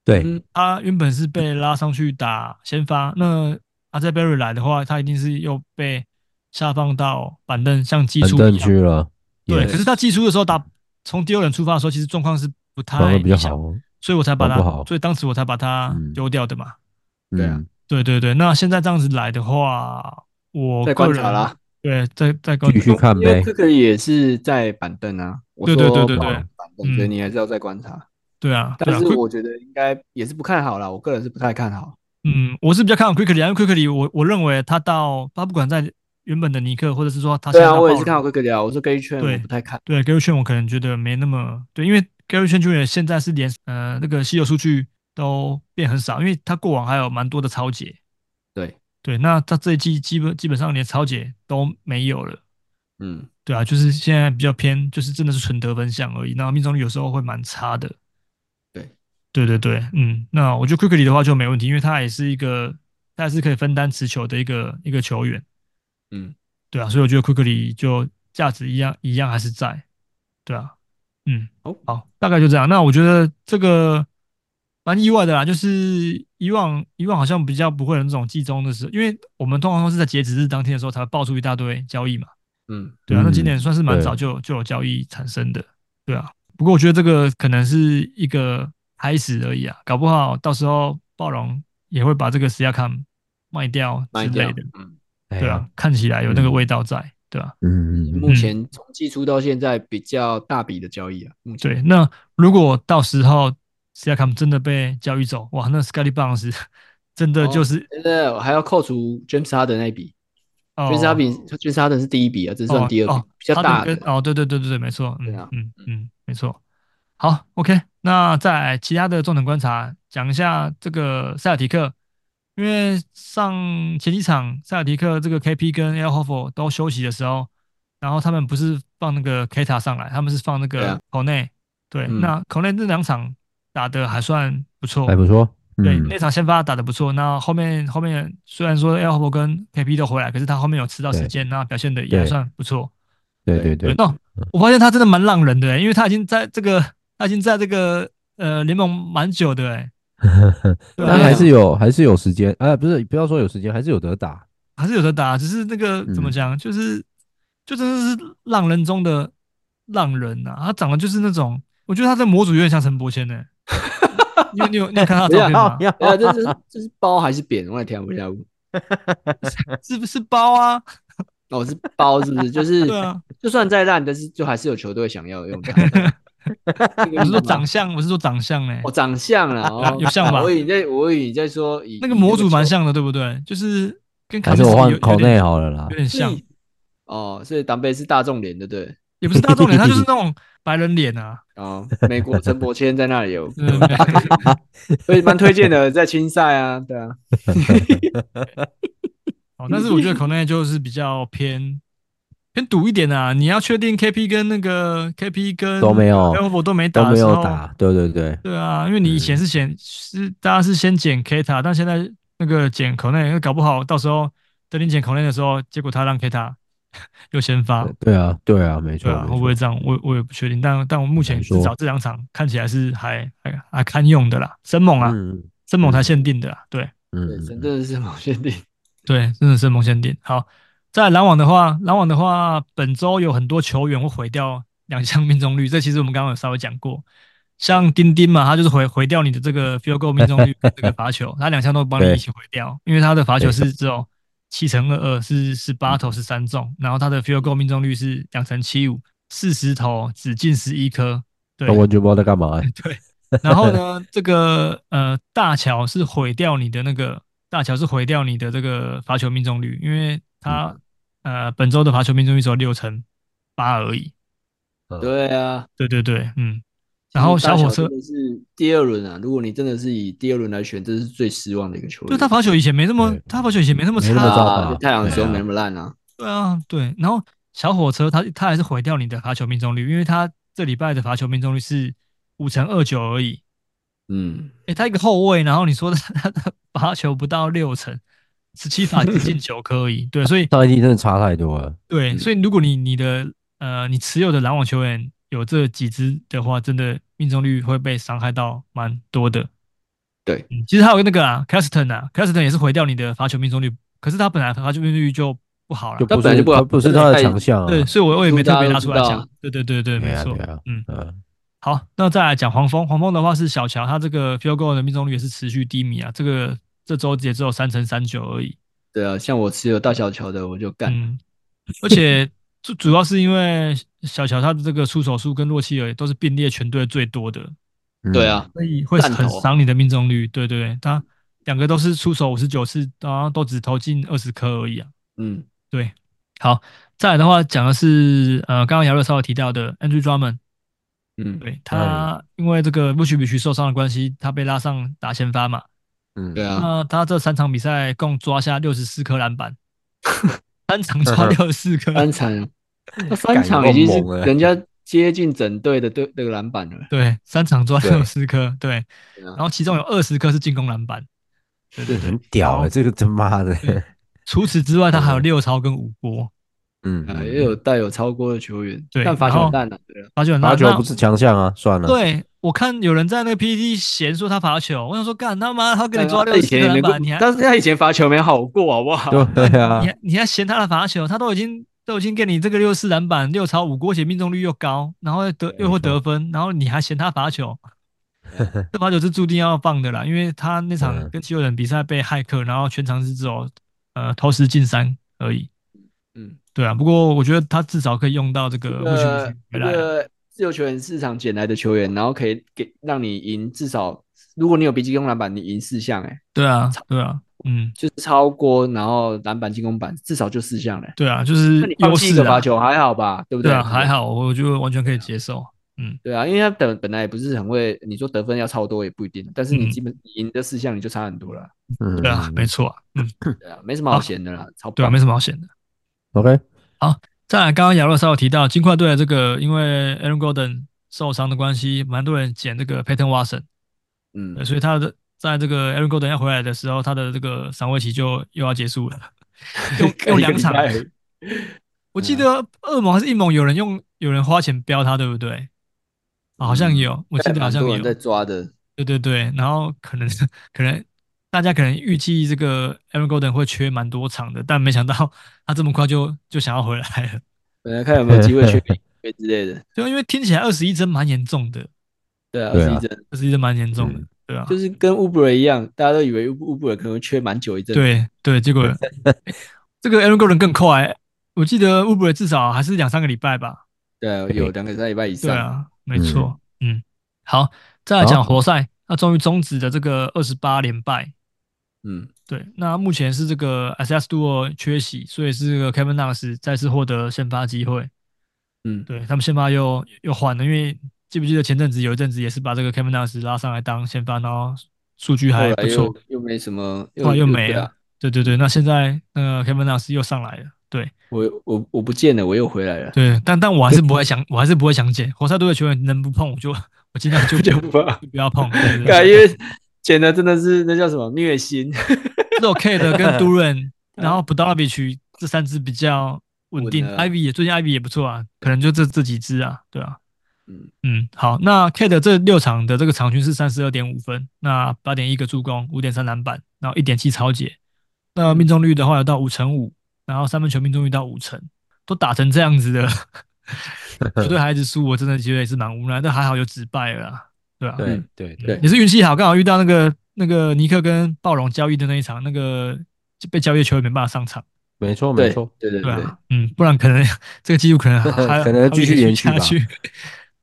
Speaker 3: 对，
Speaker 4: 嗯
Speaker 1: 他原本是被拉上去打先发，那阿塞贝瑞来的话，他一定是又被下放到板凳像寄
Speaker 3: 板
Speaker 1: 出一
Speaker 3: 凳
Speaker 1: 样
Speaker 3: 区。了，
Speaker 1: 对，
Speaker 3: 也
Speaker 1: 可是他寄出的时候打从第二轮出发的时候，其实状况是不
Speaker 3: 防
Speaker 1: 太
Speaker 3: 的比较
Speaker 1: 理想，
Speaker 3: 好，
Speaker 1: 所以我才把
Speaker 3: 防
Speaker 1: 他，
Speaker 3: 不好
Speaker 1: 所以当时我才把他
Speaker 3: 嗯
Speaker 1: 丢掉的嘛。
Speaker 4: 对啊
Speaker 3: 嗯，
Speaker 1: 对对对，那现在这样子来的话，我
Speaker 4: 嗯在
Speaker 1: 个
Speaker 4: 观
Speaker 1: 人
Speaker 4: 察啦，，
Speaker 1: 对，在在观
Speaker 3: 继续看
Speaker 4: 因为
Speaker 3: 呗，
Speaker 4: 这个也是在板凳啊，我
Speaker 1: 对
Speaker 4: 说
Speaker 1: 对对对对
Speaker 4: 板凳，所以
Speaker 1: 嗯
Speaker 4: 你还是要再观察。
Speaker 1: 对啊，对
Speaker 4: 但
Speaker 1: 啊
Speaker 4: 是
Speaker 1: ，Quick-
Speaker 4: 我觉得应该也是不看好啦，我个人是不太看好。
Speaker 1: 嗯，我是比较看好 Quickly，因为 Quickly 我我认为他到他不管在原本的尼克，或者是说他现
Speaker 4: 对
Speaker 1: 在
Speaker 4: 啊，
Speaker 1: 到
Speaker 4: 我也
Speaker 1: 暴
Speaker 4: 是
Speaker 1: 龙
Speaker 4: 看好哥哥聊，我说哥一圈
Speaker 1: 对
Speaker 4: 我不太看。
Speaker 1: 对 Gary 圈，我可能觉得没那么对，因为 Gary 圈 Junior 现在是连呃那个稀有数据都变很少，因为他过往还有蛮多的超解。
Speaker 4: 对，
Speaker 1: 对，那他这一季基本基本上连超解都没有了。
Speaker 4: 嗯，
Speaker 1: 对啊，就是现在比较偏，就是真的是纯得分项而已。那命中率有时候会蛮差的。
Speaker 4: 对，
Speaker 1: 对对对，嗯，那我觉得 Quickly 的话就没问题，因为他也是一个，他也是可以分担持球的一个一个球员。
Speaker 4: 嗯，
Speaker 1: 对啊，所以我觉得 Quickly 就价值一样一样还是在。对啊，嗯，
Speaker 4: 好
Speaker 1: 好，大概就这样。那我觉得这个蛮意外的啦，就是以往以往好像比较不会有那种季中的时候，因为我们通常都是在截止日当天的时候才会爆出一大堆交易嘛。
Speaker 4: 嗯，
Speaker 1: 对啊，那今
Speaker 3: 嗯
Speaker 1: 年算是蛮
Speaker 3: 对
Speaker 1: 早就有就有交易产生的，对啊。不过我觉得这个可能是一个开始而已啊，搞不好到时候暴龙也会把这个 s i a k a m 卖掉之
Speaker 4: 卖
Speaker 1: 类
Speaker 4: 掉
Speaker 1: 的，。
Speaker 4: 嗯，
Speaker 1: 对
Speaker 3: 对
Speaker 1: 啊，，看起来有那个
Speaker 3: 哎嗯
Speaker 1: 味道在，对啊吧、
Speaker 3: 嗯嗯嗯，
Speaker 4: 目前从季初到现在比较大笔的交易啊，目前
Speaker 1: 对，那如果到时候 s i a k a m 真的被交易走，哇，那 Scotty Barnes 真
Speaker 4: 哦
Speaker 1: 的就是
Speaker 4: 真的还要扣除 James Harden 那一笔
Speaker 1: 哦
Speaker 4: ，James Harden，James Harden 是第一笔啊，这算
Speaker 1: 哦
Speaker 4: 第二
Speaker 1: 哦
Speaker 4: 笔，比较
Speaker 1: 哈登
Speaker 4: 大的
Speaker 1: 跟。哦，对对对对对，没错，嗯
Speaker 4: 对啊
Speaker 1: 嗯嗯，没错。好，OK，那在其他的重点观察，讲一下这个塞尔提克，因为上前几场塞尔提克这个 KP 跟 L h o f o 都休息的时候，然后他们不是放那个 K 塔上来，他们是放那
Speaker 4: 对
Speaker 1: 个
Speaker 4: 啊
Speaker 1: c o n e 对，
Speaker 4: 嗯
Speaker 1: 那 c o n e 那两场打的还算不错，
Speaker 3: 还不错，
Speaker 1: 对，
Speaker 3: 嗯
Speaker 1: 那场先发打的不错，那后面后面虽然说 L h o f o 跟 KP 都回来，可是他后面有吃到时
Speaker 3: 对
Speaker 1: 间，那表现的也还
Speaker 3: 对
Speaker 1: 算不错。
Speaker 3: 对对
Speaker 1: 对，
Speaker 3: 对，嗯
Speaker 1: 那我发现他真的蛮让人的、欸，因为他已经在这个，他已经在这个呃联盟蛮久的、 欸，对啊
Speaker 3: 但还是有还是有时间，哎，不是不要说有时间，还是有得打，
Speaker 1: 还是有的打，只是那个怎么
Speaker 3: 嗯
Speaker 1: 讲，就是就真的是浪人中的浪人呐、啊，他长得就是那种，我觉得他的模组有点像陈柏谦呢、 欸，你有你有你有看他的照片吗？
Speaker 3: 要
Speaker 4: 对啊，这是这是包还是扁？我也听不下去。
Speaker 1: 是不是包啊？
Speaker 4: 哦，是包是不是？就是
Speaker 1: 对啊，
Speaker 4: 就算再烂，但是就还是有球队想要 用它。
Speaker 1: 我
Speaker 4: 我
Speaker 1: 是说长相，我是说长相欸呢、
Speaker 4: 哦，长相啦，哦
Speaker 1: 有像吧
Speaker 4: 我以为你在，我以为你在说以
Speaker 1: 那个模组蛮
Speaker 4: 以
Speaker 1: 像的，对不对？就是跟卡
Speaker 3: 还
Speaker 1: 梅
Speaker 3: 是
Speaker 1: 斯
Speaker 3: 我
Speaker 1: 有
Speaker 3: 换口
Speaker 1: 有
Speaker 3: 内啊
Speaker 1: 点
Speaker 3: 好了啦
Speaker 1: 有，点
Speaker 4: 那个球
Speaker 1: 像，
Speaker 4: 所以哦，所以党杯是大众脸，对不对？
Speaker 1: 也不是大众 脸，他就是那种白人脸啊。
Speaker 4: 哦，美国陈柏谦在那 里有，
Speaker 1: 嗯，没有
Speaker 4: 所以蛮推荐的，在青赛啊， 对啊，
Speaker 1: 哦，但是我觉得口内就是比较偏偏赌一点啊。你要确定 KP 跟那个 KP 跟
Speaker 3: 都没有
Speaker 1: l v o 都没
Speaker 3: 都
Speaker 1: 打的
Speaker 3: 没
Speaker 1: 时
Speaker 3: 有
Speaker 1: 候，
Speaker 3: 打，嗯对对对，
Speaker 1: 对啊，因为你以前是先、是大家是先捡 K 塔，但现在那个捡口内，搞不好到时候等你捡口内的时候，结果他让 K 塔 又先发，
Speaker 3: 对啊，对啊，没错，
Speaker 1: 对啊，会
Speaker 3: 没
Speaker 1: 不
Speaker 3: 错
Speaker 1: 会这样？我我也不确定，但但我目前
Speaker 3: 难
Speaker 1: 至
Speaker 3: 说
Speaker 1: 少这两场看起来是还还还堪用的啦，生猛啊，
Speaker 3: 嗯
Speaker 1: 生猛才限定的啦，对
Speaker 3: 嗯
Speaker 4: 对，真
Speaker 3: 嗯，
Speaker 4: 的是某限定。
Speaker 1: 对，真的是生猛限定。好，在篮网的话，篮网的话，本周有很多球员会毁掉两项命中率，这其实我们刚刚有稍微讲过，像丁丁嘛，他就是毁毁掉你的这个 field goal 命中率跟这个罚球，他两项都帮你一起毁掉，因为他的罚球是只有七乘二二，是是八投十三中，然后他的 field goal 命中率是两成七五，四十投只进十一颗，对
Speaker 3: 那，完全不知道在干嘛欸。
Speaker 1: 对，然后呢，这个呃大乔是毁掉你的那个大乔是毁掉你的这个罚球命中率，因为他、
Speaker 3: 嗯
Speaker 1: 呃本周的罚球命中率只有六成八而已。
Speaker 4: 对啊，
Speaker 1: 对对对，嗯。然后
Speaker 4: 其实大
Speaker 1: 小
Speaker 4: 小
Speaker 1: 火车
Speaker 4: 真的是第二轮啊，如果你真的是以第二轮来选，这是最失望的一个球员。
Speaker 1: 就他罚球以前没那么
Speaker 3: 对，
Speaker 1: 他罚球以前没那么
Speaker 3: 没
Speaker 1: 差
Speaker 3: 那么糟
Speaker 1: 啊、
Speaker 3: 吧
Speaker 4: 啊，就太阳的时候
Speaker 3: 对啊
Speaker 4: 没那么烂啊。
Speaker 1: 对啊，对。然后小火车他他还是毁掉你的罚球命中率，因为他这礼拜的罚球命中率是五乘二九而已。
Speaker 4: 嗯，
Speaker 1: 诶，他一个后卫，然后你说他他的罚球不到六成，十七罚只进九颗而已。对，所以
Speaker 3: 上一季真的差太多了，
Speaker 4: 嗯
Speaker 1: 对，所以如果你你的呃你持有的篮网球员有这几支的话，真的命中率会被伤害到蛮多的。
Speaker 4: 对
Speaker 1: 嗯，其实还有那个啊 c a s t o n 啊 c a s t o n 也是毁掉你的罚球命中率，可是他本来罚球命中率就不好
Speaker 3: 就
Speaker 1: 了。
Speaker 4: 他
Speaker 3: 不
Speaker 4: 本来
Speaker 3: 是
Speaker 4: 就不好
Speaker 3: 他不是他的强项啊。
Speaker 1: 对，所以我我也没特别拿出来
Speaker 4: 大家都知
Speaker 1: 讲
Speaker 4: 道。
Speaker 1: 对对对对，
Speaker 3: 对
Speaker 1: 没
Speaker 3: 啊
Speaker 1: 错
Speaker 3: 对啊。
Speaker 1: 嗯，
Speaker 3: 嗯，
Speaker 1: 好，那再来讲黄蜂。黄蜂的话是小乔，他这个 field goal 的命中率也是持续低迷啊，这个这周也只有三乘三九而已。
Speaker 4: 对啊，像我持有大小乔的，我就干。
Speaker 1: 嗯，而且主主要是因为小乔他的这个出手数跟洛奇尔都是并列全队最多的，
Speaker 3: 嗯
Speaker 4: 对，啊，
Speaker 1: 所以会
Speaker 4: 弹头
Speaker 1: 很伤你的命中率。对对对，他两个都是出手五十九次，然后都只投进二十颗而已啊。
Speaker 4: 嗯，
Speaker 1: 对，好，再来的话讲的是呃，刚刚姚乐稍微提到的 Andrew Drummond，
Speaker 4: 嗯，
Speaker 1: 对他因为这个布奇比奇受伤的关系，他被拉上打先发嘛。
Speaker 3: 嗯
Speaker 4: 对啊，
Speaker 1: 那他这三场比赛共抓下六十四颗篮 板，三场抓六十四颗，
Speaker 4: 三场， 那三场已经
Speaker 3: 感觉够猛
Speaker 4: 是
Speaker 3: 了
Speaker 4: 人家接近整队的队那个篮板了。
Speaker 1: 对，三场抓
Speaker 3: 对
Speaker 1: 六十颗，对，
Speaker 4: 对
Speaker 1: 然
Speaker 4: 啊
Speaker 1: 后其中有二十颗是进攻篮板。对对对
Speaker 3: 很屌
Speaker 1: 好
Speaker 3: 了，这个他妈的，
Speaker 1: 除此之外，他还
Speaker 4: 哦
Speaker 1: 有六超跟五波，
Speaker 3: 嗯，
Speaker 4: 啊
Speaker 3: 嗯
Speaker 4: 也有带有超过的球员，
Speaker 1: 对
Speaker 4: 但罚
Speaker 1: 然
Speaker 4: 球
Speaker 1: 后
Speaker 4: 很烂啊，对啊，
Speaker 1: 罚球很
Speaker 3: 罚
Speaker 1: 烂。
Speaker 3: 球
Speaker 1: 那
Speaker 3: 不是强项啊，算了，
Speaker 1: 对我看有人在那个 PPT 嫌说他罚球，我想说干他妈他给你抓
Speaker 4: 但
Speaker 1: 六
Speaker 4: 啊他以
Speaker 1: 十
Speaker 4: 前
Speaker 1: 个
Speaker 4: 也
Speaker 1: 篮
Speaker 4: 没过
Speaker 1: 板，你还，
Speaker 4: 但是他以前罚球没好过，好不好？
Speaker 3: 对对啊
Speaker 1: 你，还你还嫌他的罚球，他都已经都已经给你这个六四篮板六超五锅，而且命中率又高，然后得又会得分，然后你还嫌他罚 球，这罚球是注定要放的啦，因为他那场
Speaker 3: 嗯
Speaker 1: 跟七六人比赛被骇客，然后全场是只有呃投十进三而已。
Speaker 4: 嗯，
Speaker 1: 对啊，不过我觉得他至少可以用到这个
Speaker 4: 这
Speaker 1: 卫星
Speaker 4: 个
Speaker 1: 球回
Speaker 4: 这
Speaker 1: 来啊。
Speaker 4: 个自由球员市场捡来的球员，然后可以给让你赢至少，如果你有比进攻篮板，你赢四项，哎，
Speaker 1: 对啊，对啊，嗯，
Speaker 4: 就是超过，然后篮板、进攻板，至少就四项嘞。
Speaker 1: 对啊，就是
Speaker 4: 那你
Speaker 1: 优
Speaker 4: 放弃一
Speaker 1: 势
Speaker 4: 个
Speaker 1: 啊
Speaker 4: 罚。球还好吧，对不
Speaker 1: 对
Speaker 4: 对
Speaker 1: 啊，还。好，我觉得完全可以接受。
Speaker 4: 对啊，因为他本本来也不是很会，你说得分要超多也不一定，但是
Speaker 1: 嗯
Speaker 4: 你基本你赢这四项你就差很多了。
Speaker 3: 嗯
Speaker 1: 对啊，没错啊，嗯，
Speaker 4: 对啊，没什么好闲的啦，超
Speaker 1: 对啊，
Speaker 4: 棒
Speaker 1: 没什么好嫌的。
Speaker 3: ，OK，
Speaker 1: 再来，刚刚亚洛稍有提到金块队的这个，因为 Aaron Golden 受伤的关系，蛮多人捡这个 Payton Watson，呃
Speaker 4: 嗯
Speaker 1: 对，所以他的在这个 Aaron Golden 要回来的时候，他的这个赏味期就又要结束 了，用用两场。我记得恶魔还是一盟有人用有人花钱标他，对不对？啊，好像有，我记得好像
Speaker 4: 很多
Speaker 1: 有
Speaker 4: 人。嗯在抓的，
Speaker 1: 对对对，然后可能 可能大家可能预计这个 Aaron Golden 会缺蛮多场的，但没想到 他这么快就就想要回来了。
Speaker 4: 本啊来看有没有机会去对之类的。
Speaker 1: 对啊，因为听起来二十一针蛮严重的，
Speaker 4: 对啊，
Speaker 3: 对
Speaker 4: 是
Speaker 3: 啊
Speaker 4: 一阵，
Speaker 1: 二十一针蛮严重的，对啊，
Speaker 4: 嗯就是跟 Uber 一样，大家都以为 Uber Uber 可能会缺蛮久一阵。，
Speaker 1: 对对，结 果诶这个 Aaron Golden 更快，我记得 Uber 至少还是两三个礼拜吧。
Speaker 4: 对啊，有两个三礼拜以
Speaker 1: 对
Speaker 4: 上。
Speaker 1: 啊，没错，嗯，好，再来讲活塞，那终于终止了这个二十八连败，
Speaker 4: 嗯，
Speaker 1: 对，那目前是这个 S S Duo 缺席，所以是这个 Kevin Knox 再次获得先发机会。
Speaker 4: 嗯
Speaker 1: 对他们先发又又换了，因为记不记得前阵子有一阵子也是把这个 Kevin Knox 拉上来当先发，然后数据
Speaker 4: 后
Speaker 1: 还
Speaker 4: 来
Speaker 1: 不错
Speaker 4: 又，啊又没什么，
Speaker 1: 后来又没
Speaker 4: 对
Speaker 1: 了
Speaker 4: 啊。。
Speaker 1: 对对对，那现在那个 Kevin Knox 又上来了，对
Speaker 4: 我我我不见了，我又回来了。
Speaker 1: 对，但但我还是不会想，我还是不会想捡活塞队的球员能不碰我就 我尽量就
Speaker 4: 就不碰
Speaker 1: 就不要碰，对 对
Speaker 4: 感
Speaker 1: 对
Speaker 4: 啊因为捡的真的是那叫什么虐心，
Speaker 1: 只有 K 的跟 Duran，然后 b u d a l a b i c 这三支比较稳
Speaker 4: 嗯稳
Speaker 1: 定。
Speaker 4: 的
Speaker 1: Ivy 也最近 Ivy 也不错啊，可能就这这几支啊，对啊。
Speaker 4: 嗯
Speaker 1: 嗯，好，那 K 的这六场的这个场均是三十二点五分，那八点一个助攻，五点三篮板，然后一点七超解，那命中率的话有到五成五，然后三分球命中率到五成，都打成这样子 的， 球队孩子输，我真的觉得也是蛮无奈，但还好有止败了啦，对吧、
Speaker 3: 对
Speaker 4: 嗯
Speaker 3: 对
Speaker 4: 对
Speaker 1: 也是运气好，刚好遇到那个那个尼克跟暴龙交易的那一场，那个被交易的球员没办法上场，
Speaker 3: 没错没
Speaker 4: 对
Speaker 3: 错，
Speaker 4: 对对
Speaker 1: 对
Speaker 4: 对，
Speaker 1: 啊，嗯，不然可能 这个记录可能还
Speaker 3: 可能
Speaker 1: 还
Speaker 3: 继续
Speaker 1: 会
Speaker 3: 延续
Speaker 1: 下
Speaker 3: 吧
Speaker 1: 去，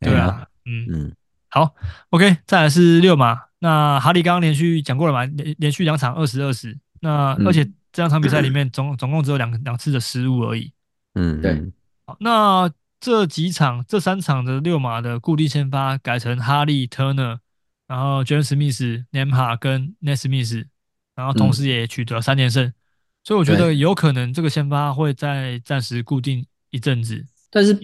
Speaker 1: 对
Speaker 3: 哎
Speaker 1: 啊
Speaker 3: 呀，
Speaker 1: 嗯。
Speaker 3: 嗯，
Speaker 1: 好，OK，再来是六嘛。那哈利刚刚连续讲过了嘛，连连续两场二十二十。那
Speaker 3: 嗯
Speaker 1: 而且这两场比赛里面总总共只有两两次的失误而已。
Speaker 3: 嗯，
Speaker 4: 对
Speaker 3: 嗯
Speaker 1: 好，那这几场这三场的六马的固定先发改成哈利、Turner，然后 James Smith、Nemha 跟 n e Smith，然后同时也取得三连胜，所以我觉得
Speaker 4: 嗯对
Speaker 1: 有可能这个先发会再暂时固定一阵子。
Speaker 4: 但是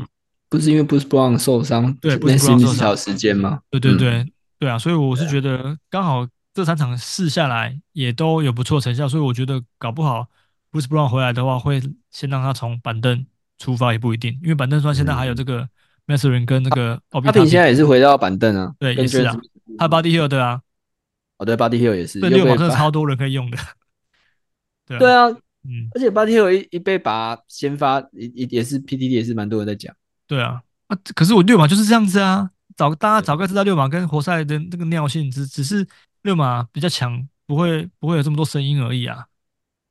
Speaker 4: 不是因为 Bruce Brown 受伤，
Speaker 1: 对
Speaker 4: 那
Speaker 1: Bruce
Speaker 4: 是
Speaker 1: Brown
Speaker 4: 不
Speaker 1: 受伤
Speaker 4: 是少时间嘛？
Speaker 1: 对对
Speaker 4: 嗯
Speaker 1: 对、对啊，所以我是觉得刚好这三场试下来也都有不错成效，所以我觉得搞不好 Bruce Brown 回来的话，会先让他从板凳出发也不一定，因为板凳端现在还有这个 m e s s e r i n 跟那个奥比
Speaker 4: 嗯啊
Speaker 1: 塔
Speaker 4: 阿平现在也是回到板凳啊，
Speaker 1: 对
Speaker 4: 跟
Speaker 1: 也是啊
Speaker 4: James-
Speaker 1: 还有 Body Hill 对啊，
Speaker 4: 哦对，Buddy Hill 也是，
Speaker 1: 对
Speaker 4: 又
Speaker 1: 六
Speaker 4: 被
Speaker 1: 马真的
Speaker 4: 拔
Speaker 1: 超多人可以用的。 对
Speaker 4: 对
Speaker 1: 啊，
Speaker 4: 啊，
Speaker 1: 嗯，
Speaker 4: 而且 Buddy Hill 一一被拔先发，也也也是 PDD 也是蛮多人在讲，
Speaker 1: 对啊，啊，可是我六马就是这样子啊，早大家早该知道六马跟活塞的那个尿性，只只是六马比较强，不会不会有这么多声音而已啊。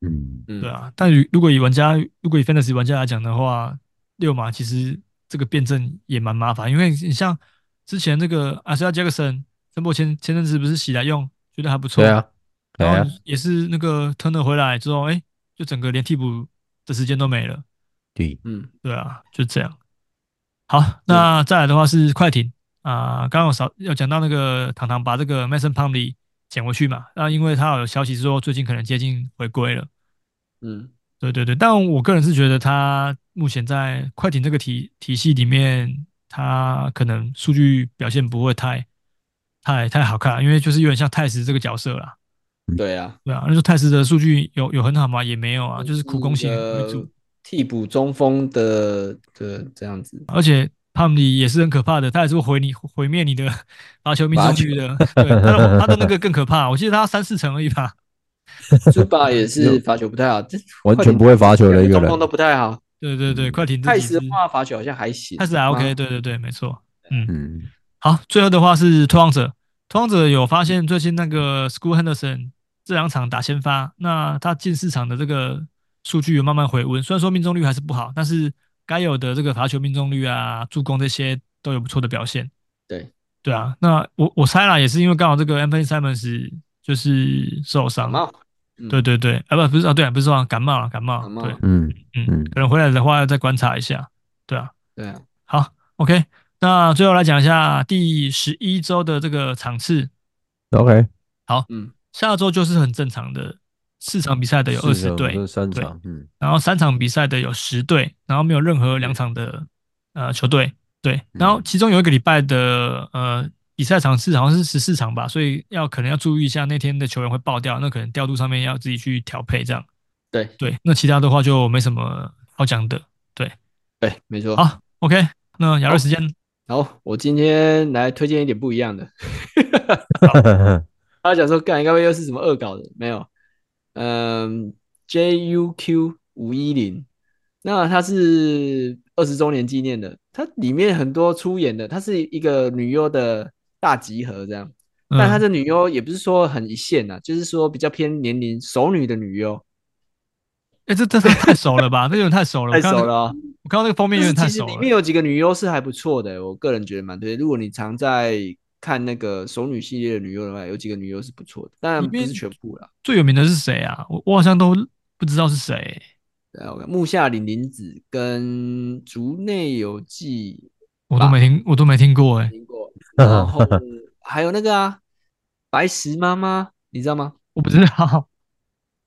Speaker 3: 嗯，
Speaker 4: 嗯，
Speaker 1: 对，啊，但如如果以玩家，如果以 fantasy 玩家来讲的话，六码其实这个辩证也蛮麻烦，因为你像之前这个阿斯加杰克森、陈柏前前阵子不是洗来用，觉得还不错，
Speaker 3: 对啊，对
Speaker 1: 然
Speaker 3: 啊
Speaker 1: 后，也是那个 Turner 回来之后，哎，就整个连替补的时间都没了，
Speaker 3: 对，
Speaker 4: 嗯，
Speaker 1: 对啊，就这样。好，那
Speaker 3: 嗯
Speaker 1: 再来的话是快艇啊、刚刚有少有讲到那个糖糖把这个 Mason Plumlee 捡回去嘛，那因为他有消息说最近可能接近回归了。
Speaker 4: 嗯，
Speaker 1: 对对对，但我个人是觉得他目前在快艇这个体体系里面，他可能数据表现不会太太太好看，因为就是有点像泰斯这个角色啦，
Speaker 4: 对啊，
Speaker 1: 对啊，那时候泰斯的数据有有很好吗？也没有啊，就是苦
Speaker 4: 嗯
Speaker 1: 攻型为主，
Speaker 4: 替补中锋的的这 样子，
Speaker 1: 而且帕姆里也是很可怕的，他也是会毁你毁灭你 的罚球命中率的，对，他的他的那个更可怕，我记得他三四成而已吧，
Speaker 4: 朱巴也是罚球不太好，这
Speaker 3: 完
Speaker 4: 快
Speaker 3: 全
Speaker 4: 艇
Speaker 3: 不会罚球的一个
Speaker 4: 中
Speaker 3: 人
Speaker 4: 锋，都不太好，
Speaker 1: 对对对，
Speaker 3: 嗯
Speaker 1: 快艇这
Speaker 4: 泰
Speaker 1: 几
Speaker 4: 斯
Speaker 1: 支
Speaker 4: 的话罚球好像还行，
Speaker 1: 泰斯还 OK，
Speaker 4: 啊，
Speaker 1: 对对对，没错，嗯。
Speaker 3: 嗯，
Speaker 1: 好，最后的话是拓荒者，拓荒者有发现最近那个 School Henderson 这两场打先发，那他近四场的这个数据有慢慢回温，虽然说命中率还是不好，但是该有的这个罚球命中率啊、助攻这些都有不错的表现。
Speaker 4: 对，
Speaker 1: 对啊，那我我猜啦，也是因为刚好这个 Anthony Simons 就是受
Speaker 4: 感
Speaker 1: 伤，
Speaker 4: 冒，嗯
Speaker 1: 对对对，啊不不是啊对啊不是啊感冒了感冒
Speaker 4: 感冒
Speaker 1: 了，对，
Speaker 3: 嗯
Speaker 1: 嗯
Speaker 3: 嗯，
Speaker 1: 可能回来的话要再观察一下，对啊。
Speaker 4: 对啊，
Speaker 1: 好，OK，那最后来讲一下第十一周的这个场次，
Speaker 3: ，OK，
Speaker 4: 嗯，
Speaker 1: 下周就是很正常的四场比赛的有二
Speaker 3: 四
Speaker 1: 十
Speaker 3: 场
Speaker 1: 队，
Speaker 3: 跟三
Speaker 1: 对
Speaker 3: 场，嗯，
Speaker 1: 然后三场比赛的有十队，然后没有任何两场的呃球队，对，然后其中有一个礼拜的呃比赛场次好像是十四场吧，所以要可能要注意一下那天的球员会爆掉，那可能调度上面要自己去调配这样，
Speaker 4: 对
Speaker 1: 对，那其他的话就没什么好讲的，
Speaker 4: 对，哎没错，
Speaker 1: 好，OK，那亚瑞时间嗯
Speaker 4: 好，我今天来推荐一点不一样的。 他讲说，干，该不会又是什么恶搞的？没有，嗯，JUQ 五一零，那它是二十周年纪念的，它里面很多出演的，它是一个女优的大集合这样，
Speaker 1: 嗯，
Speaker 4: 但它这女优也不是说很一线啊，就是说比较偏年龄熟女的女优，
Speaker 1: 哎、这这这太熟了吧？这有点太熟了，
Speaker 4: 太
Speaker 1: 我看到那
Speaker 4: 熟
Speaker 1: 个
Speaker 4: 了、哦。
Speaker 1: 我看到那个封面
Speaker 4: 但
Speaker 1: 有
Speaker 4: 是
Speaker 1: 点太
Speaker 4: 其实
Speaker 1: 熟
Speaker 4: 里
Speaker 1: 了。
Speaker 4: 面有几个女优是还不错的，我个人觉得蛮推荐。如果你常在看那个熟女系列的女优的话，有几个女优是不错的，当然
Speaker 1: 里
Speaker 4: 不
Speaker 1: 面
Speaker 4: 是全部啦。
Speaker 1: 最有名的是谁啊？我我好像都不知道是谁。
Speaker 4: 对啊，我看木下凛凛子跟竹内有纪
Speaker 1: 我都没听，我都没听过哎、
Speaker 4: 听 过，然后还有那个啊，白石妈妈，你知道吗？
Speaker 1: 我不知道。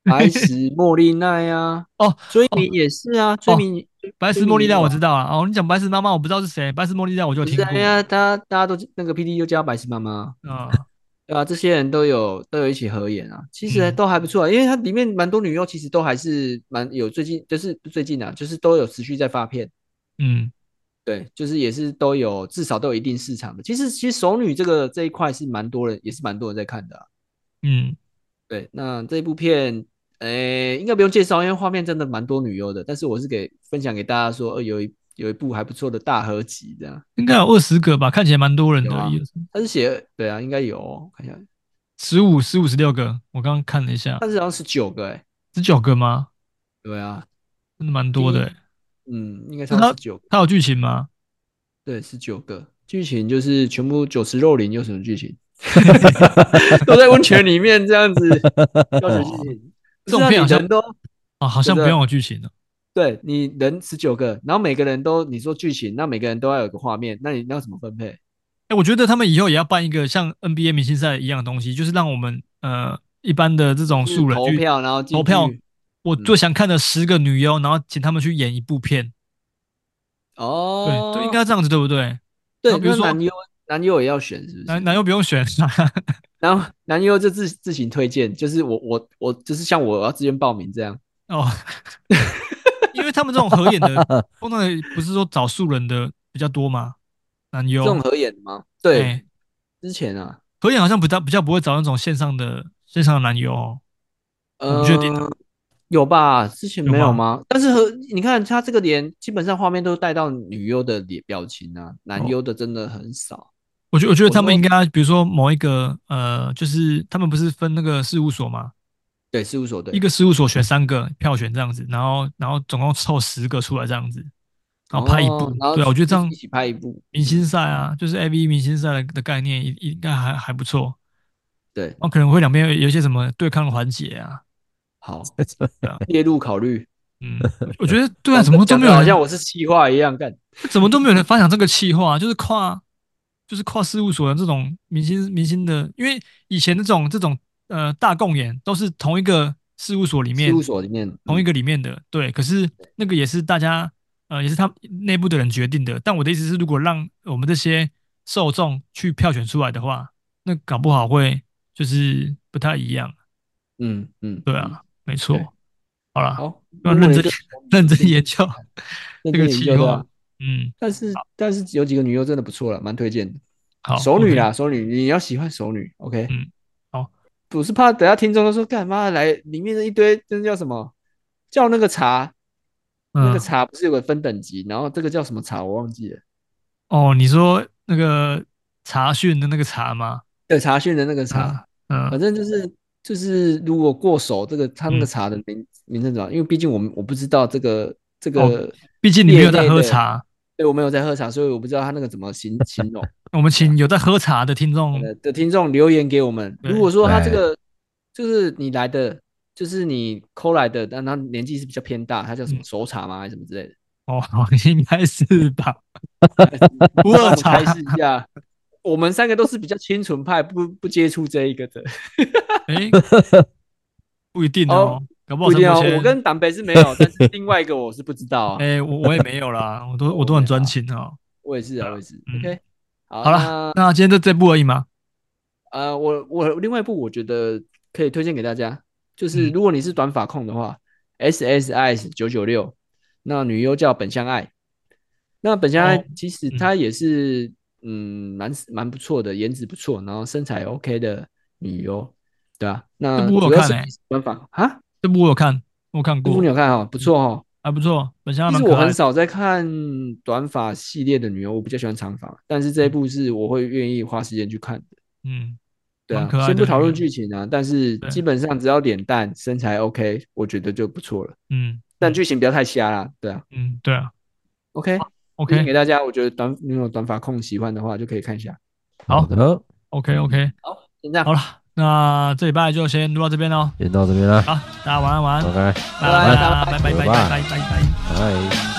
Speaker 4: 白石茉莉奈啊，
Speaker 1: 哦，
Speaker 4: 追名也是啊，追名
Speaker 1: 白石茉莉奈我知
Speaker 4: 道，
Speaker 1: 道啊。哦，你讲白石妈妈，我不知道是谁。白石茉莉奈我就有
Speaker 4: 就
Speaker 1: 听
Speaker 4: 是
Speaker 1: 过。
Speaker 4: 哎呀，大家大家都那个 P D 就叫白石妈妈，
Speaker 1: 啊、
Speaker 4: 对啊，这些人都有都有一起合演啊，其实
Speaker 1: 嗯
Speaker 4: 都还不错、啊，因为它里面蛮多女优，其实都还是蛮有最近，就是不是最近啊，就是都有持续在发片，
Speaker 1: 嗯，
Speaker 4: 对，就是也是都有至少都有一定市场的。其实其实熟女这个这一块是蛮多人，也是蛮多人在看的、啊。
Speaker 1: 嗯，
Speaker 4: 对，那这部片，诶、应该不用介绍，因为画面真的蛮多女优的。但是我是给分享给大家说，呃，有一有一部还不错的大合集这样。
Speaker 1: 应该有二十个吧，看起来蛮多人
Speaker 4: 有啊
Speaker 1: 的，
Speaker 4: 他是写，对啊，应该有、哦，看一下，
Speaker 1: 十五、十五、十六个，我刚刚看了一下，
Speaker 4: 但是好像是九个、欸，诶，
Speaker 1: 十九个吗？
Speaker 4: 对啊，
Speaker 1: 真的蛮多的、
Speaker 4: 第
Speaker 1: 欸。
Speaker 4: 嗯，应该
Speaker 1: 那
Speaker 4: 差不
Speaker 1: 他
Speaker 4: 多是九个，
Speaker 1: 它有剧情吗？
Speaker 4: 对，是九个。剧情就是全部酒池肉林，有什么剧情？ 都在温泉里面这样 子，要什么剧情？
Speaker 1: 这种片好像
Speaker 4: 不是啊你人都
Speaker 1: 啊，好像
Speaker 4: 对
Speaker 1: 不
Speaker 4: 对
Speaker 1: 用有剧情了。
Speaker 4: 对你人十九个，然后每个人都你说剧情，那每个人都要有个画面，那你那要怎么分配？
Speaker 1: 哎、我觉得他们以后也要办一个像 NBA 明星赛一样的东西，就是让我们呃一般的这种
Speaker 4: 就是
Speaker 1: 素人
Speaker 4: 投
Speaker 1: 去
Speaker 4: 票，嗯然后进
Speaker 1: 投票
Speaker 4: 去，
Speaker 1: 我最想看的十个女优，然后请他们去演一部片，
Speaker 4: 哦
Speaker 1: 对，，对，应该这样子，对不对？
Speaker 4: 对。
Speaker 1: 然后比如
Speaker 4: 那
Speaker 1: 说
Speaker 4: 男优男优也要选是不
Speaker 1: 男
Speaker 4: 是？
Speaker 1: 男优不用选，啊
Speaker 4: 然后男优就自自行推荐，就是我我我就是像我要自愿报名这样。
Speaker 1: 哦， 因为他们这种合演的，通常也不是说找素人的比较多嘛，男优
Speaker 4: 这种合演的吗？对，
Speaker 1: 哎
Speaker 4: 之前啊，
Speaker 1: 合演好像比较比较不会找那种线上的线上的男优、哦，
Speaker 4: 呃，
Speaker 1: 不确定啊
Speaker 4: 有吧？之前
Speaker 1: 有
Speaker 4: 没有
Speaker 1: 吧
Speaker 4: 吗？但是和你看他这个脸，基本上画面都带到女优的脸表情啊，男
Speaker 1: 哦
Speaker 4: 优的真的很少。
Speaker 1: 我觉我觉得
Speaker 4: 我
Speaker 1: 他们
Speaker 4: 说
Speaker 1: 应该，比如说某一个呃，就是他们不是分那个事务所嘛，
Speaker 4: 对，事务所对
Speaker 1: 一个事务所选三个票选这样子，然后然后总共凑十个出来这样子，然后拍一部。
Speaker 4: 哦然后
Speaker 1: 对啊，我觉得这
Speaker 4: 一
Speaker 1: 样
Speaker 4: 一起拍一部嗯
Speaker 1: 明星赛啊，就是 A V 明星赛的的概念，应应该还还不错。
Speaker 4: 对，
Speaker 1: 然后可能会两边有有一些什么对抗的环节啊，
Speaker 4: 好
Speaker 1: 对啊
Speaker 4: 列入考虑。
Speaker 1: 嗯，我觉得对啊，怎么都
Speaker 4: 讲
Speaker 1: 没
Speaker 4: 得
Speaker 1: 有
Speaker 4: 好像
Speaker 1: 人，
Speaker 4: 我是企划一样干。
Speaker 1: 怎么都没有人发想这个企划、啊就是跨，就是跨事务所的这种明星明星的，因为以前那种这种呃大共演都是同一个事务所里面
Speaker 4: 事务所里面
Speaker 1: 同一
Speaker 4: 个
Speaker 1: 个里面的，对。可是那个也是大家呃，也是他内部的人决定的。但我的意思是，如果让我们这些受众去票选出来的话，那搞不好会就是不太一样。
Speaker 4: 嗯嗯，
Speaker 1: 对啊，没错
Speaker 4: 对。
Speaker 1: 好啦，
Speaker 4: 好，
Speaker 1: 要
Speaker 4: 如果
Speaker 1: 认
Speaker 4: 你
Speaker 1: 真
Speaker 4: 对
Speaker 1: 认真研究
Speaker 4: 认
Speaker 1: 这个
Speaker 4: 真研
Speaker 1: 计
Speaker 4: 究的
Speaker 1: 划
Speaker 4: 啊。。
Speaker 1: 嗯，
Speaker 4: 但是但是有几个女优真的不错了，蛮推荐的。
Speaker 1: 好，
Speaker 4: 熟女
Speaker 1: OK
Speaker 4: 啦，熟女，你要喜欢熟女，OK？
Speaker 1: 嗯，好。
Speaker 4: 我是怕等下听众都说干嘛来，里面的一堆那叫什么？叫那个茶，那
Speaker 1: 嗯，
Speaker 4: 个茶不是有个分等级，然后这个叫什么茶我忘记了。
Speaker 1: 哦，你说那个查询的那个查吗？
Speaker 4: 对，茶训的那个茶，呃
Speaker 1: 嗯，
Speaker 4: 反正就是就是如果过手这个他那个
Speaker 1: 嗯
Speaker 4: 茶的名名称怎么样？因为毕竟我们我不知道这个这
Speaker 1: 哦
Speaker 4: 个，
Speaker 1: 毕竟你没有
Speaker 4: 业
Speaker 1: 在
Speaker 4: 内
Speaker 1: 喝
Speaker 4: 的
Speaker 1: 茶，
Speaker 4: 对我没有在喝茶，所以我不知道他那个怎么形形 容。
Speaker 1: 我们请有在喝茶的听众
Speaker 4: 呃的听众留言给我们。
Speaker 1: 嗯对哎
Speaker 4: 如果说他这
Speaker 3: 对
Speaker 4: 个就是你来的，就是你抠来的，但他年纪是比较偏大，他叫什么
Speaker 1: 嗯
Speaker 4: 手茶吗？还是什么之类 的？
Speaker 1: 哦，应该是 吧？普
Speaker 4: 让
Speaker 1: 洱
Speaker 4: 我们
Speaker 1: 茶
Speaker 4: 开示一下，我们三个都是比较清纯派，不不接触这一个的。
Speaker 1: 哎， 不一定哦
Speaker 4: 哦，
Speaker 1: 搞不好
Speaker 4: 不一
Speaker 1: 陈
Speaker 4: 定哦
Speaker 1: 柏，
Speaker 4: 我
Speaker 1: 谦，
Speaker 4: 跟党北是没 有，但是另外一个我是不知道啊。
Speaker 1: 哎，我我也没有啦，我都我都很专情哦。
Speaker 4: 我也是啊，我也是。
Speaker 1: 嗯
Speaker 4: OK，好
Speaker 1: 好
Speaker 4: 了，
Speaker 1: 啦，那今天就这部而已嘛。
Speaker 4: 那呃，我我另外一部我觉得可以推荐给大家，就是
Speaker 1: 嗯
Speaker 4: 如果你是短发控的话，SSIS 九九六，那女优叫本相爱。那本相
Speaker 1: 哦
Speaker 4: 爱其实
Speaker 1: 嗯
Speaker 4: 她也是嗯蛮蛮不错的，颜值不错，然后身材 OK 的女优，对啊，那
Speaker 1: 这部我有
Speaker 4: 主要
Speaker 1: 看
Speaker 4: 是
Speaker 1: 欸
Speaker 4: 短发啊，
Speaker 1: 这部我有看，我有看
Speaker 4: 这部
Speaker 1: 过
Speaker 4: 你，有看哦，不错哦。
Speaker 1: 还不错，本身还
Speaker 4: 其
Speaker 1: 蛮
Speaker 4: 实
Speaker 1: 可
Speaker 4: 我
Speaker 1: 爱
Speaker 4: 很
Speaker 1: 的。
Speaker 4: 少在看短发系列的女优，我比较喜欢长发，但是这一部是我会愿意花时间去看的。
Speaker 1: 嗯，
Speaker 4: 对
Speaker 1: 蛮
Speaker 4: 啊
Speaker 1: 可爱，
Speaker 4: 先
Speaker 1: 的
Speaker 4: 不讨
Speaker 1: 女
Speaker 4: 论
Speaker 1: 优
Speaker 4: 剧情啊，但是
Speaker 1: 对
Speaker 4: 基本上只要脸蛋、身材 OK，我觉得就不错了。
Speaker 1: 嗯，
Speaker 4: 但
Speaker 1: 嗯
Speaker 4: 剧情不要太瞎啦，对啊
Speaker 1: 嗯，对啊
Speaker 4: ，OK，推荐
Speaker 1: ，OK
Speaker 4: 给大家，我觉得短那种短发控喜欢的话就可以看一下。
Speaker 1: 好
Speaker 3: 好的，
Speaker 1: OK OK，
Speaker 4: 好，先这样，
Speaker 1: 好了，那这礼拜就先录到这边喽。
Speaker 3: 先到这边了
Speaker 1: 好，大家晚安晚安，
Speaker 3: ，OK，
Speaker 1: 拜拜啦拜拜拜
Speaker 3: 拜
Speaker 1: 拜拜拜拜拜。
Speaker 3: 拜。